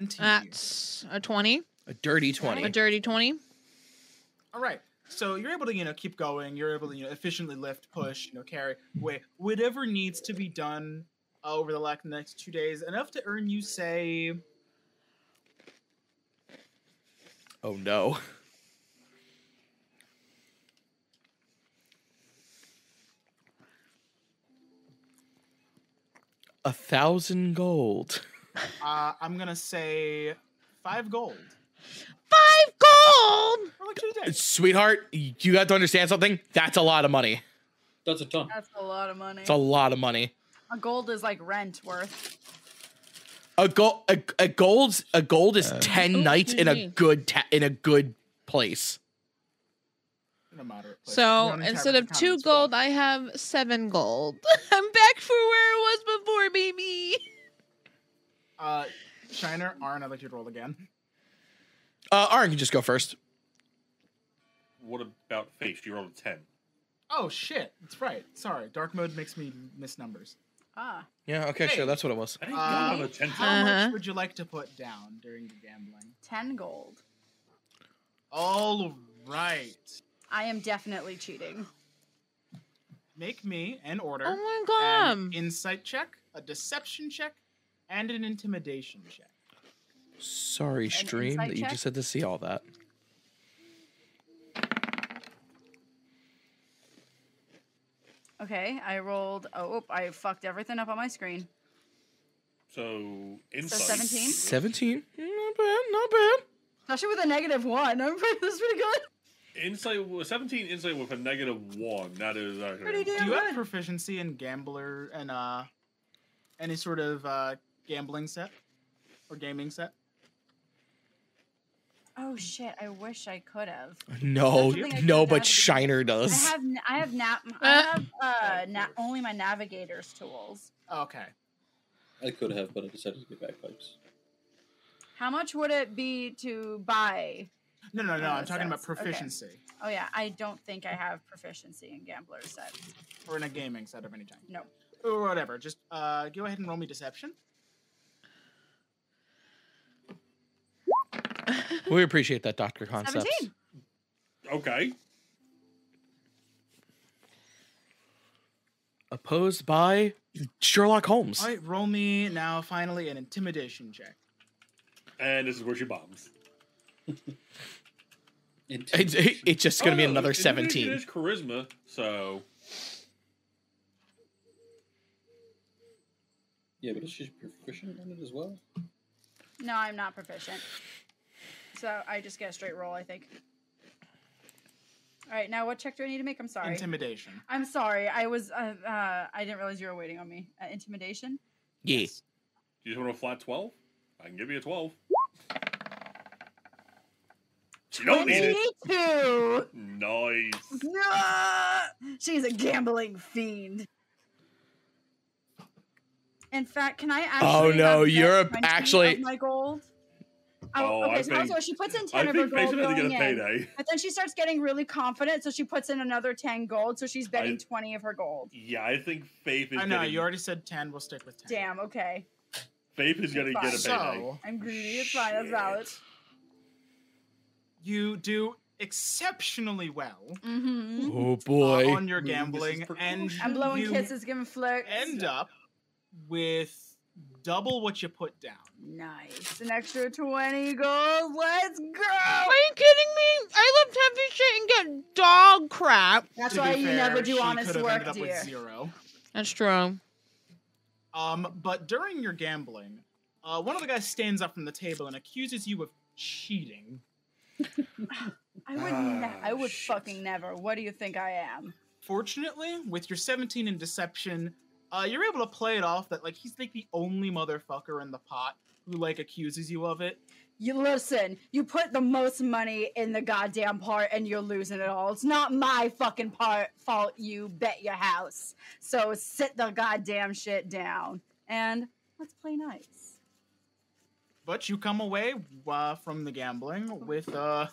Speaker 1: 17.
Speaker 5: Uh, That's a 20.
Speaker 2: a dirty
Speaker 5: A
Speaker 2: twenty.
Speaker 5: dirty 20.
Speaker 1: All right. So you're able to, you know, keep going. You're able to, you know, efficiently lift, push, you know, carry, wait, whatever needs to be done uh, over the like, next two days, enough to earn you, say,
Speaker 2: Oh no. A thousand gold.
Speaker 1: uh, I'm gonna say five gold
Speaker 5: Five gold!
Speaker 1: for like two days.
Speaker 2: Sweetheart, you got to understand something. That's a lot of money.
Speaker 3: That's a ton.
Speaker 4: That's a lot of money.
Speaker 2: It's a lot of money.
Speaker 4: a gold is like rent worth.
Speaker 2: A gold, a, a gold's a gold is ten
Speaker 5: Ooh,
Speaker 4: Oh,
Speaker 2: nights in a
Speaker 5: mhm.
Speaker 2: good ta- in a good place.
Speaker 1: In a moderate place.
Speaker 5: So
Speaker 1: One tavern
Speaker 5: instead of
Speaker 1: for
Speaker 5: two
Speaker 1: commons,
Speaker 5: gold,
Speaker 1: but-
Speaker 5: I have seven gold. [laughs] I'm back for where I was before, baby.
Speaker 1: uh, Shiner, Arn, I'd like you to roll again.
Speaker 2: Uh, Aaron can just go first.
Speaker 6: What about face? You rolled a ten.
Speaker 1: Oh shit! That's right. Sorry, dark mode makes me miss numbers.
Speaker 4: Ah.
Speaker 2: Yeah. Okay.
Speaker 1: Hey.
Speaker 2: Sure. That's what it was.
Speaker 6: I
Speaker 1: Uh,
Speaker 6: think I rolled a ten.
Speaker 1: How
Speaker 5: Uh-huh.
Speaker 1: much would you like to put down during the gambling?
Speaker 4: Ten gold.
Speaker 1: All right.
Speaker 4: I am definitely cheating.
Speaker 1: Make me an order.
Speaker 5: Oh my
Speaker 1: an
Speaker 5: god.
Speaker 1: insight check, a deception check, and an intimidation check.
Speaker 2: Sorry, stream,
Speaker 4: insight
Speaker 2: that you
Speaker 4: check?
Speaker 2: just had to see all that.
Speaker 4: Okay, I rolled. Oh, oop, I fucked everything up on my screen.
Speaker 6: So insight.
Speaker 4: 17?
Speaker 2: Seventeen. Not bad. Not bad.
Speaker 4: Especially with a negative one. [laughs] I'm pretty, that's pretty good.
Speaker 6: Insight. with- Seventeen insight with a negative one. That is uh, actually.
Speaker 4: Pretty damn
Speaker 1: Do you have
Speaker 4: good.
Speaker 1: proficiency in gambler and uh Any sort of uh, gambling set or gaming set?
Speaker 4: Oh shit! I wish I could have.
Speaker 2: No,
Speaker 4: That's something I
Speaker 2: no,
Speaker 4: could've
Speaker 2: but
Speaker 4: done.
Speaker 2: Shiner
Speaker 4: I
Speaker 2: does.
Speaker 4: have n- I have nav I have uh na- only my navigator's tools.
Speaker 1: Okay.
Speaker 3: I could have, but I decided to get bagpipes.
Speaker 4: How much would it be to buy?
Speaker 1: No, no, no.
Speaker 4: Oh,
Speaker 1: I'm
Speaker 4: that
Speaker 1: talking about
Speaker 4: sucks. Okay.
Speaker 1: proficiency
Speaker 4: Oh yeah, I don't think I have proficiency in gambler's set.
Speaker 1: or in a gaming set of any kind.
Speaker 4: No.
Speaker 1: Or whatever. Just uh, go ahead and roll me deception.
Speaker 2: [laughs] we appreciate that, Doctor Concepts.
Speaker 4: Seventeen.
Speaker 6: Okay.
Speaker 2: Opposed by Sherlock Holmes.
Speaker 1: All right, roll me now finally an intimidation check.
Speaker 6: And this is where she bombs. [laughs]
Speaker 2: It- it- it's just going to
Speaker 6: Oh,
Speaker 2: be
Speaker 6: no,
Speaker 2: another 17.
Speaker 6: intimidation Is charisma, so
Speaker 3: Yeah, but is she proficient in it as well?
Speaker 4: No, I'm not proficient. So I just get a straight roll. I think. All right, now what check do I need to make? I'm sorry.
Speaker 1: Intimidation.
Speaker 4: I'm sorry. I was. Uh, uh, I didn't realize you were waiting on me. Uh, intimidation.
Speaker 2: Yeah.
Speaker 6: you just want a flat twelve? I can give you a twelve. You don't need it.
Speaker 4: Twenty-two.
Speaker 6: Nice.
Speaker 4: No! She's a gambling fiend. In fact, can I actually?
Speaker 2: Oh,
Speaker 4: have
Speaker 2: no,
Speaker 4: that
Speaker 2: you're a-
Speaker 4: 20 of
Speaker 2: actually-
Speaker 4: my gold.
Speaker 6: Oh,
Speaker 4: Oh, okay.
Speaker 6: I
Speaker 4: so
Speaker 6: think-
Speaker 4: also, she puts in ten
Speaker 6: I
Speaker 4: of her
Speaker 6: think
Speaker 4: gold
Speaker 6: Mason has to
Speaker 4: going
Speaker 6: get a
Speaker 4: in,
Speaker 6: payday.
Speaker 4: but then she starts getting really confident, so she puts in another ten gold. So she's betting twenty of her gold.
Speaker 6: Yeah, I think Faith is.
Speaker 1: I know,
Speaker 6: getting-
Speaker 1: you already said 10. We'll stick with 10.
Speaker 4: Damn. Okay.
Speaker 6: Faith is gonna get a eh? payday.
Speaker 1: So,
Speaker 4: I'm greedy. It's fine. That's valid.
Speaker 1: you do exceptionally well
Speaker 4: Mm-hmm.
Speaker 2: Oh,
Speaker 1: uh,
Speaker 2: boy.
Speaker 1: on your
Speaker 3: Mm, this is
Speaker 1: gambling, and
Speaker 3: precocious.
Speaker 4: I'm blowing
Speaker 1: you
Speaker 4: kisses, giving flicks.
Speaker 1: end up with double what you put down.
Speaker 4: nice. An extra twenty gold. Let's go.
Speaker 5: Are you kidding me? I left heavy shit and got dog crap.
Speaker 4: That's
Speaker 1: To
Speaker 4: why
Speaker 1: be
Speaker 4: you
Speaker 1: fair,
Speaker 4: never
Speaker 1: she
Speaker 4: do honest
Speaker 1: could've
Speaker 4: work,
Speaker 1: ended up
Speaker 4: dear.
Speaker 1: With zero.
Speaker 5: That's true.
Speaker 1: Um, but during your gambling, uh, one of the guys stands up from the table and accuses you of cheating.
Speaker 4: I would, ne-
Speaker 1: Ah,
Speaker 4: I would fucking never. What do you think I am?
Speaker 1: Fortunately, with your 17 in deception, uh, you're able to play it off that like he's like the only motherfucker in the pot who like accuses you of it.
Speaker 4: You listen. You put the most money in the goddamn part, and you're losing it all. It's not my fucking part fault. You bet your house. So sit the goddamn shit down and let's play nice.
Speaker 1: But you come away uh, from the gambling with uh,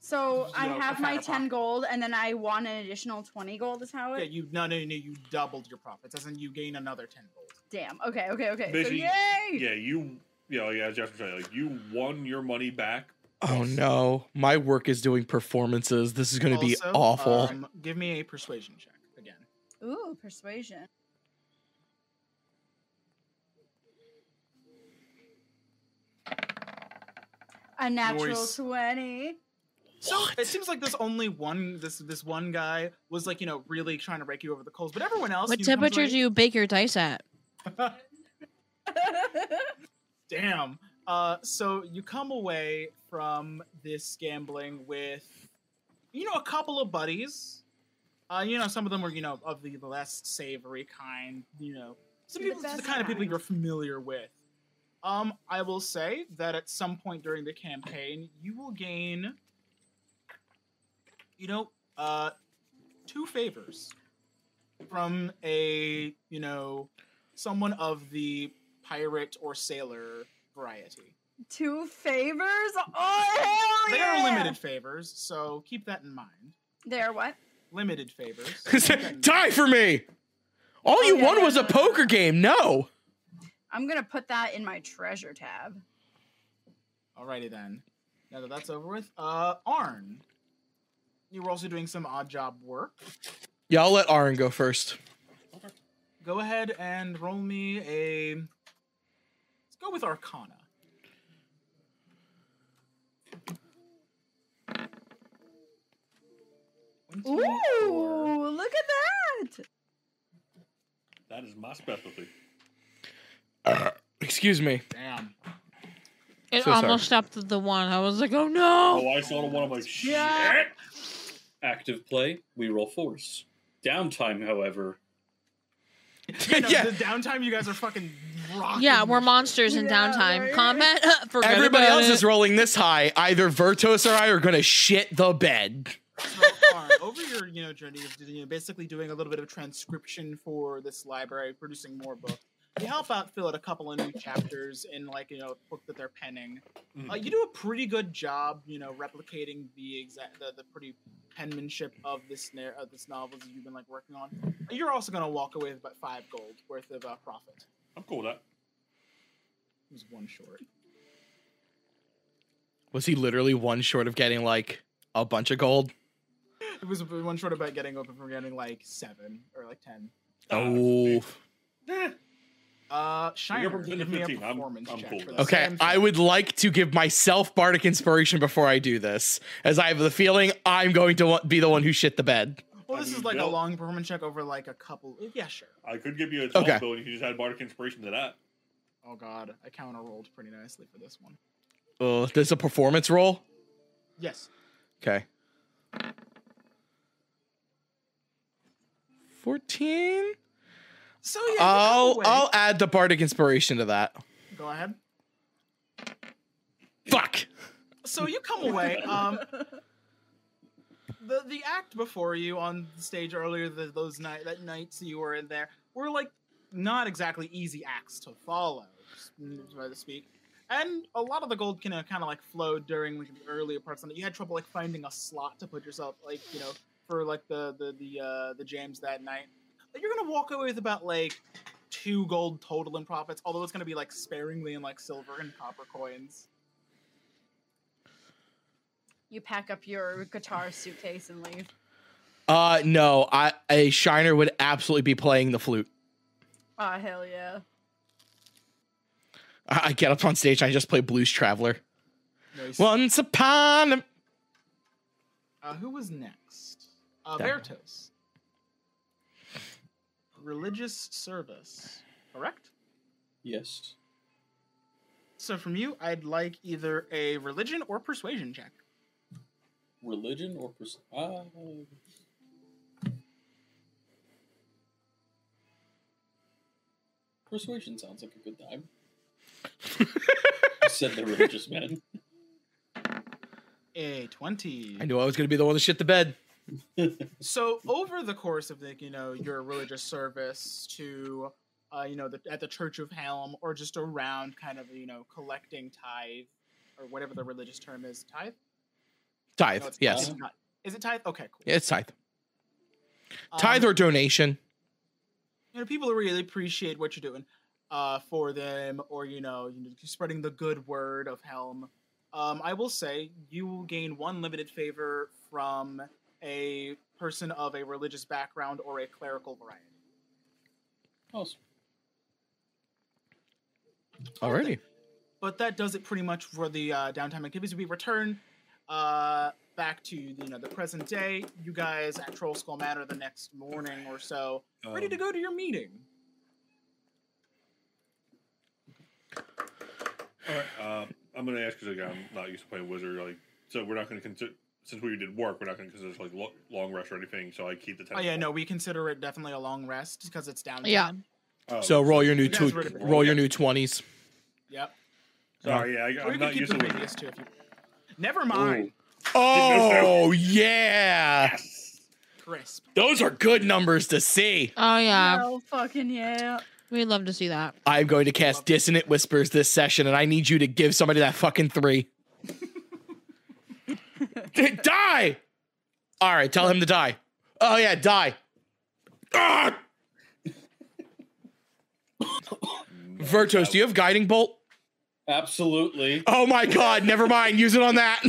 Speaker 4: So I
Speaker 1: Yo,
Speaker 4: have my
Speaker 1: fat
Speaker 4: ten
Speaker 1: fuck.
Speaker 4: gold, and then I want an additional twenty gold. Is how
Speaker 1: yeah,
Speaker 4: it?
Speaker 1: you no no no you doubled your profits, as in you gain another 10 gold.
Speaker 4: Damn. Okay. Okay. Okay. So
Speaker 6: Basically,
Speaker 4: yay!
Speaker 6: Yeah, you. Yeah, like, as Jeff was saying, like you won your money back.
Speaker 2: Oh, no. My work is doing performances. This is going to be
Speaker 1: Also,
Speaker 2: awful.
Speaker 1: Um, give me a persuasion check again.
Speaker 4: Ooh, persuasion. A natural
Speaker 1: Nice.
Speaker 4: 20.
Speaker 1: So it seems like this only one this this one guy was like you know really trying to rake you over the coals, but everyone else.
Speaker 5: What
Speaker 1: you know, comes
Speaker 5: temperature
Speaker 1: right-
Speaker 5: do you bake your dice at?
Speaker 1: [laughs] Damn. Uh, so you come away from this gambling with, you know, a couple of buddies. Uh, you know, some of them were, you know, of the less savory kind. You know, some
Speaker 4: The
Speaker 1: people, the
Speaker 4: best
Speaker 1: kind of people
Speaker 4: kind.
Speaker 1: you're familiar with. Um, I will say that at some point during the campaign, you will gain, you know, uh, two favors from a, you know, someone of the pirate or sailor variety.
Speaker 4: [laughs] Two favors? Oh, hell
Speaker 1: They
Speaker 4: yeah!
Speaker 1: are limited favors, so keep that in mind.
Speaker 4: They are what?
Speaker 1: Limited favors.
Speaker 4: [laughs]
Speaker 2: Die for me! All you
Speaker 4: yeah,
Speaker 2: won
Speaker 4: yeah,
Speaker 2: was a
Speaker 4: yeah, yeah.
Speaker 2: poker game. No.
Speaker 4: I'm going to put that in my treasure tab.
Speaker 1: Alrighty then. Now that that's over with, uh, Arn, you were also doing some odd job work.
Speaker 2: Yeah, I'll let Aaron go first.
Speaker 1: Go ahead and roll me a. Let's go with Arcana.
Speaker 4: Ooh,
Speaker 1: 24.
Speaker 4: look at that!
Speaker 6: That is my specialty.
Speaker 2: Excuse me.
Speaker 4: [laughs]
Speaker 1: Damn.
Speaker 5: It
Speaker 2: So sorry.
Speaker 5: almost stopped at the one. I was like, oh no.
Speaker 6: Oh, I saw the one. I'm like, shit.
Speaker 3: Active play, we roll force. Downtime, however,
Speaker 1: You know,
Speaker 2: Yeah.
Speaker 1: The downtime, you guys are fucking rocking.
Speaker 5: Yeah, we're monsters in
Speaker 4: Yeah,
Speaker 5: downtime.
Speaker 4: right?
Speaker 5: [laughs] Combat. Forget
Speaker 2: Everybody
Speaker 5: about
Speaker 2: else
Speaker 5: it.
Speaker 2: is rolling this high. Either Vertos or I are gonna shit the bed.
Speaker 1: So, Arn, over your you know journey of you know, basically doing a little bit of transcription for this library, producing more books, you help out fill out a couple of new chapters in like you know a book that they're penning. Uh, you do a pretty good job, you know, replicating the exact the, the pretty penmanship of this nar- of this novel that you've been like working on. Uh, You're also gonna walk away with about five gold worth of uh, profit.
Speaker 6: I'm cool with that.
Speaker 1: It was one short.
Speaker 2: Was he literally one short of getting like a bunch of gold?
Speaker 1: It was one short about getting open from getting like seven or like ten.
Speaker 2: Oh,
Speaker 1: Uh,
Speaker 6: You're
Speaker 1: Shiner,
Speaker 6: from
Speaker 1: give me a
Speaker 6: 15. I'm-
Speaker 1: performance
Speaker 6: I'm
Speaker 1: check.
Speaker 6: cool
Speaker 1: for
Speaker 6: with
Speaker 1: this.
Speaker 6: that.
Speaker 2: okay.
Speaker 1: Same
Speaker 2: I
Speaker 1: thing.
Speaker 2: would like to give myself bardic inspiration before I do this, as I have the feeling I'm going to wa- be the one who shit the bed.
Speaker 1: Well,
Speaker 6: I
Speaker 1: this is
Speaker 6: mean,
Speaker 1: like a
Speaker 6: Bill-
Speaker 1: long performance check over like a couple. Yeah, sure.
Speaker 6: I could give you a 12
Speaker 2: Okay.
Speaker 6: okay. if you just had bardic inspiration to that.
Speaker 1: Oh god, I counter rolled pretty nicely for this one.
Speaker 2: Uh, there's a performance roll.
Speaker 1: Yes.
Speaker 2: Okay. Fourteen.
Speaker 1: So yeah. you come
Speaker 2: I'll
Speaker 1: away-
Speaker 2: I'll add the bardic inspiration to that.
Speaker 1: go ahead.
Speaker 2: Fuck.
Speaker 1: So you come away. Um, the the act before you on the stage earlier the, those night that nights you were in there were like not exactly easy acts to follow, so to speak. And a lot of the gold kind of kind of like flowed during like the earlier parts of it. You had trouble like finding a slot to put yourself like you know for like the the the uh, the jams that night. But you're gonna walk away with about like two gold total in profits, although it's gonna be like sparingly in like silver and copper coins.
Speaker 4: You pack up your guitar suitcase and leave.
Speaker 2: Uh no, I a shiner would absolutely be playing the flute.
Speaker 4: Ah, hell yeah.
Speaker 2: I, I get up on stage and I just play Blues Traveler.
Speaker 1: Nice.
Speaker 2: Once upon a
Speaker 1: Uh, who was next? Uh,
Speaker 2: That-
Speaker 1: Vertos. Religious service, correct?
Speaker 3: Yes.
Speaker 1: So from you, I'd like either a religion or persuasion check.
Speaker 3: Religion or pers- uh, Persuasion sounds like a good time.
Speaker 6: [laughs]
Speaker 3: Said the religious man.
Speaker 1: A twenty.
Speaker 2: I knew I was gonna be the one to shit the bed.
Speaker 1: so over the course of the you know your religious service to uh, you know the, at the church of Halem or just around kind of you know collecting tithe or whatever the religious term is tithe
Speaker 2: Tithe,
Speaker 1: No, it's-
Speaker 2: yes.
Speaker 1: it's not. is it tithe okay cool
Speaker 2: Yeah, It's tithe.
Speaker 1: Um,
Speaker 2: Tithe or donation.
Speaker 1: you know people really appreciate what you're doing uh, for them or you know, you know spreading the good word of helm um, i will say you will gain one limited favor from a person of a religious background or a clerical variety
Speaker 3: Awesome.
Speaker 2: Alrighty.
Speaker 1: but that does it pretty much for the uh, downtime activities we return uh, back to you know the present day you guys at troll skull manor the next morning or so ready to
Speaker 6: Um,
Speaker 1: go to your meeting
Speaker 6: Alright, uh, I'm gonna ask because like, I'm not used to playing wizard. Like, so we're not gonna consider since we did work, we're not gonna consider like lo- long rest or anything. So I keep the ten.
Speaker 1: oh yeah no we consider it definitely a long rest because it's downtime
Speaker 5: Yeah.
Speaker 6: Oh,
Speaker 2: So roll your new
Speaker 1: You guys
Speaker 2: tw-
Speaker 1: were-
Speaker 2: roll your new twenties.
Speaker 1: yep
Speaker 6: sorry, yeah, I,
Speaker 1: Or you
Speaker 6: I'm
Speaker 1: can
Speaker 6: not
Speaker 1: keep
Speaker 6: used
Speaker 1: the
Speaker 6: to wizard.
Speaker 1: previous two if you. [laughs] Never mind. [laughs]
Speaker 2: Oh yeah.
Speaker 1: Crisp.
Speaker 2: Those are good numbers to see.
Speaker 5: Oh yeah.
Speaker 4: Hell fucking yeah.
Speaker 5: We'd love to see that.
Speaker 2: I'm going to cast Dissonant Whispers this session, and I need you to give somebody that fucking three. D- die! All right, tell him to die. Oh, yeah, die. [coughs] Ah! Vertos, do you have Guiding Bolt?
Speaker 3: Absolutely.
Speaker 2: Oh my god, never mind. Use it on that.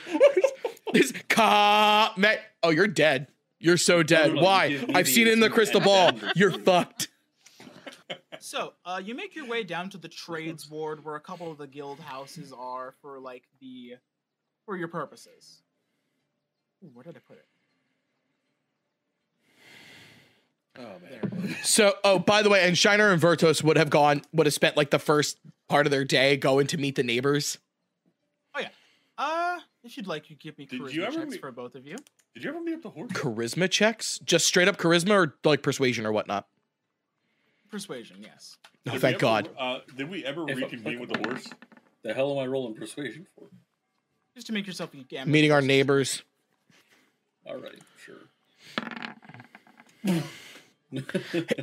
Speaker 2: [laughs] this ka me- Oh, you're dead. You're so dead.
Speaker 3: no, you
Speaker 2: Why?
Speaker 3: give me
Speaker 2: I've
Speaker 3: the
Speaker 2: seen it in the
Speaker 3: eighteen
Speaker 2: crystal
Speaker 3: and
Speaker 2: ball.
Speaker 3: then-
Speaker 2: You're fucked.
Speaker 1: So, uh, you make your way down to the trades ward where a couple of the guild houses are for like the for your purposes. Ooh, where did I put it?
Speaker 6: Oh man.
Speaker 1: There. it is.
Speaker 2: So, oh, by the way, and Shiner and Vertos would have gone, would have spent like the first part of their day going to meet the neighbors.
Speaker 1: Uh, if you'd like, you give me
Speaker 6: Did
Speaker 1: charisma
Speaker 6: you ever
Speaker 1: checks
Speaker 6: meet-
Speaker 1: for both of you.
Speaker 2: [laughs] Oh,
Speaker 6: Did you ever meet up the horse?
Speaker 2: Charisma checks, just straight up charisma or like persuasion or whatnot.
Speaker 1: Persuasion, yes.
Speaker 2: Oh,
Speaker 6: Did we
Speaker 2: thank
Speaker 6: ever-
Speaker 2: God.
Speaker 6: Uh, did we ever
Speaker 3: If
Speaker 6: reconvene with the
Speaker 3: applicable.
Speaker 6: horse?
Speaker 3: The hell am I rolling persuasion for?
Speaker 1: Just to make yourself a gambit.
Speaker 2: Meeting our
Speaker 1: person.
Speaker 2: neighbors.
Speaker 3: All right, sure.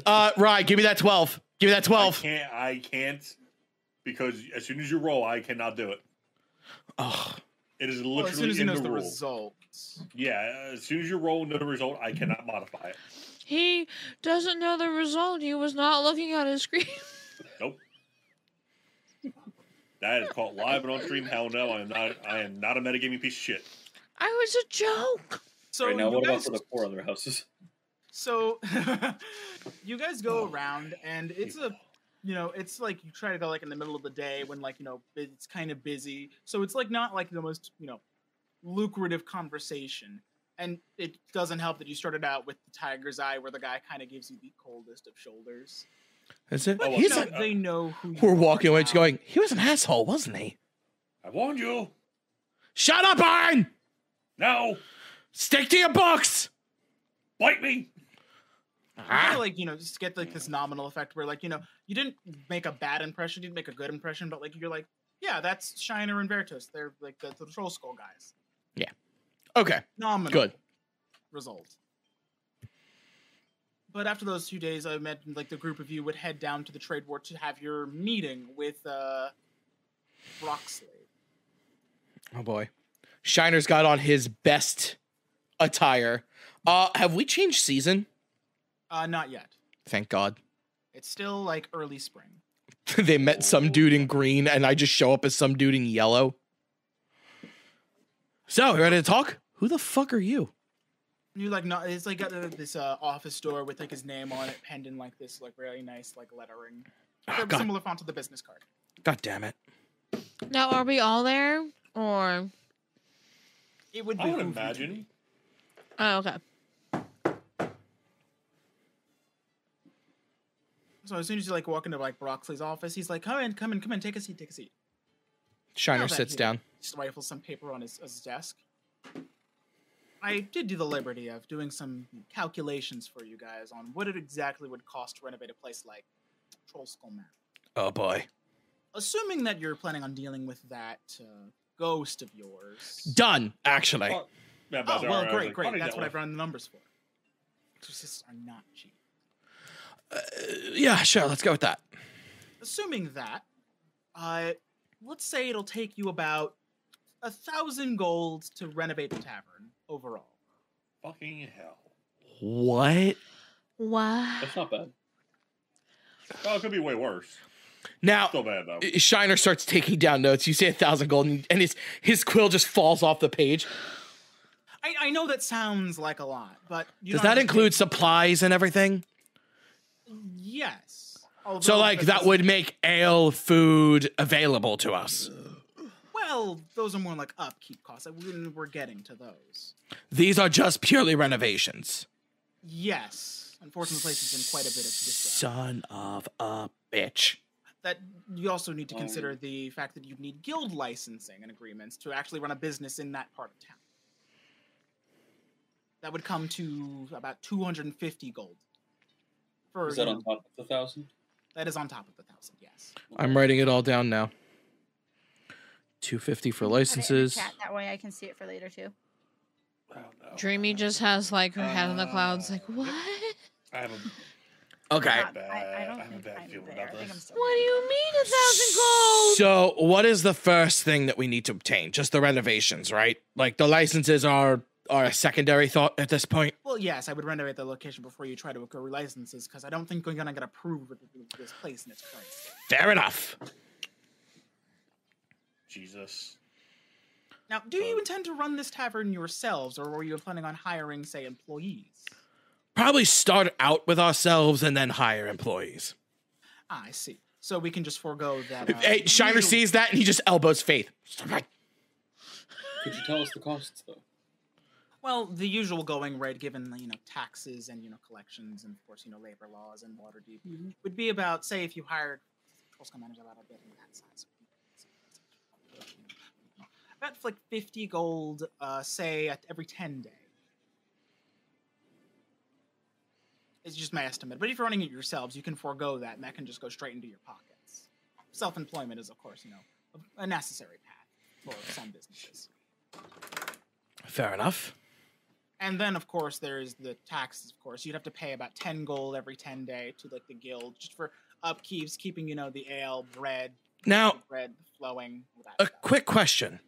Speaker 2: Uh, Rye, give me that 12. Give me that
Speaker 6: I
Speaker 2: 12.
Speaker 6: can't. I can't because as soon as you roll, I cannot do it.
Speaker 2: Oh,
Speaker 6: It is literally
Speaker 1: Well, as soon as he
Speaker 6: in
Speaker 1: knows
Speaker 6: the,
Speaker 1: the,
Speaker 6: rule.
Speaker 1: results.
Speaker 6: Yeah, as soon as you roll no result, I cannot modify it.
Speaker 5: He doesn't know the result. He was not looking at his [laughs] screen.
Speaker 6: That is caught live and on stream. Hell no, I am not. I am not a metagaming piece of shit.
Speaker 5: I was a joke.
Speaker 1: So
Speaker 3: right now,
Speaker 1: you
Speaker 3: what about
Speaker 1: guys-
Speaker 3: for the four other houses?
Speaker 1: So [laughs] you guys go
Speaker 3: Oh.
Speaker 1: around and it's a you know, it's like you try to go like in the middle of the day when like, you know, it's kind of busy. So it's like not like the most, you know, lucrative conversation. And it doesn't help that you started out with the tiger's eye where the guy kind of gives you the coldest of shoulders.
Speaker 2: is it?
Speaker 1: But you
Speaker 6: well,
Speaker 2: Oh, He's
Speaker 1: know,
Speaker 2: a, uh,
Speaker 6: not-
Speaker 1: they know who you
Speaker 2: we're
Speaker 1: are
Speaker 2: walking away,
Speaker 1: now.
Speaker 2: just going, he was an asshole, wasn't he?
Speaker 6: I warned you.
Speaker 2: Shut up, Arn!
Speaker 6: No,
Speaker 2: Stick to your books!
Speaker 6: bite me.
Speaker 1: You
Speaker 2: Ah.
Speaker 1: gotta, like you know, just get like this nominal effect where like you know you didn't make a bad impression, you didn't make a good impression, but like you're like, yeah, that's Shiner and Vertus. They're like the, the troll skull guys.
Speaker 2: Okay,
Speaker 1: Nominal.
Speaker 2: good.
Speaker 1: result. But after those two days, I met like the group of you would head down to the trade war to have your meeting with uh, Roxley.
Speaker 2: Oh boy. Shiner's got on his best attire. Uh, have we changed season?
Speaker 1: Uh, not yet.
Speaker 2: Thank God.
Speaker 1: It's still like early spring.
Speaker 2: [laughs] they met some dude in green, and I just show up as some dude in yellow. So, you ready to talk? Who the fuck are you?
Speaker 1: You like not? It's like got uh, this uh, office door with like his name on it, penned in like this like really nice like lettering,
Speaker 2: Ah,
Speaker 1: Very
Speaker 2: God,
Speaker 1: similar font to the business card.
Speaker 2: God damn it.
Speaker 5: Now, are we all there? Or.
Speaker 1: It would. behoove
Speaker 6: I would
Speaker 1: you to
Speaker 6: imagine.
Speaker 1: be.
Speaker 5: Oh, okay.
Speaker 1: So as soon as you like walk into like Roxley's office, he's like, "Come in, come in, come in, take a seat, take a seat."
Speaker 2: Shiner
Speaker 1: Oh, that
Speaker 2: sits
Speaker 1: dude.
Speaker 2: down.
Speaker 1: just rifles some paper on his, his desk. I did do the liberty of doing some calculations for you guys on what it exactly would cost to renovate a place like Troll Skull Manor.
Speaker 2: Oh boy.
Speaker 1: Assuming that you're planning on dealing with that uh, ghost of yours.
Speaker 2: Done, actually.
Speaker 6: Oh,
Speaker 1: oh,
Speaker 6: Yeah, that's all
Speaker 1: well,
Speaker 6: right. I was
Speaker 1: great,
Speaker 6: like,
Speaker 1: great.
Speaker 6: funny
Speaker 1: That's
Speaker 6: that
Speaker 1: what
Speaker 6: way.
Speaker 1: I've run the numbers for. Exorcists are not cheap.
Speaker 2: Uh, yeah, sure, let's go with that.
Speaker 1: Assuming that, uh, let's say it'll take you about a thousand gold to renovate the tavern overall.
Speaker 6: Fucking hell.
Speaker 2: What?
Speaker 5: Wow.
Speaker 3: That's not bad.
Speaker 6: Well, it could be way worse.
Speaker 2: Now,
Speaker 6: Still bad though.
Speaker 2: Shiner starts taking down notes. You say a thousand gold, and and his his quill just falls off the page.
Speaker 1: I, I know that sounds like a lot, but you
Speaker 2: Does
Speaker 1: don't
Speaker 2: that
Speaker 1: understand-
Speaker 2: include supplies and everything?
Speaker 1: Yes. Although
Speaker 2: So, like,
Speaker 1: the-
Speaker 2: that would make ale food available to us.
Speaker 1: Well, those are more like upkeep costs. Like, We're we're getting to those.
Speaker 2: These are just purely renovations.
Speaker 1: Yes. Unfortunately, the place has been quite a bit of disruption.
Speaker 2: Son of a bitch.
Speaker 1: That you also need to
Speaker 3: Um,
Speaker 1: consider the fact that you need guild licensing and agreements to actually run a business in that part of town. That would come to about 250 gold. For,
Speaker 3: Is that
Speaker 1: you
Speaker 3: on
Speaker 1: know,
Speaker 3: top of the thousand?
Speaker 1: that is on top of the thousand, yes.
Speaker 2: I'm writing it all down now. 250 for licenses.
Speaker 4: Chat, that way I can see it for later too.
Speaker 6: Wow, no.
Speaker 5: Dreamy just has like her head in the clouds, like,
Speaker 6: Uh,
Speaker 5: what?
Speaker 6: I have a
Speaker 2: Okay.
Speaker 4: Not- I, I
Speaker 6: bad-
Speaker 4: don't
Speaker 6: I have a
Speaker 4: think
Speaker 6: bad
Speaker 4: I'm
Speaker 6: feeling
Speaker 4: there.
Speaker 6: about
Speaker 4: I think
Speaker 6: this.
Speaker 4: I'm still
Speaker 5: What do
Speaker 4: here.
Speaker 5: you mean a thousand gold?
Speaker 2: So, what is the first thing that we need to obtain? Just the renovations, right? Like the licenses are are a secondary thought at this point.
Speaker 1: Well, yes, I would renovate the location before you try to acquire licenses because I don't think we're gonna get approved with with this place in its current state.
Speaker 2: Fair enough.
Speaker 6: Jesus.
Speaker 1: Now, do you
Speaker 6: Uh,
Speaker 1: intend to run this tavern yourselves, or were you planning on hiring, say, employees?
Speaker 2: Probably start out with ourselves and then hire employees.
Speaker 1: Ah, I see. So we can just forego that. uh,
Speaker 2: Hey, Shiner
Speaker 1: usual-
Speaker 2: sees that and he just elbows Faith.
Speaker 3: Could you tell us the costs though?
Speaker 1: Well, the usual going rate, given you know taxes and you know collections, and of course you know labor laws and water deep, would be about say if you hired Troll's Commander's about a bit in that size. About like fifty gold, uh, say at every ten day. It's just my estimate. But if you're running it yourselves, you can forego that, and that can just go straight into your pockets. Self-employment is, of course, you know, a- a necessary path for some businesses.
Speaker 2: Fair enough.
Speaker 1: And then, of course, there is the taxes. Of course, you'd have to pay about ten gold every ten day to like the guild just for upkeeps, keeping you know the ale, bread,
Speaker 2: Now,
Speaker 1: bread flowing. all that
Speaker 2: a
Speaker 1: stuff.
Speaker 2: quick question.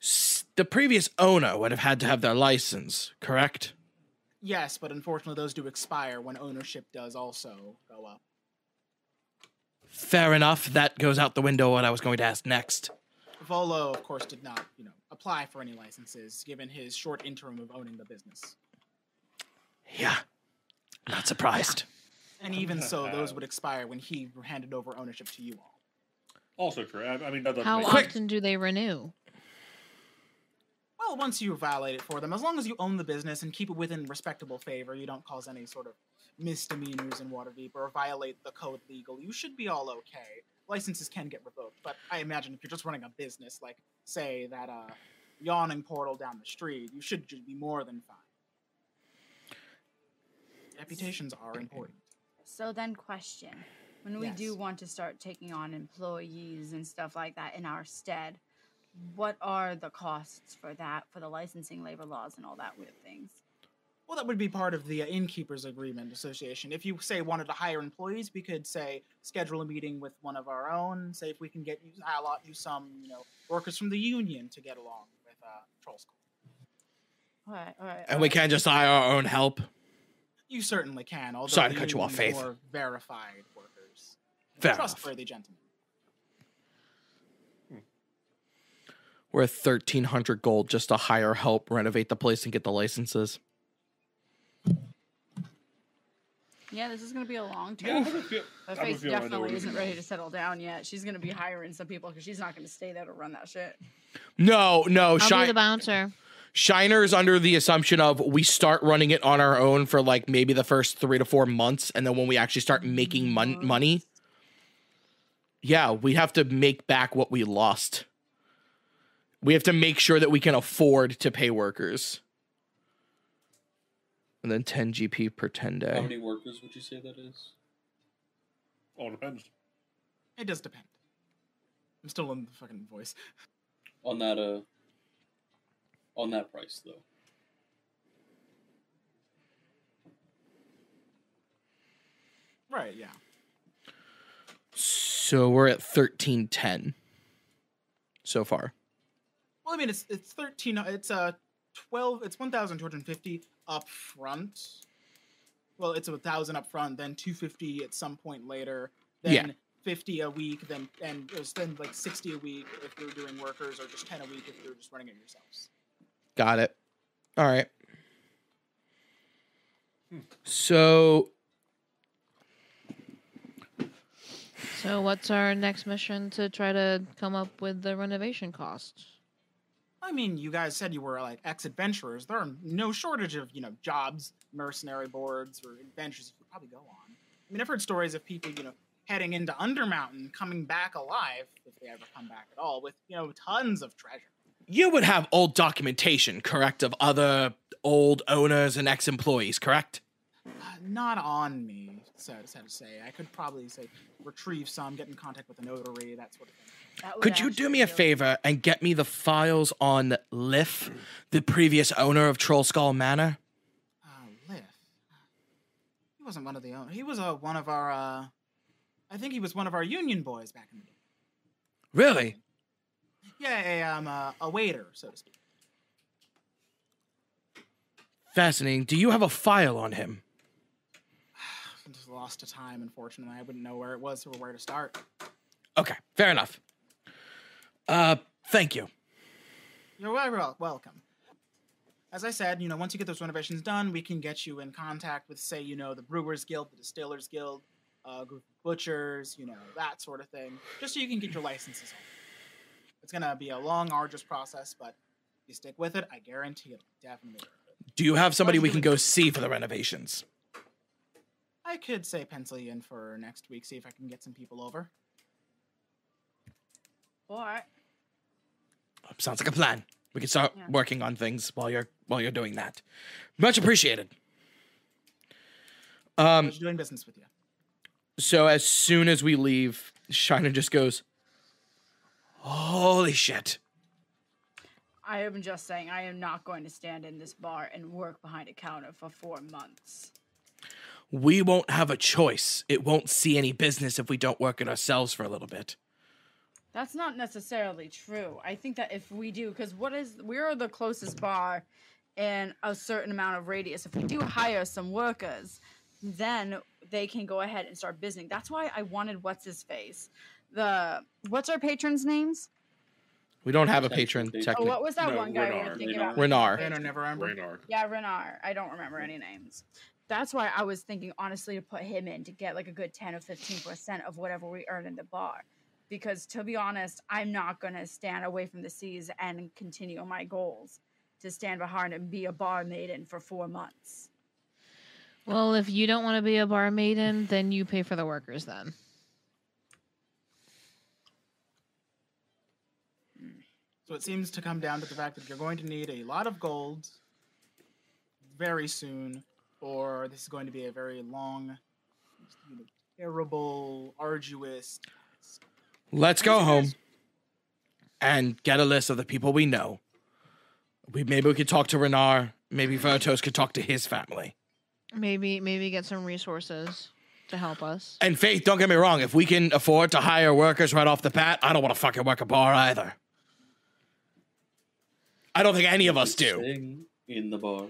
Speaker 2: S- the previous owner would have had to have their license, correct?
Speaker 1: Yes, but unfortunately, those do expire when ownership does also go up.
Speaker 2: Fair enough. That goes out the window. What I was going to ask next.
Speaker 1: Volo, of course, did not, you know, apply for any licenses given his short interim of owning the business.
Speaker 2: Yeah, not surprised.
Speaker 1: And even so, those would expire when he handed over ownership to you all.
Speaker 6: Also true. I, I mean, that doesn't
Speaker 5: How
Speaker 6: make
Speaker 2: Quick. Oh,
Speaker 5: often do they renew?
Speaker 1: Well, once you violate it for them, as long as you own the business and keep it within respectable favor, you don't cause any sort of misdemeanors in Waterdeep or violate the code legal, you should be all okay. Licenses can get revoked, but I imagine if you're just running a business, like, say, that uh, yawning portal down the street, you should ju- be more than fine. Reputations are important.
Speaker 4: So then, question: When we do
Speaker 1: Yes.
Speaker 4: want to start taking on employees and stuff like that in our stead, what are the costs for that, for the licensing, labor laws, and all that weird things?
Speaker 1: Well, that would be part of the uh, innkeepers agreement association. If you say wanted to hire employees, we could say schedule a meeting with one of our own. Say if we can get you allot you some you know workers from the union to get along with uh, troll school.
Speaker 4: All right, all right.
Speaker 2: And we can't just hire our own help.
Speaker 1: You certainly can. Although
Speaker 2: Sorry
Speaker 1: the
Speaker 2: to cut you off,
Speaker 1: unions
Speaker 2: Faith.
Speaker 1: are verified workers,
Speaker 2: Fair enough.
Speaker 1: trustworthy gentlemen.
Speaker 2: We're at thirteen hundred gold just to hire help, renovate the place, and get the licenses.
Speaker 4: Yeah, this is going to be a long
Speaker 2: [laughs]
Speaker 6: Yeah,
Speaker 4: term.
Speaker 6: I would feel-
Speaker 4: My
Speaker 6: I would
Speaker 4: face
Speaker 6: feel I know what
Speaker 4: definitely
Speaker 6: you
Speaker 4: isn't
Speaker 6: mean.
Speaker 4: ready to settle down yet. She's going to be hiring some people because she's not going to stay there to run that shit.
Speaker 2: No, no,
Speaker 5: I'll be the
Speaker 2: Shine
Speaker 5: bouncer.
Speaker 2: Shiner is under the assumption of we start running it on our own for like maybe the first three to four months, and then when we actually start making mon- money, yeah, we have to make back what we lost. We have to make sure that we can afford to pay workers. And then 10 GP per 10
Speaker 3: How
Speaker 2: day.
Speaker 3: many workers would you say that is?
Speaker 6: All Oh, depends.
Speaker 1: It does depend. I'm still in the fucking voice.
Speaker 3: On that uh on that price though.
Speaker 1: Right? Yeah.
Speaker 2: So we're at 1310 so far.
Speaker 1: Well, I mean, it's it's thirteen. It's uh twelve. It's one thousand two hundred fifty up front. Well, it's a thousand up front, then two fifty at some point later, then
Speaker 2: Yeah.
Speaker 1: fifty a week, then and it was then like sixty a week if you're doing workers, or just ten a week if you're just running it yourselves.
Speaker 2: Got it. All right.
Speaker 3: Hmm.
Speaker 2: So
Speaker 5: So what's our next mission to try to come up with the renovation costs?
Speaker 1: I mean, you guys said you were like ex-adventurers. There are no shortage of you know jobs, mercenary boards, or adventures you could probably go on. I mean, I've heard stories of people you know heading into Undermountain, coming back alive if they ever come back at all, with you know tons of treasure.
Speaker 2: you would have old documentation, correct, of other old owners and ex employees, correct?
Speaker 1: Uh, not on me, so, so to say. I could probably say retrieve some, get in contact with a notary, that sort of thing.
Speaker 4: That would
Speaker 2: Could you do
Speaker 4: actually
Speaker 2: me a
Speaker 4: really-
Speaker 2: favor and get me the files on Liff, the previous owner of Troll Skull Manor?
Speaker 1: Uh, Liff. He wasn't one of the own. He was uh, one of our. Uh, I think he was one of our union boys back in the day.
Speaker 2: Really?
Speaker 1: Yeah, a, um, uh, a waiter, so to speak.
Speaker 2: Fascinating. Do you have a file on him?
Speaker 1: I'm just lost to time, unfortunately. I wouldn't know where it was or where to start.
Speaker 2: Okay, fair enough. Uh, thank you.
Speaker 1: You're very wel- welcome. As I said, you know, once you get those renovations done, we can get you in contact with, say, you know, the Brewers Guild, the Distillers Guild, uh, group of butchers, you know, that sort of thing, just so you can get your licenses. On. It's gonna be a long, arduous process, but if you stick with it, I guarantee it definitely. worth it.
Speaker 2: Do you have somebody we can go see for the renovations?
Speaker 1: I could say pencil you in for next week, see if I can get some people over.
Speaker 4: Or
Speaker 2: Sounds like a plan. We can start
Speaker 4: Yeah.
Speaker 2: working on things while you're while you're doing that. Much appreciated. Um,
Speaker 1: Pleasure doing business with you.
Speaker 2: so as soon as we leave, Shiner just goes, "Holy shit!"
Speaker 4: I am just saying, I am not going to stand in this bar and work behind a counter for four months.
Speaker 2: We won't have a choice. It won't see any business if we don't work it ourselves for a little bit.
Speaker 4: That's not necessarily true. I think that if we do, because what is, we are the closest bar in a certain amount of radius. If we do hire some workers, then they can go ahead and start business. That's why I wanted what's his face. The what's our patrons' names?
Speaker 2: We don't have a
Speaker 3: Technically.
Speaker 2: patron
Speaker 3: Oh,
Speaker 4: Oh,
Speaker 2: technically.
Speaker 4: what was that
Speaker 6: No,
Speaker 4: one guy we
Speaker 6: Renard.
Speaker 4: were thinking
Speaker 3: Renard.
Speaker 4: about?
Speaker 2: Renar.
Speaker 1: I don't never remember.
Speaker 6: Radar.
Speaker 4: Yeah, Renard. I don't remember any names. That's why I was thinking honestly to put him in to get like a good 10 or 15% of whatever we earn in the bar. Because to be honest, I'm not going to stand away from the seas and continue my goals to stand behind and be a bar maiden for four months.
Speaker 5: Well, if you don't want to be a bar maiden, then you pay for the workers then.
Speaker 1: So it seems to come down to the fact that you're going to need a lot of gold very soon, or this is going to be a very long, you know, terrible, arduous.
Speaker 2: Let's go home and get a list of the people we know. We maybe we could talk to Renar. Maybe Vertos could talk to his family.
Speaker 5: Maybe maybe get some resources to help us.
Speaker 2: And Faith, don't get me wrong. If we can afford to hire workers right off the bat, I don't want to fucking work a bar either. I don't think any of us do.
Speaker 3: Sing in the bar.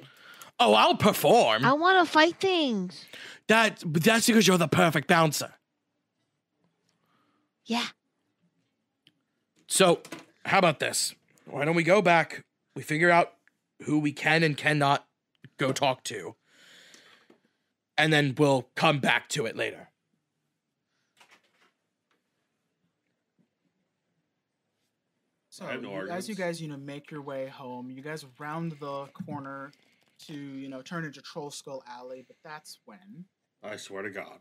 Speaker 2: Oh, I'll perform.
Speaker 5: I want to fight things.
Speaker 2: That that's because you're the perfect bouncer.
Speaker 5: Yeah.
Speaker 2: So, how about this? Why don't we go back? We figure out who we can and cannot go talk to, and then we'll come back to it later.
Speaker 1: So
Speaker 6: I have no
Speaker 1: you- as you
Speaker 6: arguments.
Speaker 1: guys, you know, make your way home, you guys round the corner to, you know, turn into Troll Skull Alley, but that's when
Speaker 6: I swear to God.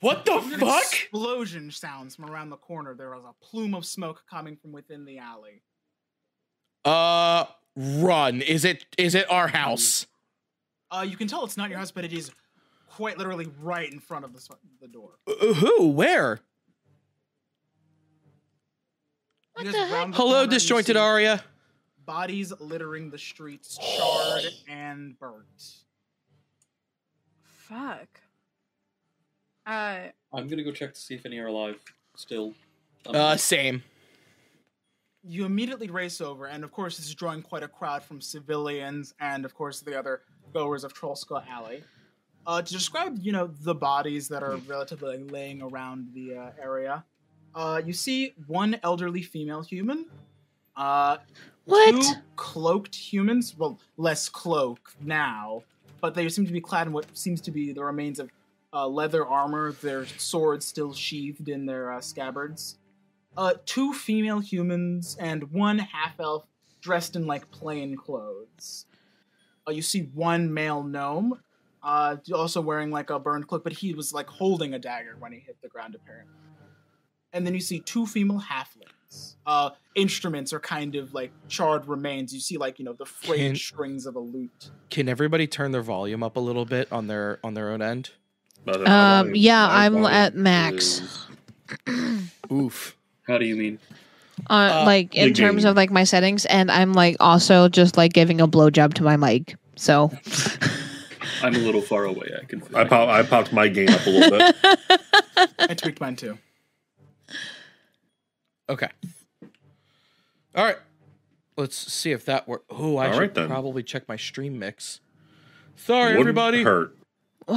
Speaker 2: What the
Speaker 1: An
Speaker 2: fuck?
Speaker 1: explosion sounds from around the corner. There was a plume of smoke coming from within the alley.
Speaker 2: Uh, run. Is it is it our house?
Speaker 1: Uh, you can tell it's not your house, but it is quite literally right in front of the, s- the door.
Speaker 2: Uh, who? Where?
Speaker 1: You
Speaker 5: What
Speaker 1: guys
Speaker 5: the heck?
Speaker 1: round the corner
Speaker 2: Hello,
Speaker 1: and you
Speaker 2: disjointed
Speaker 1: see
Speaker 2: Aria.
Speaker 1: Bodies littering the
Speaker 2: [sighs]
Speaker 1: streets, charred and burnt.
Speaker 4: Fuck. Uh,
Speaker 3: I'm gonna go check to see if any are alive still. Um,
Speaker 2: Uh, same.
Speaker 1: You immediately race over, and of course, this is drawing quite a crowd from civilians and, of course, the other goers of Troll Skull Alley. Uh, to describe, you know, the bodies that are relatively like, laying around the uh, area, uh, you see one elderly female human, uh, two
Speaker 5: What?
Speaker 1: cloaked humans. Well, less cloak now, but they seem to be clad in what seems to be the remains of uh, leather armor. Their swords still sheathed in their uh, scabbards. Uh, two female humans and one half elf dressed in like plain clothes. Uh, you see one male gnome, uh, also wearing like a burned cloak, but he was like holding a dagger when he hit the ground apparently. And then you see two female halflings. Uh, instruments are kind of like charred remains. You see, like you know, the frayed
Speaker 2: Can-
Speaker 1: strings of a lute.
Speaker 2: Can everybody turn their volume up a little bit on their on their own end?
Speaker 6: Mother, my
Speaker 5: Um,
Speaker 6: volume-
Speaker 5: yeah,
Speaker 6: my
Speaker 5: I'm
Speaker 6: volume
Speaker 5: at max.
Speaker 6: is-
Speaker 2: Oof.
Speaker 3: How do you mean?
Speaker 5: Uh,
Speaker 2: Uh,
Speaker 5: like in
Speaker 6: you
Speaker 5: terms
Speaker 6: do.
Speaker 5: of like my settings, and I'm like also just like giving a blowjob to my mic. So
Speaker 3: I'm a little far away. I can.
Speaker 6: I, pop, I popped my game up a little bit.
Speaker 1: I tweaked mine too.
Speaker 2: Okay. All right. Let's see if that worked. Oh, I
Speaker 6: All
Speaker 2: should
Speaker 6: right, then.
Speaker 2: probably check my stream mix. [laughs] Sorry,
Speaker 6: Wouldn't
Speaker 2: everybody.
Speaker 6: Hurt.
Speaker 5: [sighs]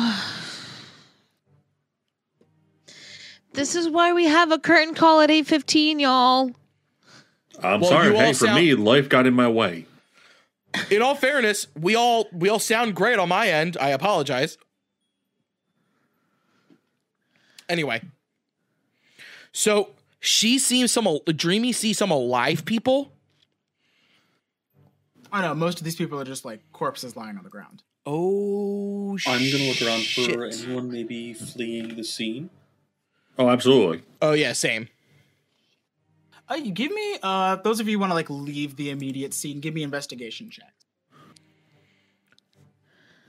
Speaker 5: this is why we have a curtain call at eight fifteen, y'all.
Speaker 6: I'm
Speaker 2: Well,
Speaker 6: sorry.
Speaker 2: you all
Speaker 6: Hey, for
Speaker 2: sound-
Speaker 6: me, life got in my way.
Speaker 2: In all fairness, we all we all sound great on my end. I apologize. Anyway, so she sees some al- dreamy sees some alive people.
Speaker 1: I know most of these people are just like corpses lying on the ground.
Speaker 2: Oh, shit.
Speaker 3: I'm gonna look around for anyone maybe fleeing the scene.
Speaker 6: Oh, absolutely.
Speaker 2: Oh yeah, same.
Speaker 1: Uh, you give me uh, those of you who want to like leave the immediate scene. Give me investigation check.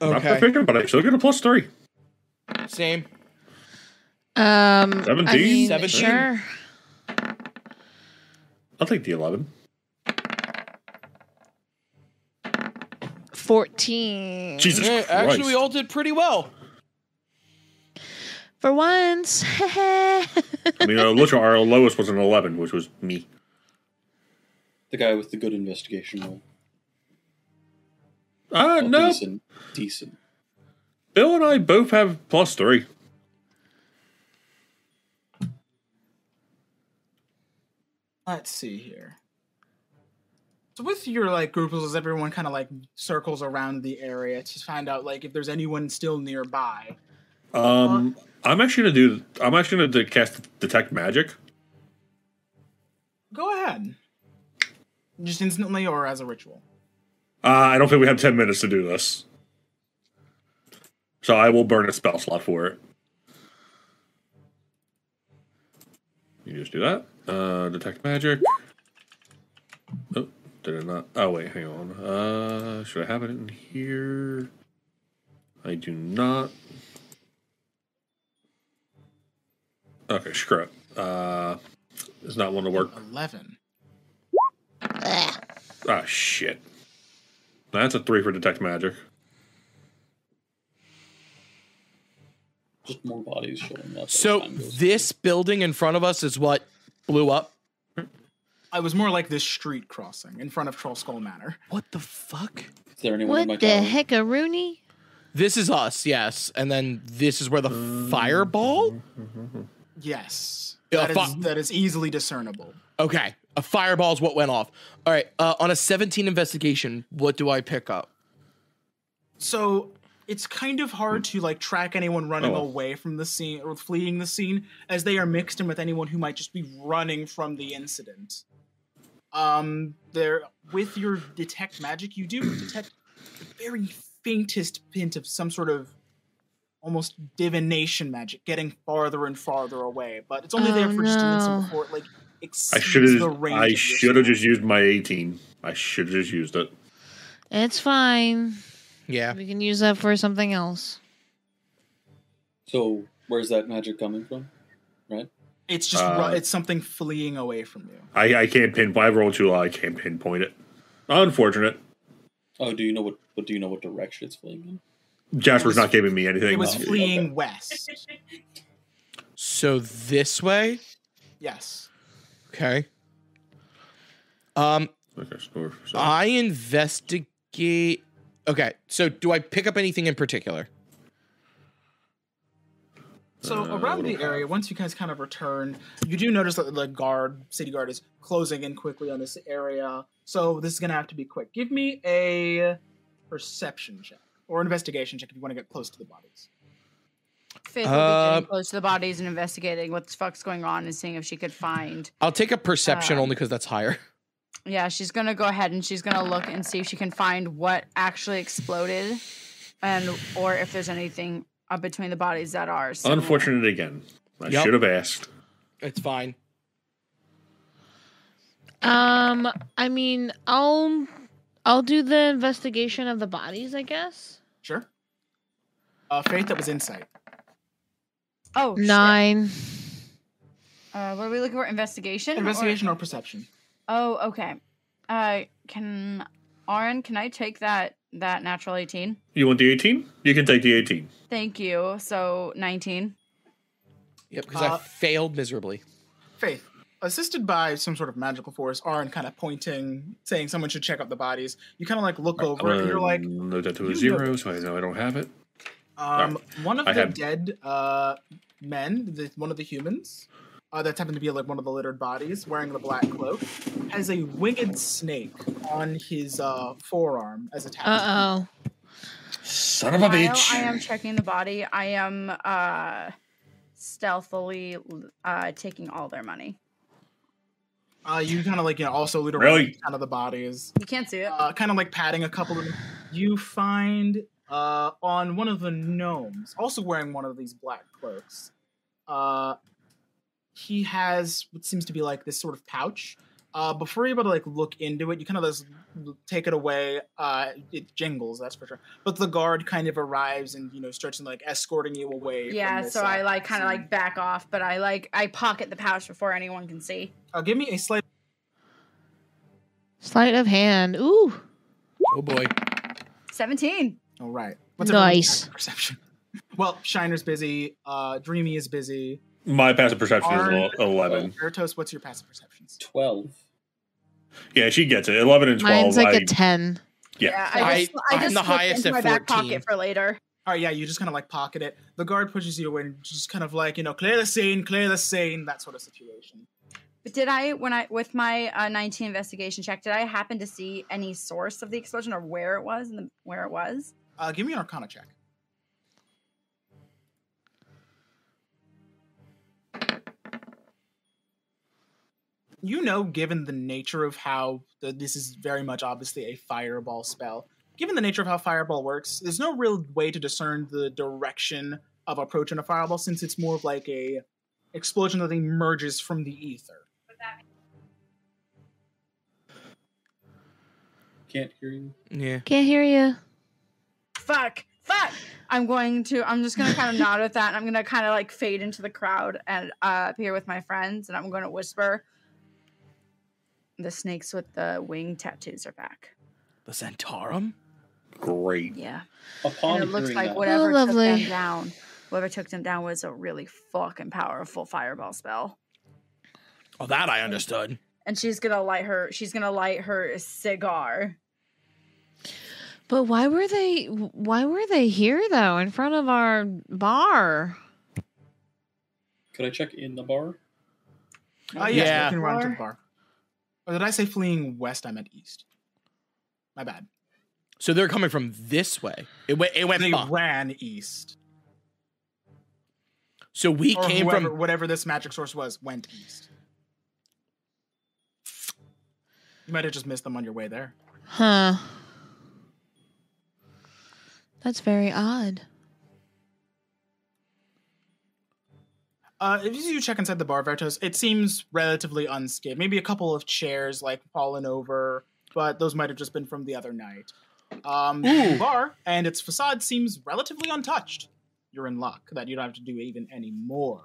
Speaker 6: Not
Speaker 2: Okay.
Speaker 6: perfect, but I still get a plus three.
Speaker 2: Same.
Speaker 5: Um, I
Speaker 6: Seventeen?
Speaker 5: mean,
Speaker 2: Seventeen.
Speaker 5: sure.
Speaker 6: I'll take the eleven.
Speaker 5: 14.
Speaker 6: Jesus
Speaker 2: Yeah,
Speaker 6: Christ!
Speaker 2: Eh, actually, we all did pretty well.
Speaker 5: For once. [laughs]
Speaker 6: I mean, uh, literally, our lowest was an eleven, which was me.
Speaker 3: The guy with the good investigation roll.
Speaker 6: Uh,
Speaker 3: Well,
Speaker 6: no,
Speaker 3: Decent. Decent.
Speaker 6: Bill and I both have plus three.
Speaker 1: Let's see here. So with your like groups, everyone kind of like circles around the area to find out like if there's anyone still nearby.
Speaker 6: Um, I'm actually gonna do. I'm actually gonna cast detect magic.
Speaker 1: Go ahead. Just instantly or as a ritual.
Speaker 6: Uh, I don't think we have ten minutes to do this, so I will burn a spell slot for it. You just do that. Uh, detect magic. Oh, did it not? Oh wait, hang on. Uh, should I have it in here? I do not. Okay, screw it. Uh, it's not one to work.
Speaker 1: Eleven.
Speaker 6: Ah, shit. That's a three for detect magic.
Speaker 3: Just more bodies showing up. as
Speaker 2: So
Speaker 3: time goes.
Speaker 2: this building in front of us is what blew up.
Speaker 1: I was more like this street crossing in front of Troll Skull Manor.
Speaker 2: What the fuck?
Speaker 3: Is there anyone in my
Speaker 5: what the
Speaker 3: gallery?
Speaker 5: heck, a Rooney?
Speaker 2: This is us, yes. And then this is where
Speaker 3: Um,
Speaker 2: the fireball?
Speaker 1: Yes.
Speaker 2: Yeah,
Speaker 1: That is,
Speaker 2: fuck.
Speaker 1: that is easily discernible.
Speaker 2: Okay. A fireball's what went off. All right. Uh, on a 17 investigation, what do I pick up?
Speaker 1: So it's kind of hard to like track anyone running
Speaker 6: Oh.
Speaker 1: away from the scene or fleeing the scene as they are mixed in with anyone who might just be running from the incident. Um there with your detect magic you do detect the very faintest hint of some sort of almost divination magic getting farther and farther away, but it's only there
Speaker 5: Oh,
Speaker 1: for just an
Speaker 5: no.
Speaker 1: instant before it like
Speaker 6: I
Speaker 1: exceeds
Speaker 6: should
Speaker 1: the
Speaker 6: have.
Speaker 1: range.
Speaker 6: I
Speaker 1: of your
Speaker 6: should have
Speaker 1: spell.
Speaker 6: just used my eighteen. I should have just used it.
Speaker 5: It's fine.
Speaker 2: Yeah.
Speaker 5: We can use that for something else.
Speaker 3: So, where's that magic coming from?
Speaker 1: it's just
Speaker 6: uh,
Speaker 1: ru- it's something fleeing away from you.
Speaker 6: I, I can't pinpoint. I've rolled too low. I can't pinpoint it. Unfortunate.
Speaker 3: Oh, do you know what? What do you know what direction it's fleeing in?
Speaker 6: Jasper's not giving me anything.
Speaker 1: It was
Speaker 3: Oh, okay.
Speaker 1: fleeing
Speaker 5: [laughs]
Speaker 1: west.
Speaker 2: So this way?
Speaker 1: Yes.
Speaker 2: Okay. Um,
Speaker 6: Okay, snore, so-
Speaker 1: Uh,
Speaker 2: I investigate. Okay. So do I pick up anything in particular?
Speaker 1: So
Speaker 6: Uh,
Speaker 1: around
Speaker 6: what
Speaker 1: the
Speaker 6: do we have?
Speaker 1: area, once you guys kind of return, you do notice that the guard, city guard, is closing in quickly on this area. So this is gonna have to be quick. Give me a perception check or investigation check if you want to get close to the bodies.
Speaker 4: Faith will be
Speaker 2: Uh,
Speaker 4: getting close to the bodies and investigating what the fuck's going on and seeing if she could find.
Speaker 2: I'll take a perception
Speaker 4: Um,
Speaker 2: only because that's higher. [laughs]
Speaker 4: Yeah, she's gonna go ahead and she's gonna look and see if she can find what actually exploded, and or if there's anything uh, between the bodies that are. similar.
Speaker 6: Unfortunate again. I
Speaker 2: Yep.
Speaker 6: should have asked.
Speaker 2: It's fine.
Speaker 5: Um, I mean, I'll I'll do the investigation of the bodies, I guess.
Speaker 1: Sure. Uh, Faith, that was insight.
Speaker 4: Oh, shit.
Speaker 5: Nine.
Speaker 4: Uh, what are we looking for? Investigation. or-
Speaker 1: Investigation or perception.
Speaker 4: oh, okay. Uh, can Aaron? Can I take that that natural eighteen?
Speaker 6: You want the eighteen? You can take the eighteen.
Speaker 4: Thank you. So nineteen.
Speaker 2: Yep, because I
Speaker 1: Uh,
Speaker 2: failed miserably.
Speaker 1: Faith, assisted by some sort of magical force, Arn kind of pointing, saying someone should check out the bodies. You kind of like look over and you're like,
Speaker 6: no, that to
Speaker 1: you
Speaker 6: a
Speaker 1: know-
Speaker 6: zero, so I know I don't have it.
Speaker 1: Um, one of
Speaker 6: I
Speaker 1: the
Speaker 6: had-
Speaker 1: dead uh, men, the, one of the humans, uh, that's happened to be like one of the littered bodies, wearing the black cloak, has a winged snake on his uh, forearm as a tattoo.
Speaker 5: Uh oh.
Speaker 6: Son of
Speaker 4: While I am checking the body, I am uh stealthily uh taking all their money.
Speaker 1: Uh, you kind of like you know also loot around
Speaker 6: Really?
Speaker 1: kind of the bodies,
Speaker 4: You can't see it.
Speaker 1: uh, kind of like patting a couple of [sighs] them. You find uh, on one of the gnomes, also wearing one of these black cloaks. Uh, he has what seems to be like this sort of pouch Uh, before you're able to like look into it, you kind of just take it away. Uh, it jingles, that's for sure. But the guard kind of arrives and you know starts like escorting you away. from
Speaker 4: Yeah,
Speaker 1: this,
Speaker 4: so
Speaker 1: uh,
Speaker 4: I like kind of
Speaker 1: scene.
Speaker 4: like back off, but I like I pocket the pouch before anyone can see.
Speaker 1: Uh, give me a slight.
Speaker 5: Sleight of hand. Ooh,
Speaker 2: Oh boy.
Speaker 4: Seventeen.
Speaker 1: All right. everyone's
Speaker 5: nice.
Speaker 1: perception? [laughs] Well, Shiner's busy. Uh, Dreamy is busy.
Speaker 6: My passive perception
Speaker 1: Arn-
Speaker 6: is el- eleven.
Speaker 1: Oh, Ertos, what's your passive perceptions?
Speaker 3: 12.
Speaker 6: Yeah, she gets it. Eleven and twelve.
Speaker 5: Mine's like
Speaker 6: I-
Speaker 5: a ten.
Speaker 6: Yeah.
Speaker 4: I just,
Speaker 2: I-
Speaker 4: I,
Speaker 2: I'm
Speaker 4: just
Speaker 2: the
Speaker 4: slipped
Speaker 2: highest
Speaker 4: into
Speaker 2: at
Speaker 4: my back
Speaker 2: 14.
Speaker 4: pocket for later.
Speaker 1: All right, yeah, you just kind of like pocket it. The guard pushes you away and just kind of like you know clear the scene, clear the scene, that sort of situation.
Speaker 4: But did I when I with my uh, nineteen investigation check? Did I happen to see any source of the explosion or where it was and the, where it was?
Speaker 1: Uh, give me an Arcana check. You know, given the nature of how the, this is very much obviously a fireball spell, given the nature of how fireball works, there's no real way to discern the direction of approach in a fireball since it's more of like a explosion that emerges from the ether.
Speaker 3: Can't hear you.
Speaker 2: Yeah.
Speaker 5: Can't hear you.
Speaker 4: Fuck, fuck. I'm going to. I'm just gonna kind of nod at that, and I'm gonna kind of like fade into the crowd and uh, appear with my friends, and I'm going to whisper. The snakes with the wing tattoos are back.
Speaker 2: The Centaurum?
Speaker 6: great.
Speaker 4: Yeah.
Speaker 3: Upon
Speaker 4: and it looks
Speaker 3: hearing
Speaker 4: like
Speaker 3: that,
Speaker 4: whatever took
Speaker 5: lovely.
Speaker 4: them down, whatever took them down was a really fucking powerful fireball spell.
Speaker 2: Oh, that I understood.
Speaker 4: And she's gonna light her. She's gonna light her cigar.
Speaker 5: But why were they? Why were they here though? In front of our bar.
Speaker 3: could I check in the bar?
Speaker 1: Oh, uh, yes,
Speaker 2: Yeah.
Speaker 1: you can run to the
Speaker 4: Or-
Speaker 1: bar. Or did I say fleeing west? I meant east. My bad.
Speaker 2: So they're coming from this way. It went. It went.
Speaker 1: They
Speaker 2: up.
Speaker 1: ran east.
Speaker 2: So we
Speaker 1: or
Speaker 2: came
Speaker 1: whoever,
Speaker 2: from.
Speaker 1: whatever this magic source was went east. You might have just missed them on your way there.
Speaker 5: Huh. That's very odd.
Speaker 1: Uh, if you check inside the bar, Vertos, it seems relatively unscathed. Maybe a couple of chairs like fallen over, but those might have just been from the other night. Um, the bar and its facade seems relatively untouched. You're in luck that you don't have to do even any more.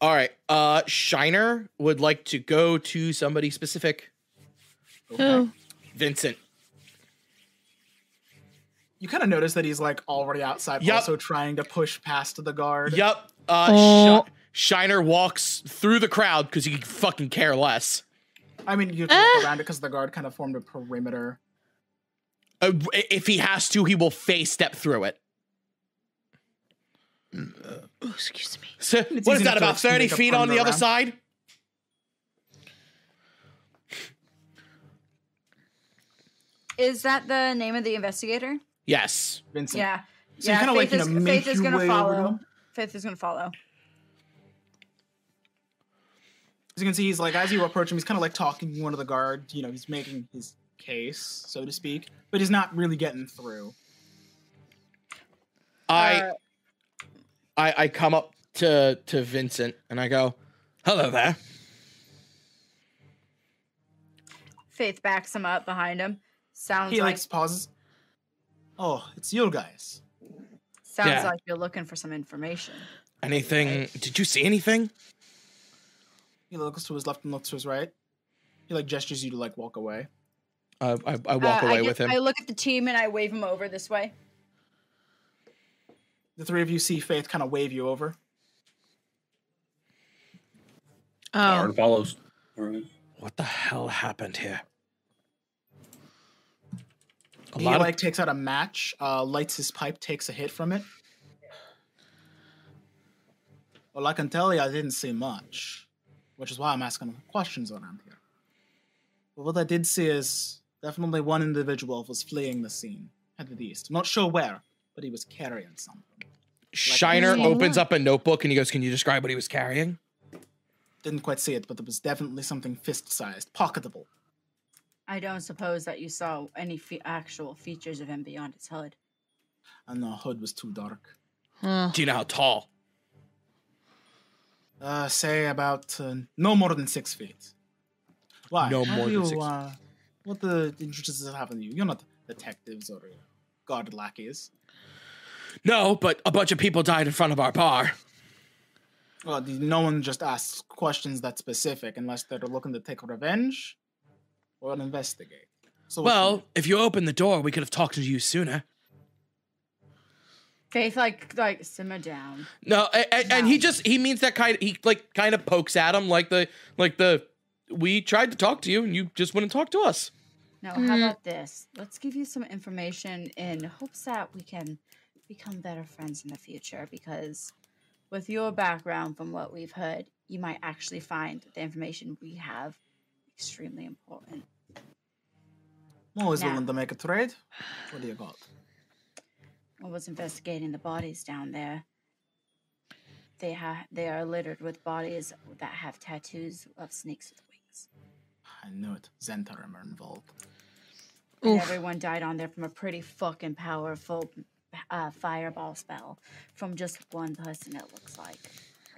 Speaker 2: All right. Uh, Shiner would like to go to somebody specific.
Speaker 5: Who?
Speaker 2: Vincent.
Speaker 1: You kind of notice that he's like already outside,
Speaker 2: Yup.
Speaker 1: also trying to push past the guard.
Speaker 2: Yep. Uh,
Speaker 5: Oh.
Speaker 2: Shi- Shiner walks through the crowd because he could fucking care less.
Speaker 1: I mean, you can walk
Speaker 5: Ah.
Speaker 1: around it because the guard kind of formed a perimeter.
Speaker 2: Uh, i- if he has to, he will face step through it. [laughs]
Speaker 5: Oh, excuse me.
Speaker 2: So,
Speaker 1: It's
Speaker 2: what is
Speaker 1: easy
Speaker 2: that?
Speaker 1: enough to
Speaker 2: About
Speaker 1: just
Speaker 2: thirty
Speaker 1: make a
Speaker 2: feet on the
Speaker 1: perimeter
Speaker 2: other
Speaker 1: around.
Speaker 2: side.
Speaker 4: Is that the name of the investigator?
Speaker 2: Yes.
Speaker 1: Vincent,
Speaker 4: Yeah.
Speaker 1: So you
Speaker 4: yeah.
Speaker 1: kinda, like,
Speaker 4: Faith
Speaker 1: you
Speaker 4: is,
Speaker 1: know, make
Speaker 4: Faith is
Speaker 1: your
Speaker 4: gonna
Speaker 1: way over to
Speaker 4: follow.
Speaker 1: him.
Speaker 4: Faith is gonna follow.
Speaker 1: As you can see, he's like as you approach him, he's kind of like talking to one of the guards. You know, he's making his case, so to speak, but he's not really getting through.
Speaker 2: I,
Speaker 4: Uh,
Speaker 2: I I come up to to Vincent and I go, "Hello there."
Speaker 4: Faith backs him up behind him. Sounds
Speaker 1: He
Speaker 4: like
Speaker 1: like pauses. Oh, it's you guys.
Speaker 4: sounds
Speaker 2: Yeah.
Speaker 4: like you're looking for some information.
Speaker 2: Anything? Did you see anything?
Speaker 1: He looks to his left and looks to his right. He like gestures you to like walk away.
Speaker 2: Uh, I I walk
Speaker 4: Uh, I
Speaker 2: away
Speaker 4: get-
Speaker 2: with him.
Speaker 4: I look at the team and I wave him over this way.
Speaker 1: The three of you see Faith kind of wave you over.
Speaker 5: Oh,
Speaker 6: Arn follows.
Speaker 3: Alright.
Speaker 2: What the hell happened here? A
Speaker 1: he
Speaker 2: lot
Speaker 1: like
Speaker 2: of
Speaker 1: takes out a match, uh, lights his pipe, takes a hit from it. Well, I can tell you, I didn't see much, which is why I'm asking questions around here. But what I did see is definitely one individual was fleeing the scene, headed east. I'm not sure where, but he was carrying something.
Speaker 2: Shiner
Speaker 5: Mm.
Speaker 2: opens up a notebook and he goes, "Can you describe what he was carrying?"
Speaker 1: Didn't quite see it, but there was definitely something fist-sized, pocketable.
Speaker 4: I don't suppose that you saw any fe- actual features of him beyond his hood.
Speaker 1: And the hood was too dark.
Speaker 5: huh.
Speaker 2: Do you know how tall?
Speaker 1: Uh, say about uh, no more than six feet. Why?
Speaker 2: No
Speaker 1: Why
Speaker 2: more
Speaker 1: do
Speaker 2: than
Speaker 1: you,
Speaker 2: six.
Speaker 1: Uh, what the interests does that have in you? You're not detectives or guard lackeys.
Speaker 2: No, but a bunch of people died in front of our bar.
Speaker 1: Well, the- no one just asks questions that specific unless they're looking to take revenge or investigate. So what's
Speaker 2: Well, if you opened the door, we could have talked to you sooner.
Speaker 4: Faith, like, like simmer down.
Speaker 2: No, and, and, and he just he means that kind. He like kind of pokes at him, like the like the we tried to talk to you and you just wouldn't talk to us.
Speaker 4: No, how about this? Let's give you some information in hopes that we can become better friends in the future because with your background from what we've heard, you might actually find the information we have extremely important.
Speaker 1: I'm always
Speaker 4: Nah.
Speaker 1: willing to make a trade. What do you got?
Speaker 4: I was investigating the bodies down there. They ha- they are littered with bodies that have tattoos of snakes with wings.
Speaker 1: I knew it. Zentarim are involved.
Speaker 4: And
Speaker 5: Oof.
Speaker 4: everyone died on there from a pretty fucking powerful uh, fireball spell from just one person. It looks like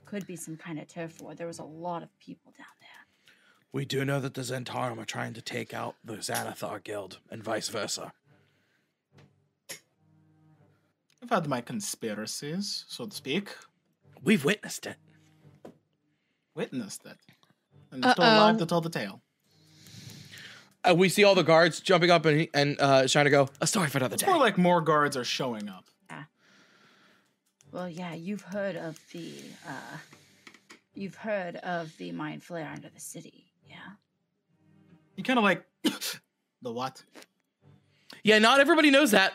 Speaker 4: could be some kind of turf war. There was a lot of people down there.
Speaker 2: We do know that the Zentarum are trying to take out the Xanathar Guild and vice versa.
Speaker 1: I've had my conspiracies, so to speak.
Speaker 2: We've witnessed it.
Speaker 1: Witnessed it. And still alive to tell the tale.
Speaker 2: Uh, we see all the guards jumping up and he- and uh, trying to go a story for another
Speaker 1: It's
Speaker 2: day.
Speaker 1: more like more guards are showing up.
Speaker 4: Well, yeah, you've heard of the uh, you've heard of the mind flare under the city, yeah.
Speaker 1: You kind of like, [coughs] the what?
Speaker 2: yeah, not everybody knows that.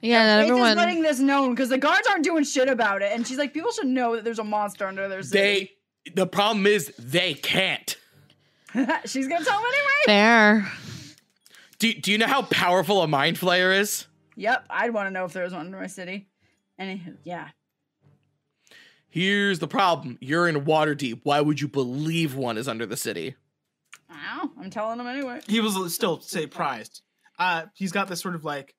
Speaker 5: Yeah, not
Speaker 4: Faith
Speaker 5: everyone.
Speaker 4: is letting this known because the guards aren't doing shit about it, and she's like, people should know that there's a monster under their city.
Speaker 2: They the problem is they can't.
Speaker 4: [laughs] she's gonna tell them anyway.
Speaker 5: Fair.
Speaker 2: Do, do you know how powerful a mind flayer is?
Speaker 4: Yep, I'd want to know if there was one under my city. Anywho, yeah,
Speaker 2: Here's the problem. You're in water deep. Why would you believe one is under the city?
Speaker 4: wow, I'm telling them anyway.
Speaker 1: he was still surprised. Uh, he's got this sort of like,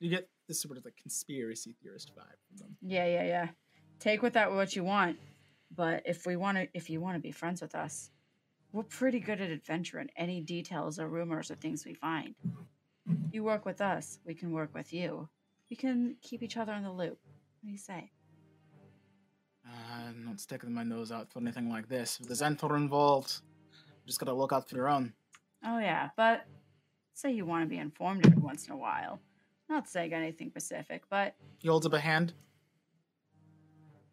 Speaker 1: you get this sort of like conspiracy theorist vibe from them.
Speaker 4: Yeah, yeah, yeah. Take with that what you want, but if we want to, if you want to be friends with us, we're pretty good at adventuring. Any details or rumors or things we find, you work with us, we can work with you. We can keep each other in the loop. What do you say?
Speaker 1: Uh, I'm not sticking my nose out for anything like this. If there's Zentor involved, you just gotta look out for your own.
Speaker 4: Oh yeah, but say you want to be informed every once in a while. Not saying anything specific, but
Speaker 1: He holds up a hand.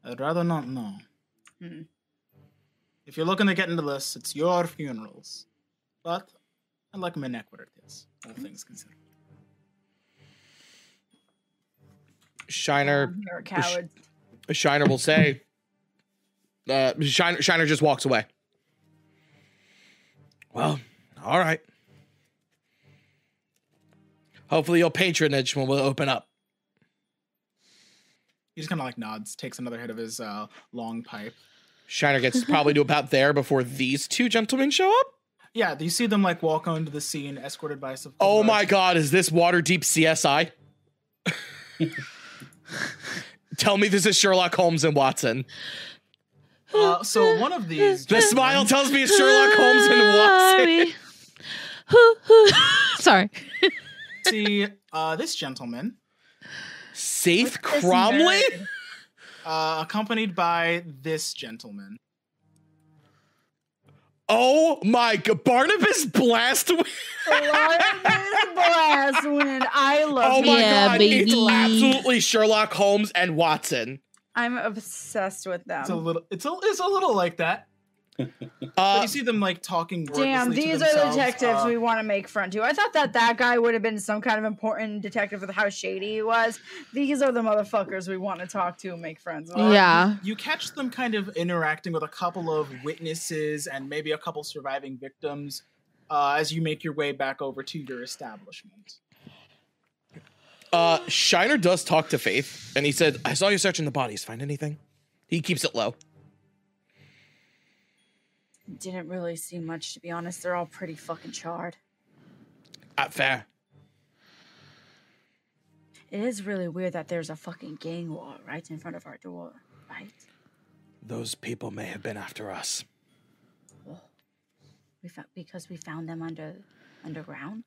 Speaker 1: I'd rather not know.
Speaker 4: Hmm.
Speaker 1: If you're looking to get into this, it's your funerals. But I like my neck where it is, all things considered.
Speaker 2: Shiner
Speaker 4: you're a coward.
Speaker 2: Shiner will say. Uh, Shiner, Shiner just walks away. Well, all right. Hopefully, your patronage will will open up.
Speaker 1: He just kind of like nods, takes another hit of his uh, long pipe.
Speaker 2: Shiner gets probably to about there before these two gentlemen show up.
Speaker 1: Yeah, you see them like walk onto the scene, escorted by some.
Speaker 2: Oh my God, is this water deep CSI? Tell me this is Sherlock Holmes and Watson.
Speaker 1: Uh,
Speaker 5: [laughs]
Speaker 1: so one
Speaker 4: [laughs]
Speaker 1: of these.
Speaker 2: The smile tells me it's Sherlock Holmes and Watson.
Speaker 5: Sorry. Hoo, hoo. [laughs] Sorry.
Speaker 1: See, uh, this gentleman,
Speaker 2: Safe Cromley?
Speaker 1: uh, accompanied by this gentleman.
Speaker 2: Oh my God, Barnabas Blastwind.
Speaker 4: blast wind.
Speaker 2: [laughs]
Speaker 4: I
Speaker 2: Oh
Speaker 4: love.
Speaker 2: my
Speaker 5: Yeah,
Speaker 2: god,
Speaker 5: baby.
Speaker 2: it's absolutely Sherlock Holmes and Watson.
Speaker 4: I'm obsessed with them.
Speaker 1: It's a little. It's a. It's a little like that. But
Speaker 2: Uh,
Speaker 1: you see them like talking.
Speaker 4: Damn,
Speaker 1: wordlessly to
Speaker 4: these are the
Speaker 1: themselves,
Speaker 4: detectives
Speaker 1: uh,
Speaker 4: we want to make friends to. I thought that that guy would have been some kind of important detective with how shady he was. These are the motherfuckers we want to talk to and make friends with.
Speaker 5: Yeah.
Speaker 1: you catch them kind of interacting with a couple of witnesses and maybe a couple surviving victims uh, as you make your way back over to your establishment.
Speaker 2: uh, Shiner does talk to Faith, and he said, I saw you searching the bodies. Find anything? He keeps it low.
Speaker 4: Didn't really see much, to be honest. They're all pretty fucking charred.
Speaker 2: Uh, fair.
Speaker 4: It is really weird that there's a fucking gang war right in front of our door, right?
Speaker 2: Those people may have been after us.
Speaker 4: We found because we found them under underground.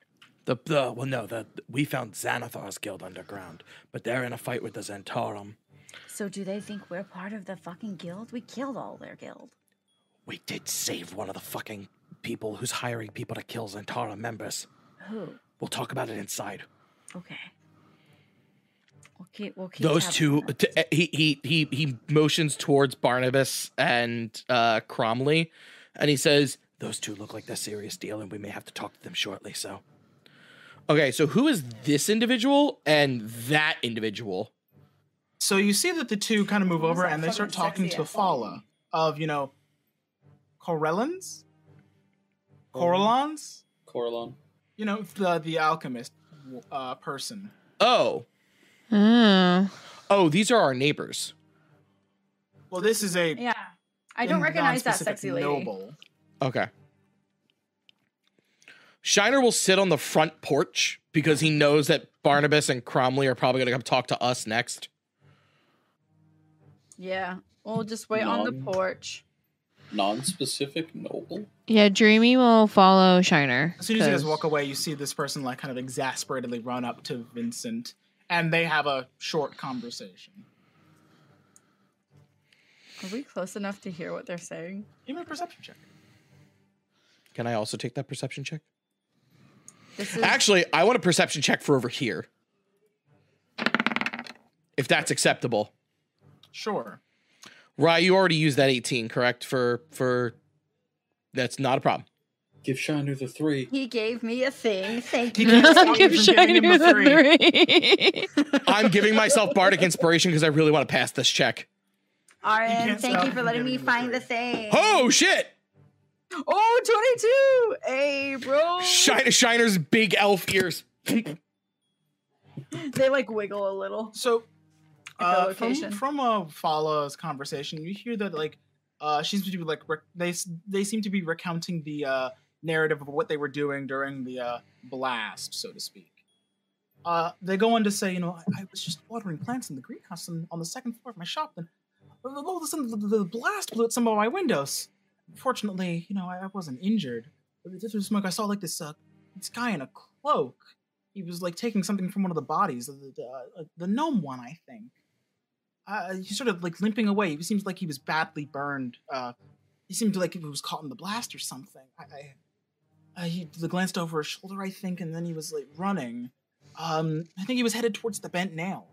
Speaker 2: The, the well, no, the we found Xanathar's guild underground, but they're in a fight with the Zentarum.
Speaker 4: So do they think we're part of the fucking guild? We killed all their guild.
Speaker 2: We did save one of the fucking people who's hiring people to kill Zentara members.
Speaker 4: Who?
Speaker 2: We'll talk about it inside.
Speaker 4: Okay. We'll keep. We'll keep
Speaker 2: Those
Speaker 4: tabs
Speaker 2: two,
Speaker 4: on that.
Speaker 2: t- eh, he he he he motions towards Barnabas and uh, Cromley, and he says, "Those two look like they're serious deal, and we may have to talk to them shortly." So, okay, so who is this individual and that individual?
Speaker 1: So you see that the two kind of move
Speaker 4: Who's
Speaker 1: over
Speaker 4: that
Speaker 1: and they start
Speaker 4: fucking
Speaker 1: talking
Speaker 4: sexy
Speaker 1: to
Speaker 4: ass?
Speaker 1: Fala of, you know, Corellans? Corellans?
Speaker 3: Coralon.
Speaker 1: You know, the the alchemist uh, person.
Speaker 2: Oh,
Speaker 5: Oh.
Speaker 2: oh, these are our neighbors.
Speaker 1: Well, this is a
Speaker 4: Yeah. I don't recognize that sexy lady.
Speaker 1: Noble.
Speaker 2: Okay. Shiner will sit on the front porch because he knows that Barnabas and Cromley are probably going to come talk to us next.
Speaker 4: Yeah. We'll just wait on the
Speaker 3: Nom.
Speaker 4: porch.
Speaker 3: Non-specific noble.
Speaker 5: Yeah, Dreamy will follow Shiner.
Speaker 1: As soon as you guys
Speaker 5: 'cause- [laughs]
Speaker 1: walk away, you see this person like kind of exasperatedly run up to Vincent, and they have a short conversation.
Speaker 4: Are we close enough to hear what they're saying?
Speaker 1: Give me a perception check.
Speaker 2: Can I also take that perception check?
Speaker 4: This is
Speaker 2: Actually, I want a perception check for over here. If that's acceptable.
Speaker 1: Sure.
Speaker 2: Rye, you already used that 18, correct? For for that's not a problem.
Speaker 3: Give Shiner the three.
Speaker 4: he gave me a [laughs] thing. Thank
Speaker 1: He
Speaker 4: you.
Speaker 1: can't stop you
Speaker 5: Give
Speaker 1: from giving him
Speaker 5: Shiner
Speaker 1: a
Speaker 5: the
Speaker 1: three.
Speaker 5: three. [laughs]
Speaker 2: I'm giving myself bardic inspiration because I really want to pass this check.
Speaker 4: Aaron,
Speaker 1: can't
Speaker 4: thank
Speaker 1: stop
Speaker 4: you
Speaker 1: him
Speaker 4: for
Speaker 1: from
Speaker 4: letting
Speaker 1: giving
Speaker 4: me
Speaker 1: him a
Speaker 4: find the
Speaker 1: three.
Speaker 4: thing.
Speaker 2: Oh shit!
Speaker 4: Oh, 22! Hey, bro.
Speaker 2: Shiner, Shiner's big elf ears.
Speaker 4: They like wiggle a little.
Speaker 1: So, uh, from
Speaker 4: Echolocation.
Speaker 1: from uh, Fala's conversation, you hear that like uh, she seems to be like rec- they s- they seem to be recounting the uh, narrative of what they were doing during the uh, blast, so to speak. Uh, they go on to say, you know, I, I was just watering plants in the greenhouse on, on the second floor of my shop, and all of a sudden the, the- the blast blew at some of my windows. Fortunately, you know, I, I wasn't injured. But through the smoke, I saw like this uh, this guy in a cloak he was like taking something from one of the bodies, the, the, uh, the gnome one, I think. Uh, he's sort of like limping away. He seems like he was badly burned. Uh, he seemed like he was caught in the blast or something. I, I, uh, he glanced over his shoulder, I think, and then he was like running. Um, I think he was headed towards the bent nail.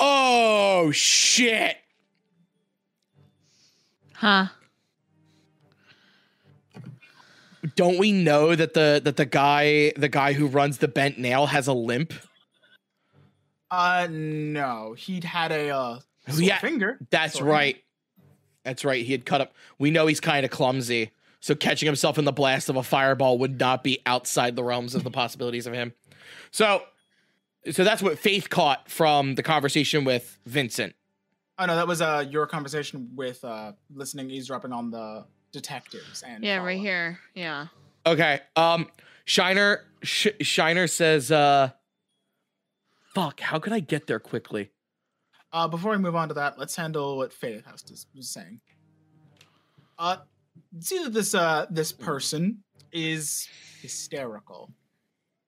Speaker 2: Oh shit.
Speaker 5: huh.
Speaker 2: Don't we know that the that the guy the guy who runs the bent nail has a limp?
Speaker 1: Uh, no, he'd had a uh, sore
Speaker 2: Yeah,
Speaker 1: finger.
Speaker 2: That's
Speaker 1: Sore
Speaker 2: right. That's right. He had cut up. We know he's kind of clumsy, so catching himself in the blast of a fireball would not be outside the realms of the possibilities of him. So, so that's what Faith caught from the conversation with Vincent.
Speaker 1: Oh no, that was uh your conversation with uh listening eavesdropping on the detectives and
Speaker 5: Yeah, right
Speaker 1: Fala.
Speaker 5: here. Yeah.
Speaker 2: Okay. Um, Shiner Sh- Shiner says, uh, "Fuck, how could I get there quickly?"
Speaker 1: Uh, before we move on to that, let's handle what Faith has to was saying. Uh, see that this uh this person is hysterical.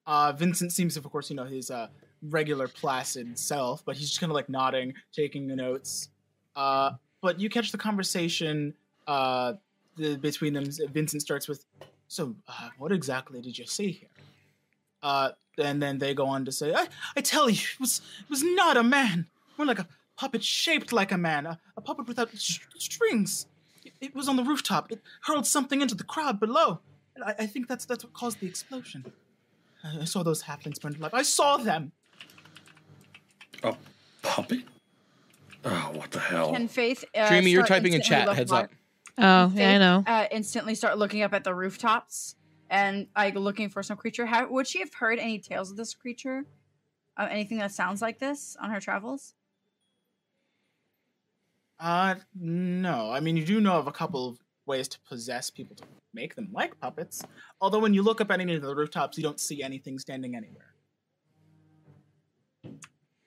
Speaker 1: Uh, Vincent seems, of course, you know his uh regular placid self, but he's just kind of like nodding, taking the notes. Uh, but you catch the conversation uh the, between them. Vincent starts with, "So, uh, what exactly did you see here?" Uh, and then they go on to say, "I, I tell you, it was it was not a man." more like a puppet shaped like a man, a, a puppet without st- strings. It, it was on the rooftop. It hurled something into the crowd below. And I, I think that's that's what caused the explosion. I, I saw those halflings burned alive. I saw them.
Speaker 6: A puppet? Oh, what the hell?
Speaker 4: Can Faith. Uh,
Speaker 2: Dreamy, you're
Speaker 4: start
Speaker 2: typing in
Speaker 4: instantly
Speaker 2: chat.
Speaker 4: look-
Speaker 2: Heads up.
Speaker 5: Oh,
Speaker 4: Faith,
Speaker 5: yeah, I know.
Speaker 4: Uh, instantly start looking up at the rooftops and like looking for some creature. How, would she have heard any tales of this creature? Uh, anything that sounds like this on her travels?
Speaker 1: Uh, no. I mean, you do know of a couple of ways to possess people to make them like puppets. Although, when you look up at any of the rooftops, you don't see anything standing anywhere.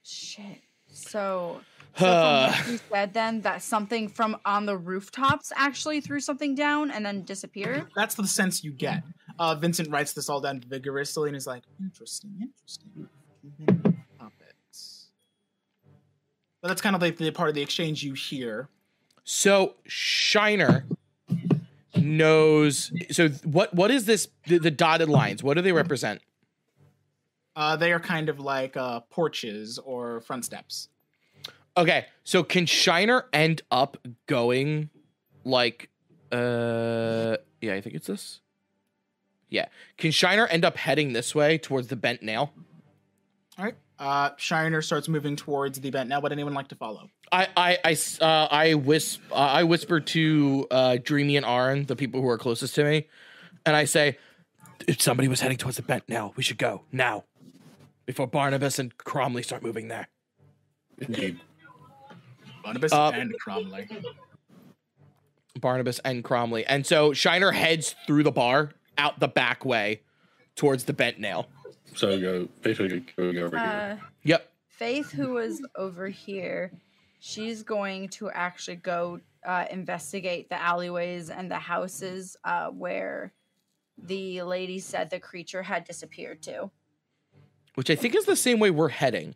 Speaker 4: Shit. So So
Speaker 2: [sighs]
Speaker 4: from what you said then that something from on the rooftops actually threw something down and then disappeared.
Speaker 1: That's the sense you get. Uh, Vincent writes this all down vigorously and is like, interesting, interesting. Mm-hmm. Puppets. But that's kind of like the part of the exchange you hear.
Speaker 2: So Shiner knows. So what what is this? The, the dotted lines. What do they represent?
Speaker 1: Uh, they are kind of like uh, porches or front steps.
Speaker 2: Okay, so can Shiner end up going like uh yeah, I think it's this. Yeah. Can Shiner end up heading this way towards the bent nail?
Speaker 1: All right. Uh, Shiner starts moving towards the event. Now, would anyone like to follow?
Speaker 2: I I I s- uh, I whisp uh, I whisper to uh Dreamy and Aaron, the people who are closest to me, and I say if somebody was heading towards the bent nail, we should go now before Barnabas and Cromley start moving there.
Speaker 6: Indeed.
Speaker 1: Barnabas
Speaker 2: Uh,
Speaker 1: and Cromley.
Speaker 2: Barnabas and Cromley. And so Shiner heads through the bar out the back way towards the bent nail.
Speaker 6: So go basically go, go over
Speaker 4: Uh,
Speaker 2: Yep.
Speaker 4: Faith, who was over here, she's going to actually go uh, investigate the alleyways and the houses uh, where the lady said the creature had disappeared to.
Speaker 2: Which I think is the same way we're heading.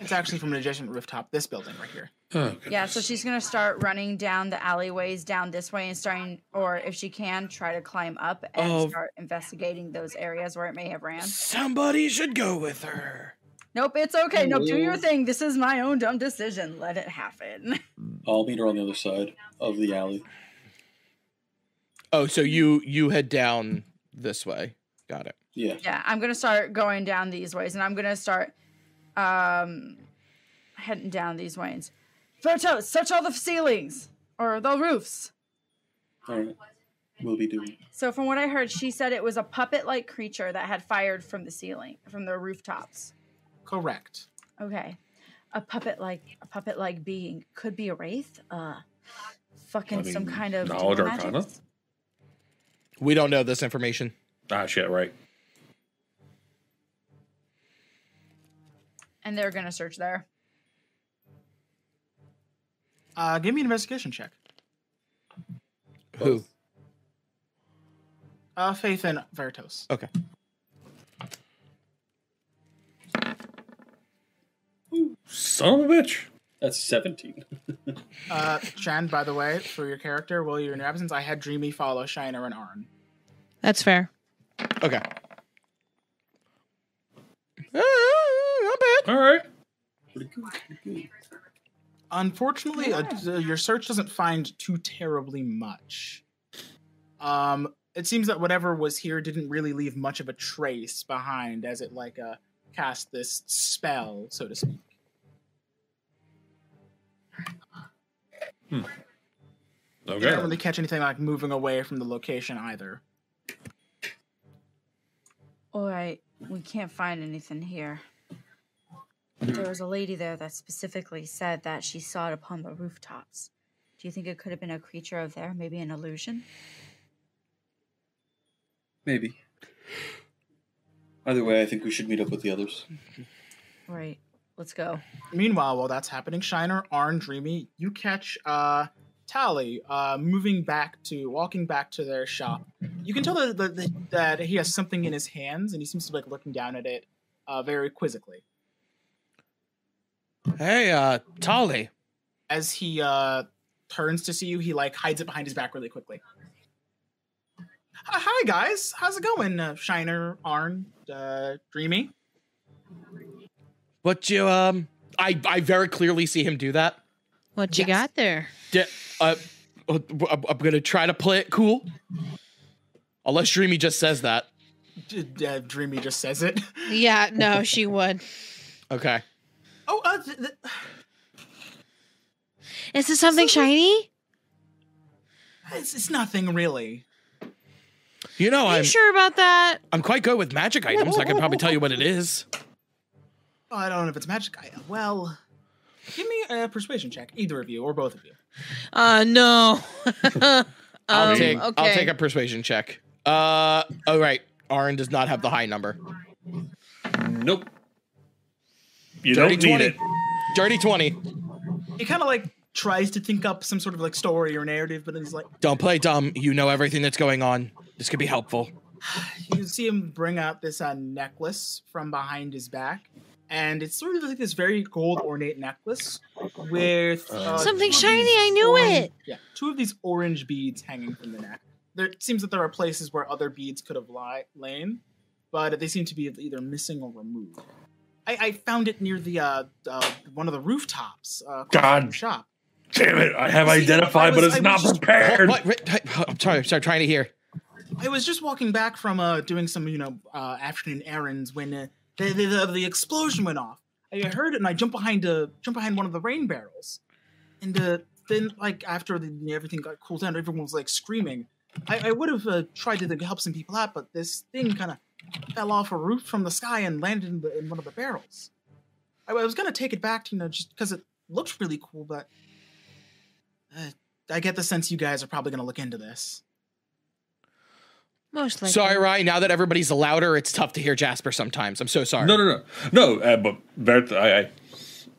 Speaker 1: It's actually from an adjacent rooftop. This building right here.
Speaker 6: here. Oh,
Speaker 4: Yeah, so she's going to start running down the alleyways down this way and starting, or if she can, try to climb up and
Speaker 2: Oh.
Speaker 4: start investigating those areas where it may have ran.
Speaker 2: Somebody should go with her.
Speaker 4: Nope, it's okay. Nope, do your
Speaker 3: Ooh.
Speaker 4: thing. This is my own dumb decision. Let it happen. [laughs]
Speaker 3: I'll meet her on the other side of the alley.
Speaker 2: Oh, so you you head down this way. Got it.
Speaker 3: Yeah.
Speaker 4: yeah i'm gonna start going down these ways and i'm gonna start um heading down these ways Vertos, search all the ceilings or the roofs
Speaker 3: All right. We'll be doing.
Speaker 4: so from what i heard she said it was a puppet like creature that had fired from the ceiling from the rooftops
Speaker 1: Correct.
Speaker 4: okay a puppet like a puppet like being could be a wraith uh fucking
Speaker 6: I
Speaker 4: some
Speaker 6: mean,
Speaker 4: kind of
Speaker 6: knowledge
Speaker 4: devil magic.
Speaker 6: arcana?
Speaker 2: We don't know this information.
Speaker 6: Ah, shit, right.
Speaker 4: and they're gonna search there
Speaker 1: Uh, give me an investigation check.
Speaker 2: Who?
Speaker 1: Uh, Faith and Vertos.
Speaker 2: Okay.
Speaker 6: Son of a bitch.
Speaker 3: That's 17.
Speaker 1: Uh, Jen, by the way, for your character, while you're in your absence, I had Dreamy follow Shiner and Arn.
Speaker 5: That's fair.
Speaker 2: Okay. Ah, not bad.
Speaker 6: All right.
Speaker 3: Pretty good. Pretty good.
Speaker 1: Unfortunately, uh, d- your search doesn't find too terribly much. Um, it seems that whatever was here didn't really leave much of a trace behind, as it like uh, cast this spell, so to speak. You
Speaker 6: Okay.
Speaker 1: don't really catch anything like moving away from the location either.
Speaker 4: All right, we can't find anything here. There was a lady there that specifically said that she saw it upon the rooftops. Do you think it could have been a creature of there? Maybe an illusion?
Speaker 3: [laughs] Maybe. Either way, I think we should meet up with the others.
Speaker 4: Right, let's go.
Speaker 1: Meanwhile, while that's happening, Shiner, Arn, Dreamy, you catch uh, Tally uh, moving back to walking back to their shop. You can tell that, that, that he has something in his hands, and he seems to be like looking down at it uh, very quizzically
Speaker 2: Hey, uh, Tali.
Speaker 1: as he uh, turns to see you. He like hides it behind his back really quickly. Uh, hi guys, how's it going? Uh, Shiner, Arn, uh, Dreamy.
Speaker 2: What you um? I I very clearly see him do that.
Speaker 5: What you
Speaker 1: Yes.
Speaker 5: got there?
Speaker 2: De- uh, uh, I'm I'm gonna try to play it cool. Unless Dreamy just says that.
Speaker 1: D- d- uh, Dreamy just says it. [laughs]
Speaker 5: Yeah, no, she would.
Speaker 2: Okay.
Speaker 1: oh, uh, th- th-
Speaker 5: Is it something shiny?
Speaker 1: it's, it's nothing really.
Speaker 2: You know,
Speaker 5: Are
Speaker 2: I'm
Speaker 5: you sure about that?
Speaker 2: I'm quite good with magic items. I can probably tell you what it is.
Speaker 5: Um,
Speaker 1: Oh, I don't know if it's magic. I, well, give me a persuasion check, either of you or both of you.
Speaker 5: Uh, no.
Speaker 2: I'll
Speaker 5: Um,
Speaker 2: take I'll
Speaker 5: okay.
Speaker 2: take a persuasion check. Uh all right. Aaron does not have the high number.
Speaker 6: Nope. You
Speaker 2: Dirty
Speaker 6: don't
Speaker 2: 20.
Speaker 6: need it.
Speaker 2: Dirty 20.
Speaker 1: He kind of like tries to think up some sort of like story or narrative, but then he's like,
Speaker 2: Don't play dumb. You know everything that's going on. This could be helpful.
Speaker 1: you see him bring out this uh, necklace from behind his back, and it's sort of like this very gold ornate necklace with uh,
Speaker 5: Something
Speaker 1: two of
Speaker 5: shiny,
Speaker 1: these
Speaker 5: I knew
Speaker 1: orange-
Speaker 5: it!
Speaker 1: Yeah, two of these orange beads hanging from the neck. There it seems that there are places where other beads could have li- lain, but they seem to be either missing or removed. I, I found it near the uh, uh, one of the rooftops. Uh, across from
Speaker 6: God.
Speaker 1: the shop.
Speaker 6: Damn it! I have
Speaker 1: See,
Speaker 6: identified,
Speaker 1: I was-
Speaker 6: but
Speaker 1: I
Speaker 6: it's not
Speaker 1: was just-
Speaker 2: What,
Speaker 6: prepared.
Speaker 2: what, what- I'm sorry. I'm sorry. Trying to hear.
Speaker 1: I was just walking back from uh, doing some, you know, uh, afternoon errands when uh, the, the, the the explosion went off. I heard it and I jumped behind uh, jumped behind one of the rain barrels, and uh, then like after the, everything got cooled down, everyone was like screaming. I, I would have uh, tried to like, help some people out, but this thing kind of fell off a roof from the sky and landed in, the, in one of the barrels. I, I was gonna take it back, you know, just because it looked really cool, but uh, I get the sense you guys are probably gonna look into this.
Speaker 5: [laughs] Most likely.
Speaker 2: Sorry, Ryan. Now that everybody's louder, it's tough to hear Jasper sometimes. I'm so sorry.
Speaker 6: No, no, no, no. Uh, but Bert, I, I,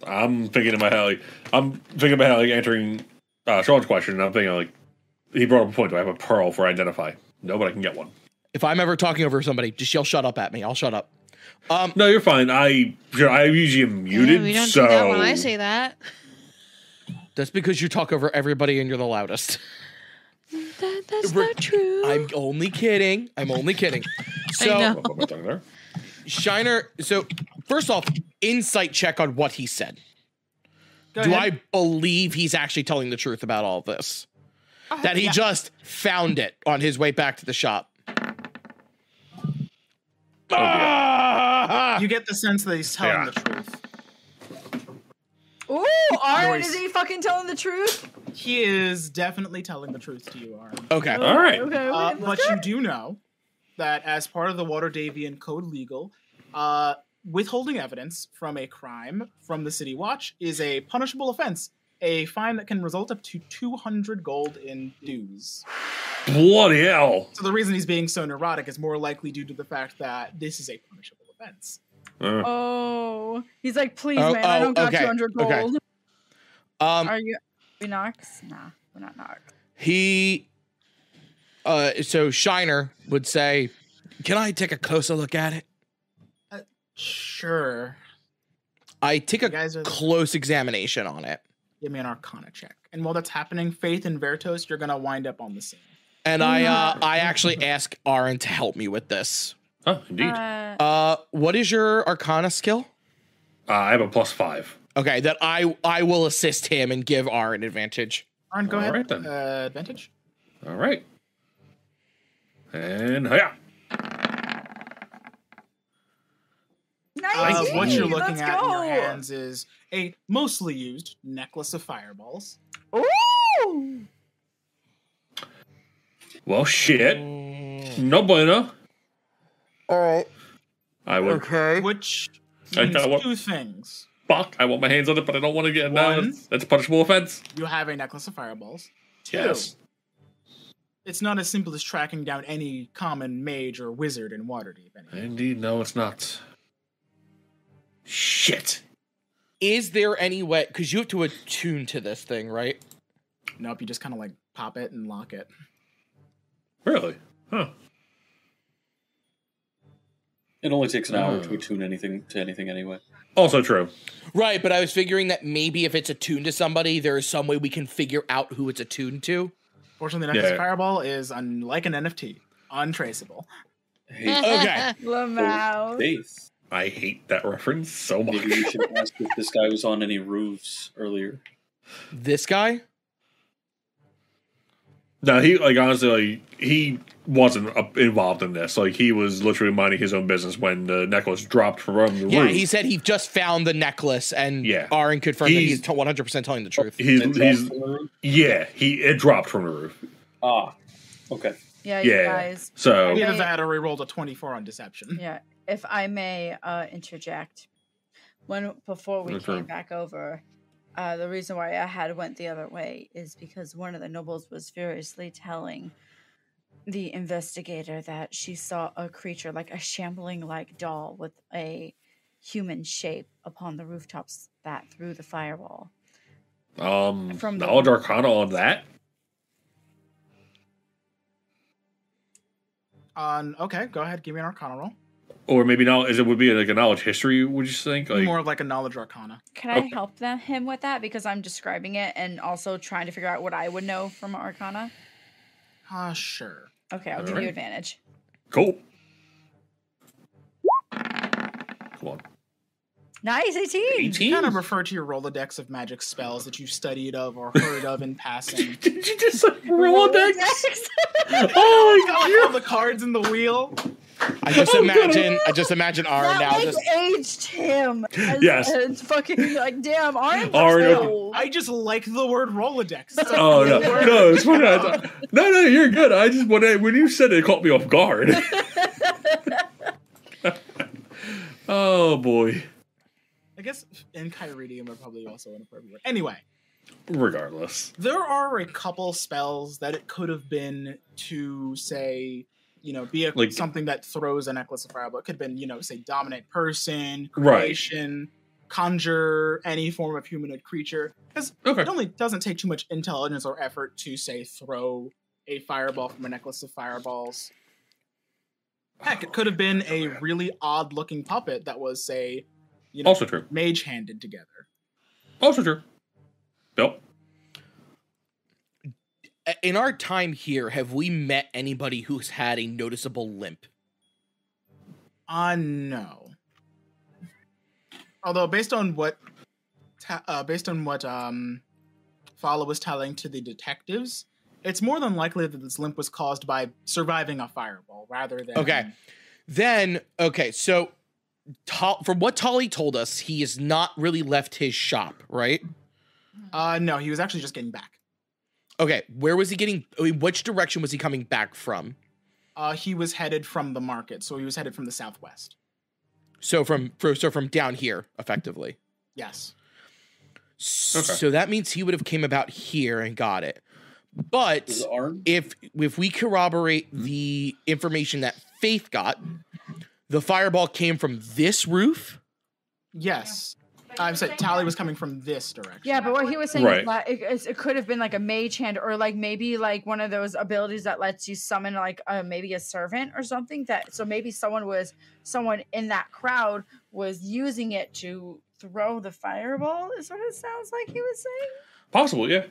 Speaker 6: I'm thinking about how like, I'm thinking about how like, answering uh, Sean's question. And I'm thinking like he brought up a point. Do I have a pearl for identify? No, but I can get one.
Speaker 2: If I'm ever talking over somebody, just yell "shut up" at me. I'll shut up. Um,
Speaker 6: No, you're fine. I sure I usually am
Speaker 5: Yeah,
Speaker 6: muted.
Speaker 5: we don't
Speaker 6: so
Speaker 5: do that when I say that.
Speaker 2: that's because you talk over everybody and you're the loudest.
Speaker 5: that that's
Speaker 2: We're-
Speaker 5: not true.
Speaker 2: I'm only kidding. I'm only kidding. So
Speaker 5: know.
Speaker 6: [laughs] I'll put my tongue there.
Speaker 2: Shiner. So first off, insight check on what he said.
Speaker 1: Go
Speaker 2: Do
Speaker 1: ahead.
Speaker 2: I believe he's actually telling the truth about all this? That he
Speaker 1: Oh, Yeah.
Speaker 2: just found it on his way back to the shop. Ah!
Speaker 1: You get the sense that he's telling
Speaker 6: Yeah.
Speaker 1: the truth.
Speaker 4: Ooh, Arn,
Speaker 1: Joyce.
Speaker 4: is he fucking telling the truth?
Speaker 1: He is definitely telling the truth to you, Arn. [laughs]
Speaker 2: Okay.
Speaker 6: All right.
Speaker 4: Okay,
Speaker 1: Uh,
Speaker 4: okay,
Speaker 1: but you do know that as part of the Water Davian Code legal, uh, withholding evidence from a crime from the City Watch is a punishable offense, a fine that can result up to 200 gold in dues.
Speaker 6: Bloody hell!
Speaker 1: So the reason he's being so neurotic is more likely due to the fact that this is a punishable offense.
Speaker 6: Uh,
Speaker 4: Oh, he's like, please,
Speaker 2: Oh,
Speaker 4: man, I
Speaker 2: oh,
Speaker 4: don't got
Speaker 2: okay,
Speaker 4: 200
Speaker 2: okay.
Speaker 4: gold.
Speaker 2: Um,
Speaker 4: Are you? We Knox? Nah, we're not Knox.
Speaker 2: he uh so shiner would say can i take a closer look at it
Speaker 1: Sure.
Speaker 2: i take
Speaker 1: You
Speaker 2: a
Speaker 1: guys are
Speaker 2: close examination on it
Speaker 1: give me an Arcana check. And while that's happening, Faith and Vertos, you're going to wind up on the scene.
Speaker 2: and i uh i actually ask aaron to help me with this
Speaker 6: huh, indeed. Uh,
Speaker 4: Uh,
Speaker 2: uh what is your arcana skill
Speaker 6: Uh, I have a plus five.
Speaker 2: okay that i i will assist him and give aaron advantage
Speaker 1: Arn, go
Speaker 6: All
Speaker 1: ahead.
Speaker 6: right, then.
Speaker 1: Uh, advantage.
Speaker 6: All right. And yeah.
Speaker 1: Uh,
Speaker 6: see.
Speaker 1: what you're
Speaker 4: 19,
Speaker 1: looking
Speaker 4: let's
Speaker 1: at
Speaker 4: go.
Speaker 1: in your hands is a mostly used necklace of fireballs.
Speaker 4: Ooh!
Speaker 6: Well, shit. No bueno.
Speaker 2: Mm. all right
Speaker 6: I would
Speaker 2: okay
Speaker 1: Which
Speaker 6: I
Speaker 1: means
Speaker 6: thought what-
Speaker 1: two things.
Speaker 6: fuck. I want my hands on it, but I don't want to get.
Speaker 1: One.
Speaker 6: No, that's, that's a punishable offense.
Speaker 1: You have a necklace of fireballs. Two,
Speaker 6: Yes.
Speaker 1: it's not as simple as tracking down any common mage or wizard in Waterdeep. Anyway.
Speaker 6: Indeed, no, it's not. Shit.
Speaker 2: is there any way because you have to attune to this thing right
Speaker 1: Nope, you just kind of like pop it and lock it.
Speaker 6: Really? Huh.
Speaker 3: It only takes an hour
Speaker 6: Oh.
Speaker 3: to attune anything to anything anyway.
Speaker 6: Also true.
Speaker 2: right but i was figuring that maybe if it's attuned to somebody there is some way we can figure out who it's attuned to
Speaker 1: Fortunately, the necklace
Speaker 6: Yeah.
Speaker 1: of fireball is unlike an NFT, untraceable.
Speaker 3: Hey,
Speaker 2: okay.
Speaker 5: [laughs]
Speaker 4: Lamau.
Speaker 3: Faith.
Speaker 6: I hate that reference so
Speaker 3: Maybe
Speaker 6: [laughs] much.
Speaker 3: we should ask if this guy was on any roofs earlier.
Speaker 2: this guy
Speaker 6: no, he like honestly, like, he wasn't up involved in this. Like he was literally minding his own business when the necklace dropped from the
Speaker 2: Yeah,
Speaker 6: roof.
Speaker 2: he said he just found the necklace, and
Speaker 6: Yeah.
Speaker 2: Aaron confirmed
Speaker 6: He's- Oh,
Speaker 2: that he's one hundred percent telling the truth.
Speaker 6: he's,
Speaker 3: Did it drop
Speaker 6: he's
Speaker 3: from the roof?
Speaker 6: yeah, he it dropped from the roof.
Speaker 3: Ah, okay.
Speaker 4: Yeah, you
Speaker 6: Yeah.
Speaker 4: guys.
Speaker 6: So
Speaker 1: Either
Speaker 4: Right.
Speaker 1: that or we rolled a 24 on deception.
Speaker 4: Yeah, if I may uh, interject, when before we
Speaker 6: Okay.
Speaker 4: came back over, uh, the reason why I had went the other way is because one of the nobles was furiously telling the investigator that she saw a creature like a shambling like doll with a human shape upon the rooftops that through the firewall.
Speaker 6: Um,
Speaker 4: From the-
Speaker 6: knowledge arcana on that.
Speaker 1: On okay, go ahead. Give me an Arcana roll.
Speaker 6: Or maybe now, is it would be like a knowledge history? Would you think? Like,
Speaker 1: More of like a knowledge Arcana.
Speaker 4: Can I
Speaker 6: Okay.
Speaker 4: help them him with that because I'm describing it and also trying to figure out what I would know from Arcana?
Speaker 1: Ah, sure.
Speaker 4: Okay, I'll give
Speaker 6: Alright.
Speaker 4: you advantage.
Speaker 6: cool. Come on, [laughs]
Speaker 4: Nice, 18.
Speaker 1: You
Speaker 6: eighteen.
Speaker 1: kind of refer to your Rolodex of magic spells that you've studied of or heard of in
Speaker 6: [laughs]
Speaker 1: passing.
Speaker 6: Did you just like roll
Speaker 4: [laughs]
Speaker 6: a dex?
Speaker 4: Rolodex.
Speaker 6: Oh
Speaker 1: Got, like, all the cards in the wheel.
Speaker 2: I just
Speaker 6: [laughs] Oh, God.
Speaker 2: imagine, I just imagine Aaron now
Speaker 4: that
Speaker 2: just.
Speaker 4: like aged him. As, [laughs]
Speaker 6: Yes.
Speaker 4: It's fucking like damn. Arn
Speaker 6: Arn-
Speaker 1: I just like the word Rolodex. It's like,
Speaker 6: Oh no, no, it's funny. I thought- no, no, you're good. I just when I, when you said it, it caught me off guard. [laughs] oh boy.
Speaker 1: I guess in Kyridium are probably also inappropriate. Anyway,
Speaker 6: Regardless,
Speaker 1: there are a couple spells that it could have been to say, you know, be a,
Speaker 6: Like-
Speaker 1: something that throws a necklace of fire, but it could have been, you know, say dominate person,
Speaker 6: Right.
Speaker 1: creation, conjure any form of humanoid creature. Because
Speaker 6: okay.
Speaker 1: it only doesn't take too much intelligence or effort to say throw a fireball from a necklace of fireballs. Heck, it could have been a really odd looking puppet that was, say, you know,
Speaker 6: Also true.
Speaker 1: mage handed together.
Speaker 6: Also true. Nope.
Speaker 2: In our time here, have we met anybody who's had a noticeable limp?
Speaker 1: Uh, no. Although, based on what, ta- uh, based on what um, Fala was telling to the detectives, it's more than likely that this limp was caused by surviving a fireball rather than
Speaker 2: Okay. Then, okay, so Tol- from what Tolly told us, he has not really left his shop, right?
Speaker 1: Uh, no, he was actually just getting back.
Speaker 2: Okay, where was he getting? I mean, which direction was he coming back from?
Speaker 1: Uh, he was headed from the market, so he was headed from the southwest.
Speaker 2: So from for, so from down here, effectively.
Speaker 1: Yes.
Speaker 2: So that means he would have came about here and got it. But
Speaker 3: Is it Arn?
Speaker 2: if if we corroborate the information that Faith got, the fireball came from this roof.
Speaker 1: Yes. I'm sorry, Tally was coming from this direction.
Speaker 4: Yeah, but what he was saying
Speaker 6: Right.
Speaker 4: is like, it, it's- it could have been like a mage hand or like maybe like one of those abilities that lets you summon like uh, maybe a servant or something that so maybe someone was someone in that crowd was using it to throw the fireball is what it sounds like he was saying.
Speaker 6: Possible, yeah.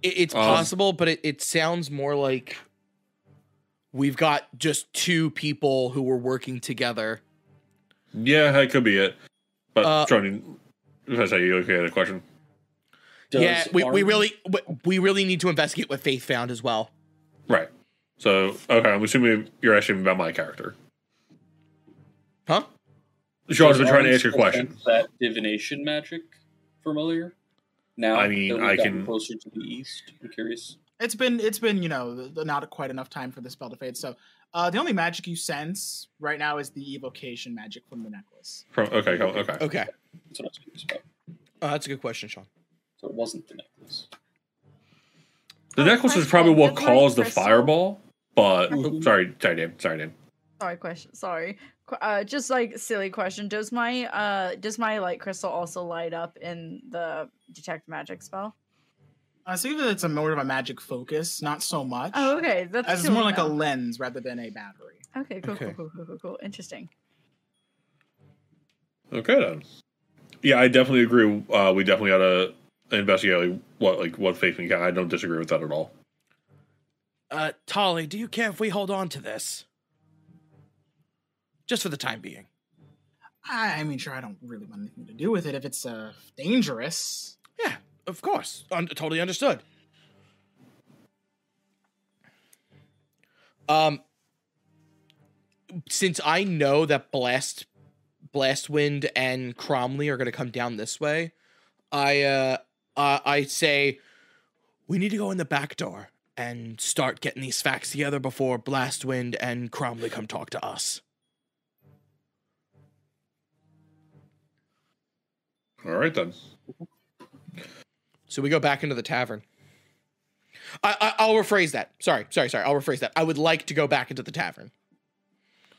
Speaker 2: It, it's
Speaker 6: Um.
Speaker 2: possible, but it, it sounds more like we've got just two people who were working together.
Speaker 6: Yeah, that could be it. But
Speaker 2: Uh,
Speaker 6: trying to, I say you okay had a question.
Speaker 3: Does
Speaker 2: yeah, we, we
Speaker 3: Arn-
Speaker 2: really we- we really need to investigate what Faith found as well.
Speaker 6: Right. So okay, I'm assuming you're asking about my character.
Speaker 2: Huh?
Speaker 6: Sean's been
Speaker 3: does
Speaker 6: trying to
Speaker 3: Arn
Speaker 6: answer
Speaker 3: still
Speaker 6: your question.
Speaker 3: sense That divination magic familiar. Now
Speaker 6: I mean,
Speaker 3: that we've
Speaker 6: I
Speaker 3: gotten
Speaker 6: can-
Speaker 3: closer to the east. I'm curious.
Speaker 1: It's been it's been you know th- th- not quite enough time for the spell to fade. So uh, the only magic you sense right now is the evocation magic from the necklace.
Speaker 6: From okay, go- okay.
Speaker 4: Uh,
Speaker 2: Okay,
Speaker 3: That's what I was curious about.
Speaker 2: uh, that's a good question, Sean.
Speaker 3: So it wasn't the necklace.
Speaker 6: The
Speaker 4: Oh,
Speaker 6: necklace is
Speaker 4: question.
Speaker 6: probably what
Speaker 4: Does my
Speaker 6: caused the
Speaker 4: crystal- Mm-hmm.
Speaker 6: fireball, but oh,
Speaker 3: Mhm.
Speaker 6: sorry, sorry, Dan, sorry, Dan.
Speaker 4: Sorry, question. Sorry, Qu- uh, just like silly question. Does my uh does my light crystal also light up in the detect magic spell?
Speaker 1: Uh, so even if it's a more of a magic focus, not so much.
Speaker 4: Oh, okay, that's
Speaker 1: As it's
Speaker 4: cool
Speaker 1: more like a
Speaker 4: though.
Speaker 1: lens rather than a battery.
Speaker 4: Okay, cool,
Speaker 2: Okay.
Speaker 4: cool, cool, cool, cool, cool. Interesting.
Speaker 6: Okay then. Yeah, I definitely agree. Uh, we definitely gotta investigate like, what like what faith we got. I don't disagree with that at all.
Speaker 2: Uh, Tolly, do you care if we hold on to this? Just for the time being.
Speaker 1: I, I mean, sure, I don't really want anything to do with it if it's uh, dangerous.
Speaker 2: Yeah, of course. Un- totally understood. Um, since I know that Blast, Blastwind, and Cromley are going to come down this way, I uh, uh, I say we need to go in the back door and start getting these facts together before Blastwind and Cromley come talk to us.
Speaker 6: All right then.
Speaker 2: So we go back into the tavern. I, I I'll rephrase that. Sorry, sorry, sorry. I'll rephrase that. I would like to go back into the tavern.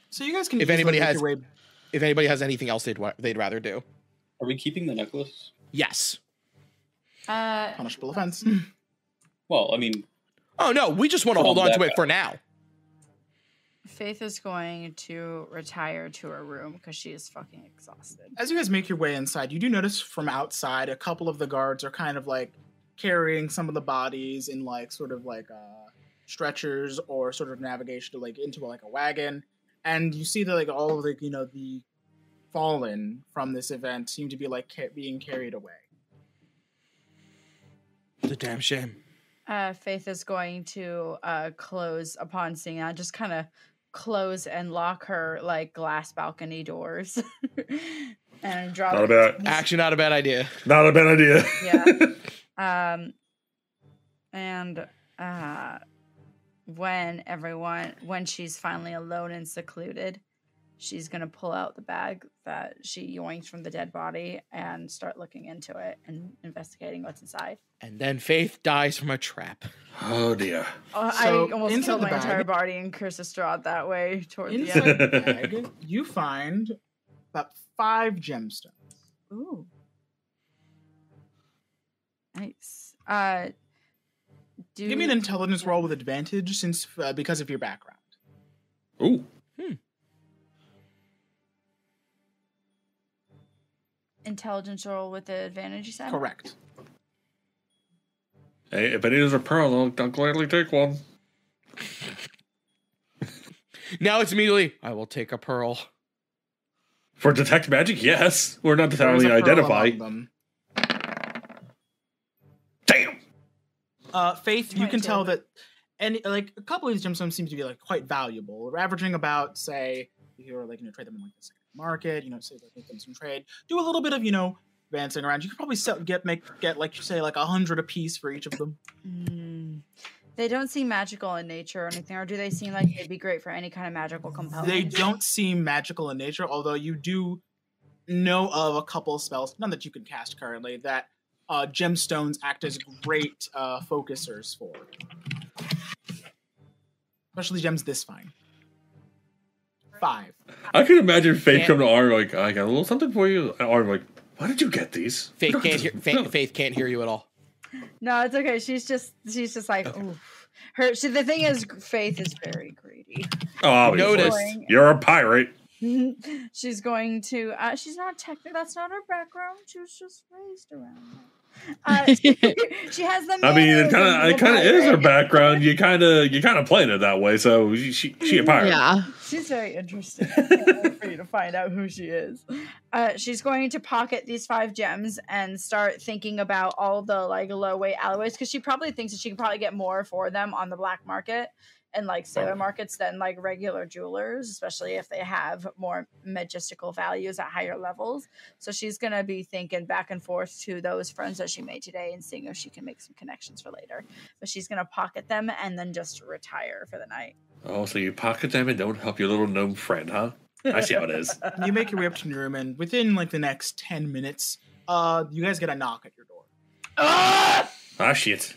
Speaker 1: So you guys can.
Speaker 2: If
Speaker 1: easily
Speaker 2: anybody
Speaker 1: make
Speaker 2: has-
Speaker 1: your way
Speaker 2: If anybody has anything else they'd wa- they'd rather do.
Speaker 3: Are we keeping the necklace?
Speaker 2: Yes.
Speaker 4: Uh,
Speaker 1: Punishable [laughs] offense.
Speaker 3: Well, I mean,
Speaker 2: Oh no, we just want to
Speaker 3: From
Speaker 2: hold on
Speaker 3: that
Speaker 2: to it for now.
Speaker 4: Faith is going to retire to her room because she is fucking exhausted.
Speaker 1: As you guys make your way inside, you do notice from outside a couple of the guards are kind of like carrying some of the bodies in like sort of like uh, stretchers or sort of navigation to like into like a wagon, and you see that like all of the you know the fallen from this event seem to be like ca- being carried away.
Speaker 2: It's a damn shame.
Speaker 4: Uh, Faith is going to uh, close upon seeing that, just kind of close and lock her like glass balcony doors [laughs] and draw.
Speaker 6: Not a bad-
Speaker 2: Actually, not a bad idea.
Speaker 6: Not a bad idea.
Speaker 4: yeah.
Speaker 1: [laughs]
Speaker 4: Um, and uh, when everyone, when she's finally alone and secluded, she's gonna pull out the bag that she yoinked from the dead body and start looking into it and investigating what's inside.
Speaker 2: And then Faith dies from a trap.
Speaker 6: Oh dear.
Speaker 4: Oh,
Speaker 1: So,
Speaker 4: I almost
Speaker 1: inside
Speaker 4: killed
Speaker 1: the
Speaker 4: my entire
Speaker 1: bag-
Speaker 4: body and cursed Strahd that way toward the
Speaker 1: Inside
Speaker 4: end.
Speaker 1: the [laughs] bag, you find about five gemstones.
Speaker 4: Ooh. Nice. Uh, do
Speaker 1: Give me an intelligence roll with advantage, since uh, because of your background.
Speaker 6: Ooh.
Speaker 4: intelligence roll with the advantage. You said
Speaker 1: Correct.
Speaker 6: Hey, if it is a parallel, I'll gladly take one.
Speaker 2: Now it's immediately. I will take a pearl.
Speaker 6: For detect magic, yes. We're not
Speaker 1: There is
Speaker 6: entirely
Speaker 1: a pearl
Speaker 6: identify.
Speaker 1: among them.
Speaker 6: Damn.
Speaker 1: Uh, Faith, you can
Speaker 4: 22.
Speaker 1: tell that any like a couple of these gemstones seem to be like quite valuable. We're averaging about say if you were like you know trade them in like the second market, you know, say like make them some trade, do a little bit of you know dancing around. You could probably sell, get make get like say like a hundred a piece for each of them.
Speaker 4: Mm. They don't seem magical in nature or anything, or do they seem like they'd be great for any kind of magical component?
Speaker 1: They don't seem magical in nature, although you do know of a couple spells, none that you can cast currently, that uh, gemstones act as great uh, focusers for. Especially gems this fine. Five.
Speaker 6: I could imagine Faith
Speaker 2: Can't-
Speaker 6: come to Arm like, I got a little something for you. And Arm like, why did you get these?
Speaker 2: [laughs] Faith
Speaker 6: We don't
Speaker 2: can't
Speaker 6: have
Speaker 2: hear.
Speaker 6: to-
Speaker 2: Faith,
Speaker 6: no."
Speaker 2: Faith can't hear you at all.
Speaker 4: No, it's okay. She's just she's just like oof. Her she, the thing is, Faith is very greedy. [laughs]
Speaker 6: Oh, Obviously.
Speaker 2: Notice.
Speaker 6: You're a pirate.
Speaker 4: she's going to. Uh, she's not technically. That's not her background. She was just raised around. that.
Speaker 6: [laughs]
Speaker 4: Uh, she, has the.
Speaker 6: I mean,
Speaker 4: mannerisms
Speaker 6: it kind
Speaker 4: of
Speaker 6: of,
Speaker 4: a
Speaker 6: it kind of is her
Speaker 4: pirate.
Speaker 6: background. You kind of, you kind of played it that way. So she, she, she a pirate.
Speaker 5: Yeah.
Speaker 4: She's very
Speaker 6: [laughs]
Speaker 4: interesting. I can't wait for you to find out who she is. Uh, she's going to pocket these five gems and start thinking about all the like low weight alloys because she probably thinks that she can probably get more for them on the black market and like sailor markets than like regular jewelers, especially if they have more majestical values at higher levels. So she's gonna be thinking back and forth to those friends that she made today and seeing if she can make some connections for later. But she's gonna pocket them and then just retire for the night.
Speaker 6: Oh, so you pocket them and don't help your little gnome friend, huh? I see how
Speaker 2: [laughs]
Speaker 6: it is.
Speaker 4: [laughs]
Speaker 1: You make your way up to your room, and within like the next 10 minutes, uh, you guys get a knock at your door.
Speaker 6: Ah, shit.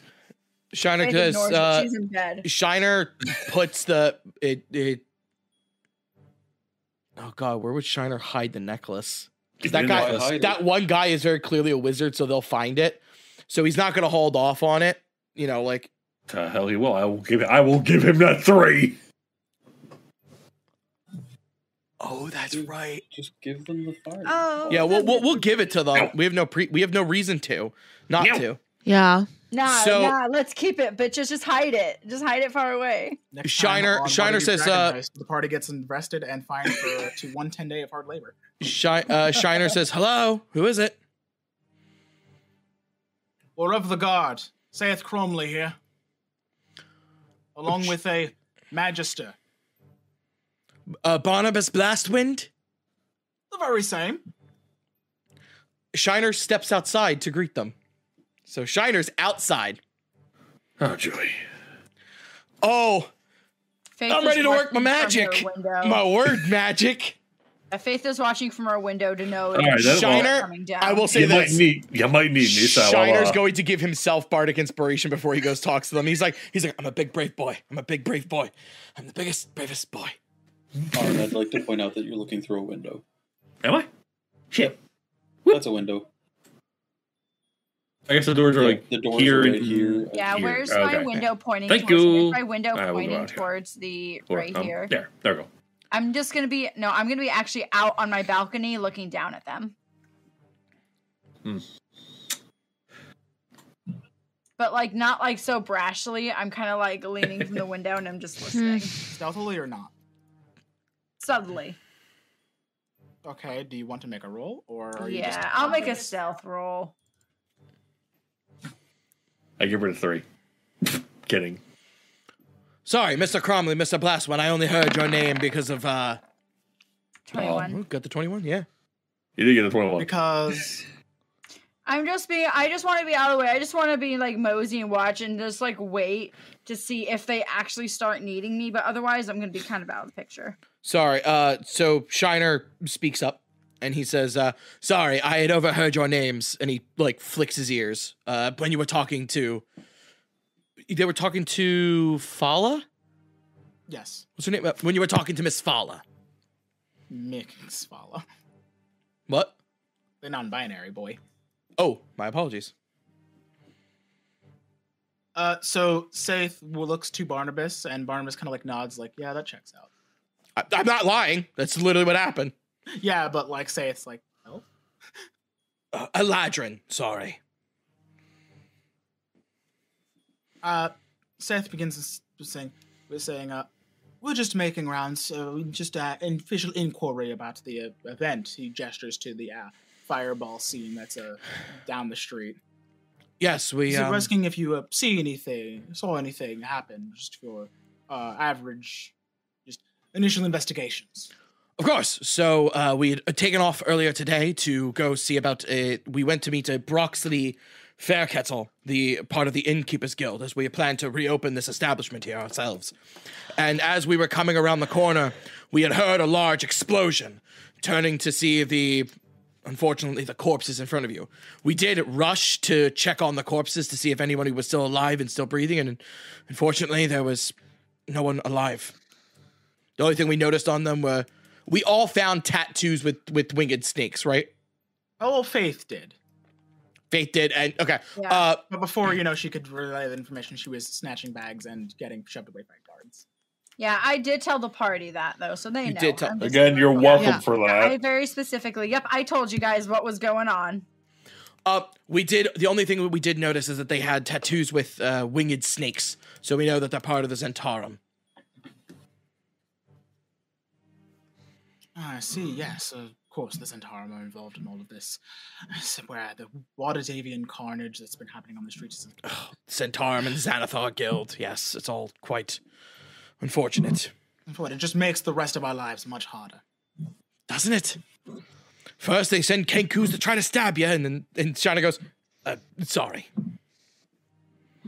Speaker 2: Shiner
Speaker 4: Faith
Speaker 2: does.
Speaker 4: ignores it.
Speaker 2: Uh,
Speaker 4: she's in bed.
Speaker 2: Shiner puts the it, it. Oh God, where would Shiner hide the necklace? 'Cause that
Speaker 6: You
Speaker 2: guy,
Speaker 6: didn't hide it.
Speaker 2: that one guy is very clearly a wizard, so they'll find it. So he's not going to hold off on it. You know, like
Speaker 6: To hell he will. I will give. I will give him that three.
Speaker 2: oh, that's right.
Speaker 3: just give them the fire.
Speaker 4: Oh
Speaker 2: Yeah, we'll, we'll we'll give it to them. We have no pre. We have no reason to, not
Speaker 6: No.
Speaker 2: to.
Speaker 5: Yeah.
Speaker 4: Nah,
Speaker 2: So-
Speaker 4: nah, let's keep it, bitches. Just hide it. Just hide it far away.
Speaker 1: Next
Speaker 2: Shiner-
Speaker 1: on
Speaker 2: Shiner
Speaker 1: Waterdeep
Speaker 2: says,
Speaker 1: Dragon
Speaker 2: uh,
Speaker 1: Heist, the party gets arrested and fined for up to 110 day of hard labor.
Speaker 2: Shi- uh, Shiner says, "Hello, who is it?"
Speaker 1: or of the guard, saith Cromley here, along with a magister.
Speaker 2: Uh, Barnabas Blastwind.
Speaker 1: The very same.
Speaker 2: Shiner steps outside to greet them. So Shiner's outside.
Speaker 6: Oh, Julie.
Speaker 2: Oh,
Speaker 4: Faith
Speaker 2: I'm
Speaker 4: is
Speaker 2: ready to work my
Speaker 4: watching from her
Speaker 2: magic.
Speaker 4: window.
Speaker 6: Oh.
Speaker 2: my word, magic.
Speaker 6: [laughs]
Speaker 4: Uh, Faith is watching from her window to know
Speaker 6: All right,
Speaker 4: if
Speaker 6: that-
Speaker 4: Shiner
Speaker 2: Shiner,
Speaker 4: coming down.
Speaker 2: I will say
Speaker 6: You might
Speaker 2: this.
Speaker 6: need. You might need me. So
Speaker 2: Shiner's
Speaker 6: uh,
Speaker 2: going to give himself bardic inspiration before he goes talks to them. He's like, he's like, I'm a big brave boy. I'm a big brave boy. I'm the biggest bravest boy.
Speaker 3: Arn, I'd like to point out that you're looking through a window.
Speaker 6: Am I? Shit.
Speaker 3: That's a window.
Speaker 6: I guess the doors are like
Speaker 3: the doors
Speaker 6: here
Speaker 3: are
Speaker 6: and
Speaker 3: right here.
Speaker 4: Yeah,
Speaker 6: Here.
Speaker 4: where's
Speaker 6: Okay.
Speaker 4: my window pointing
Speaker 6: Thank
Speaker 4: towards? Where's
Speaker 6: you.
Speaker 4: my window
Speaker 6: I will go
Speaker 4: pointing
Speaker 6: out here.
Speaker 4: towards the
Speaker 6: or,
Speaker 4: right
Speaker 6: um,
Speaker 4: here?
Speaker 6: There, there we go.
Speaker 4: I'm just gonna be no, I'm gonna be actually out on my balcony looking down at them.
Speaker 6: Hmm.
Speaker 4: But like not like so brashly. I'm kind of like leaning from the window and I'm just listening.
Speaker 1: Stealthily or not?
Speaker 4: Suddenly,
Speaker 1: Okay. Do you want to make a roll, or are you just
Speaker 4: yeah, I'll make a stealth roll.
Speaker 1: Oh.
Speaker 6: I give her a three. [laughs] Kidding.
Speaker 2: Sorry, Mr. Cromley, Mr. Blastman. I only heard your name because of uh.
Speaker 4: Twenty-one.
Speaker 2: oh, got the twenty-one. Yeah.
Speaker 6: You did get a twenty-one.
Speaker 1: because
Speaker 4: I'm just being. I just want to be out of the way. I just want to be like mosey and watch and just like wait to see if they actually start needing me. But otherwise, I'm gonna be kind of out of the picture.
Speaker 2: Sorry. Uh, so Shiner speaks up and he says, uh, "Sorry, I had overheard your names." And he like flicks his ears uh, when you were talking to. They were talking to Fala.
Speaker 1: yes,
Speaker 2: What's her name? Uh, When you were talking to Miss Fala.
Speaker 1: mix follow.
Speaker 2: What?
Speaker 1: They're non-binary, boy.
Speaker 2: Oh, my apologies.
Speaker 1: Uh, so Saith looks to Barnabas, and Barnabas kind of like nods, like, "Yeah, that checks out."
Speaker 2: I, I'm not lying. That's literally what happened.
Speaker 1: Yeah, but like Saith's like, "No."
Speaker 2: Uh, Eladrin. Sorry.
Speaker 1: Uh, Saith begins s- saying, "We're saying, uh, we're just making rounds, so we just uh, an official inquiry about the uh, event." He gestures to the uh, fireball scene that's uh, down the street.
Speaker 2: Yes, we.
Speaker 1: So
Speaker 2: Um,
Speaker 1: asking if you uh, see anything, saw anything happen, just for uh, average, just initial investigations.
Speaker 2: Of course. So uh, we had taken off earlier today to go see about it. We went to meet a Broxley Fairkettle, the part of the Innkeepers Guild, as we plan to reopen this establishment here ourselves. And as we were coming around the corner, we had heard a large explosion. Turning to see the, unfortunately, the corpses in front of you, we did rush to check on the corpses to see if anyone was still alive and still breathing. And unfortunately, there was no one alive. The only thing we noticed on them were we all found tattoos with with winged snakes, right?
Speaker 1: Oh, well, Faith did,
Speaker 2: Faith did, and okay,
Speaker 4: Yeah.
Speaker 2: uh,
Speaker 1: but before you know, she could relay the information. She was snatching bags and getting shoved away by guards.
Speaker 4: Yeah, I did tell the party that though, so they
Speaker 2: You
Speaker 4: know.
Speaker 2: did tell-
Speaker 4: I'm just-
Speaker 6: Again, you're welcome
Speaker 5: Yeah.
Speaker 6: for
Speaker 4: I
Speaker 6: that.
Speaker 4: very specifically. Yep, I told you guys what was going on.
Speaker 2: uh, we did. The only thing we did notice is that they had tattoos with uh, winged snakes, so we know that they're part of the Zentarum.
Speaker 1: Ah, I see. Yes, of course, the Zentarum are involved in all of this. Somewhere the Waterdavian carnage that's been happening on the streets. is-
Speaker 2: Zentarum and Xanathar Guild. Yes, it's all quite unfortunate,
Speaker 1: It just makes the rest of our lives much harder.
Speaker 2: doesn't it? First they send Kenkus to try to stab you, and then and Shana goes, uh, "Sorry."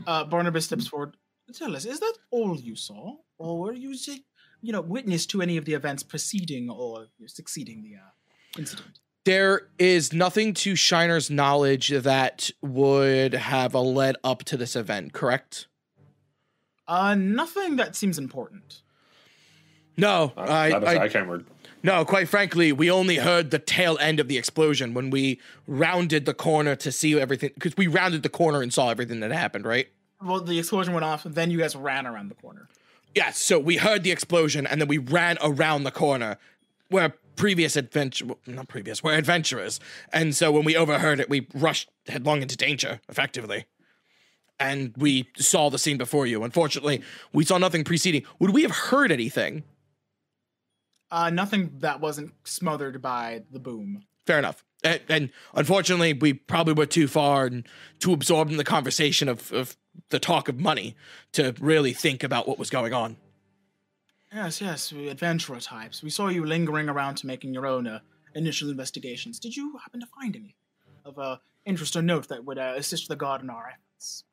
Speaker 1: Uh, Barnabas steps forward. Tell us, is that all you saw, or were you, si- you know, witness to any of the events preceding or succeeding the uh, incident?
Speaker 2: There is nothing to Shiner's knowledge that would have a led up to this event, correct?
Speaker 1: Uh, nothing that seems important.
Speaker 2: No,
Speaker 6: Uh,
Speaker 2: I,
Speaker 6: that is-
Speaker 2: I,
Speaker 6: I can't remember.
Speaker 2: no. Quite frankly, we only heard the tail end of the explosion when we rounded the corner to see everything. Because we rounded the corner and saw everything that happened, right?
Speaker 1: Well, the explosion went off, then you guys ran around the corner.
Speaker 2: Yes. So we heard the explosion and then we ran around the corner. We're previous adventure, well, not previous. We're adventurers, and so when we overheard it, we rushed headlong into danger, effectively. And we saw the scene before you. Unfortunately, we saw nothing preceding. Would we have heard anything?
Speaker 1: Uh, nothing that wasn't smothered by the boom.
Speaker 2: fair enough. And, and unfortunately, we probably were too far and too absorbed in the conversation of, of the talk of money to really think about what was going on.
Speaker 1: Yes, yes, we adventurer types. We saw you lingering around to making your own uh, initial investigations. Did you happen to find anything of uh, interest or note that would uh, assist the guard in our efforts?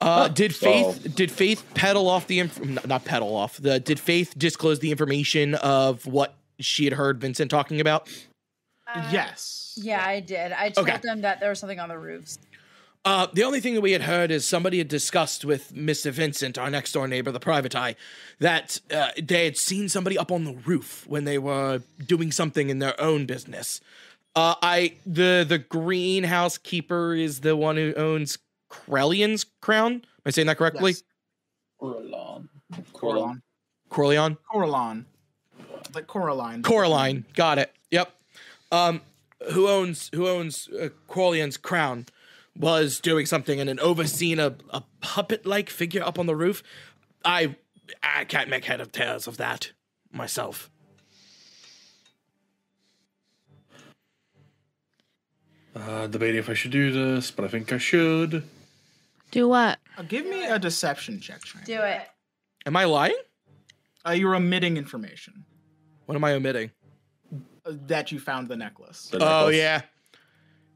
Speaker 2: Uh, did Faith
Speaker 6: well-
Speaker 2: did Faith peddle off the inf- n- not peddle off the did Faith disclose the information of what she had heard Vincent talking about?
Speaker 1: yes.
Speaker 4: Uh, Yeah, I did. I told
Speaker 2: Okay.
Speaker 4: them that there was something on the roofs.
Speaker 2: Uh, the only thing that we had heard is somebody had discussed with Mr. Vincent, our next door neighbor, the private eye, that uh, they had seen somebody up on the roof when they were doing something in their own business. Uh, I the the greenhouse keeper is the one who owns Corellion's crown. Am I saying that correctly?
Speaker 1: Yes.
Speaker 3: Coralon.
Speaker 1: Coralon.
Speaker 2: Corleon.
Speaker 1: Coralon. Like Coraline.
Speaker 2: Coraline, got it. Yep. Um, who owns who owns uh, Corlean's crown was doing something and then overseen a, a puppet like figure up on the roof. I I can't make head of tails of that myself.
Speaker 6: Uh, debating if I should do this, but I think I should.
Speaker 5: Do what?
Speaker 1: Uh, give me a deception check, Shiner.
Speaker 4: Do it.
Speaker 2: Am I lying?
Speaker 1: Uh, you're omitting information
Speaker 2: What am I omitting?
Speaker 1: uh, that you found the necklace.
Speaker 6: The
Speaker 2: Oh
Speaker 6: necklace.
Speaker 2: yeah.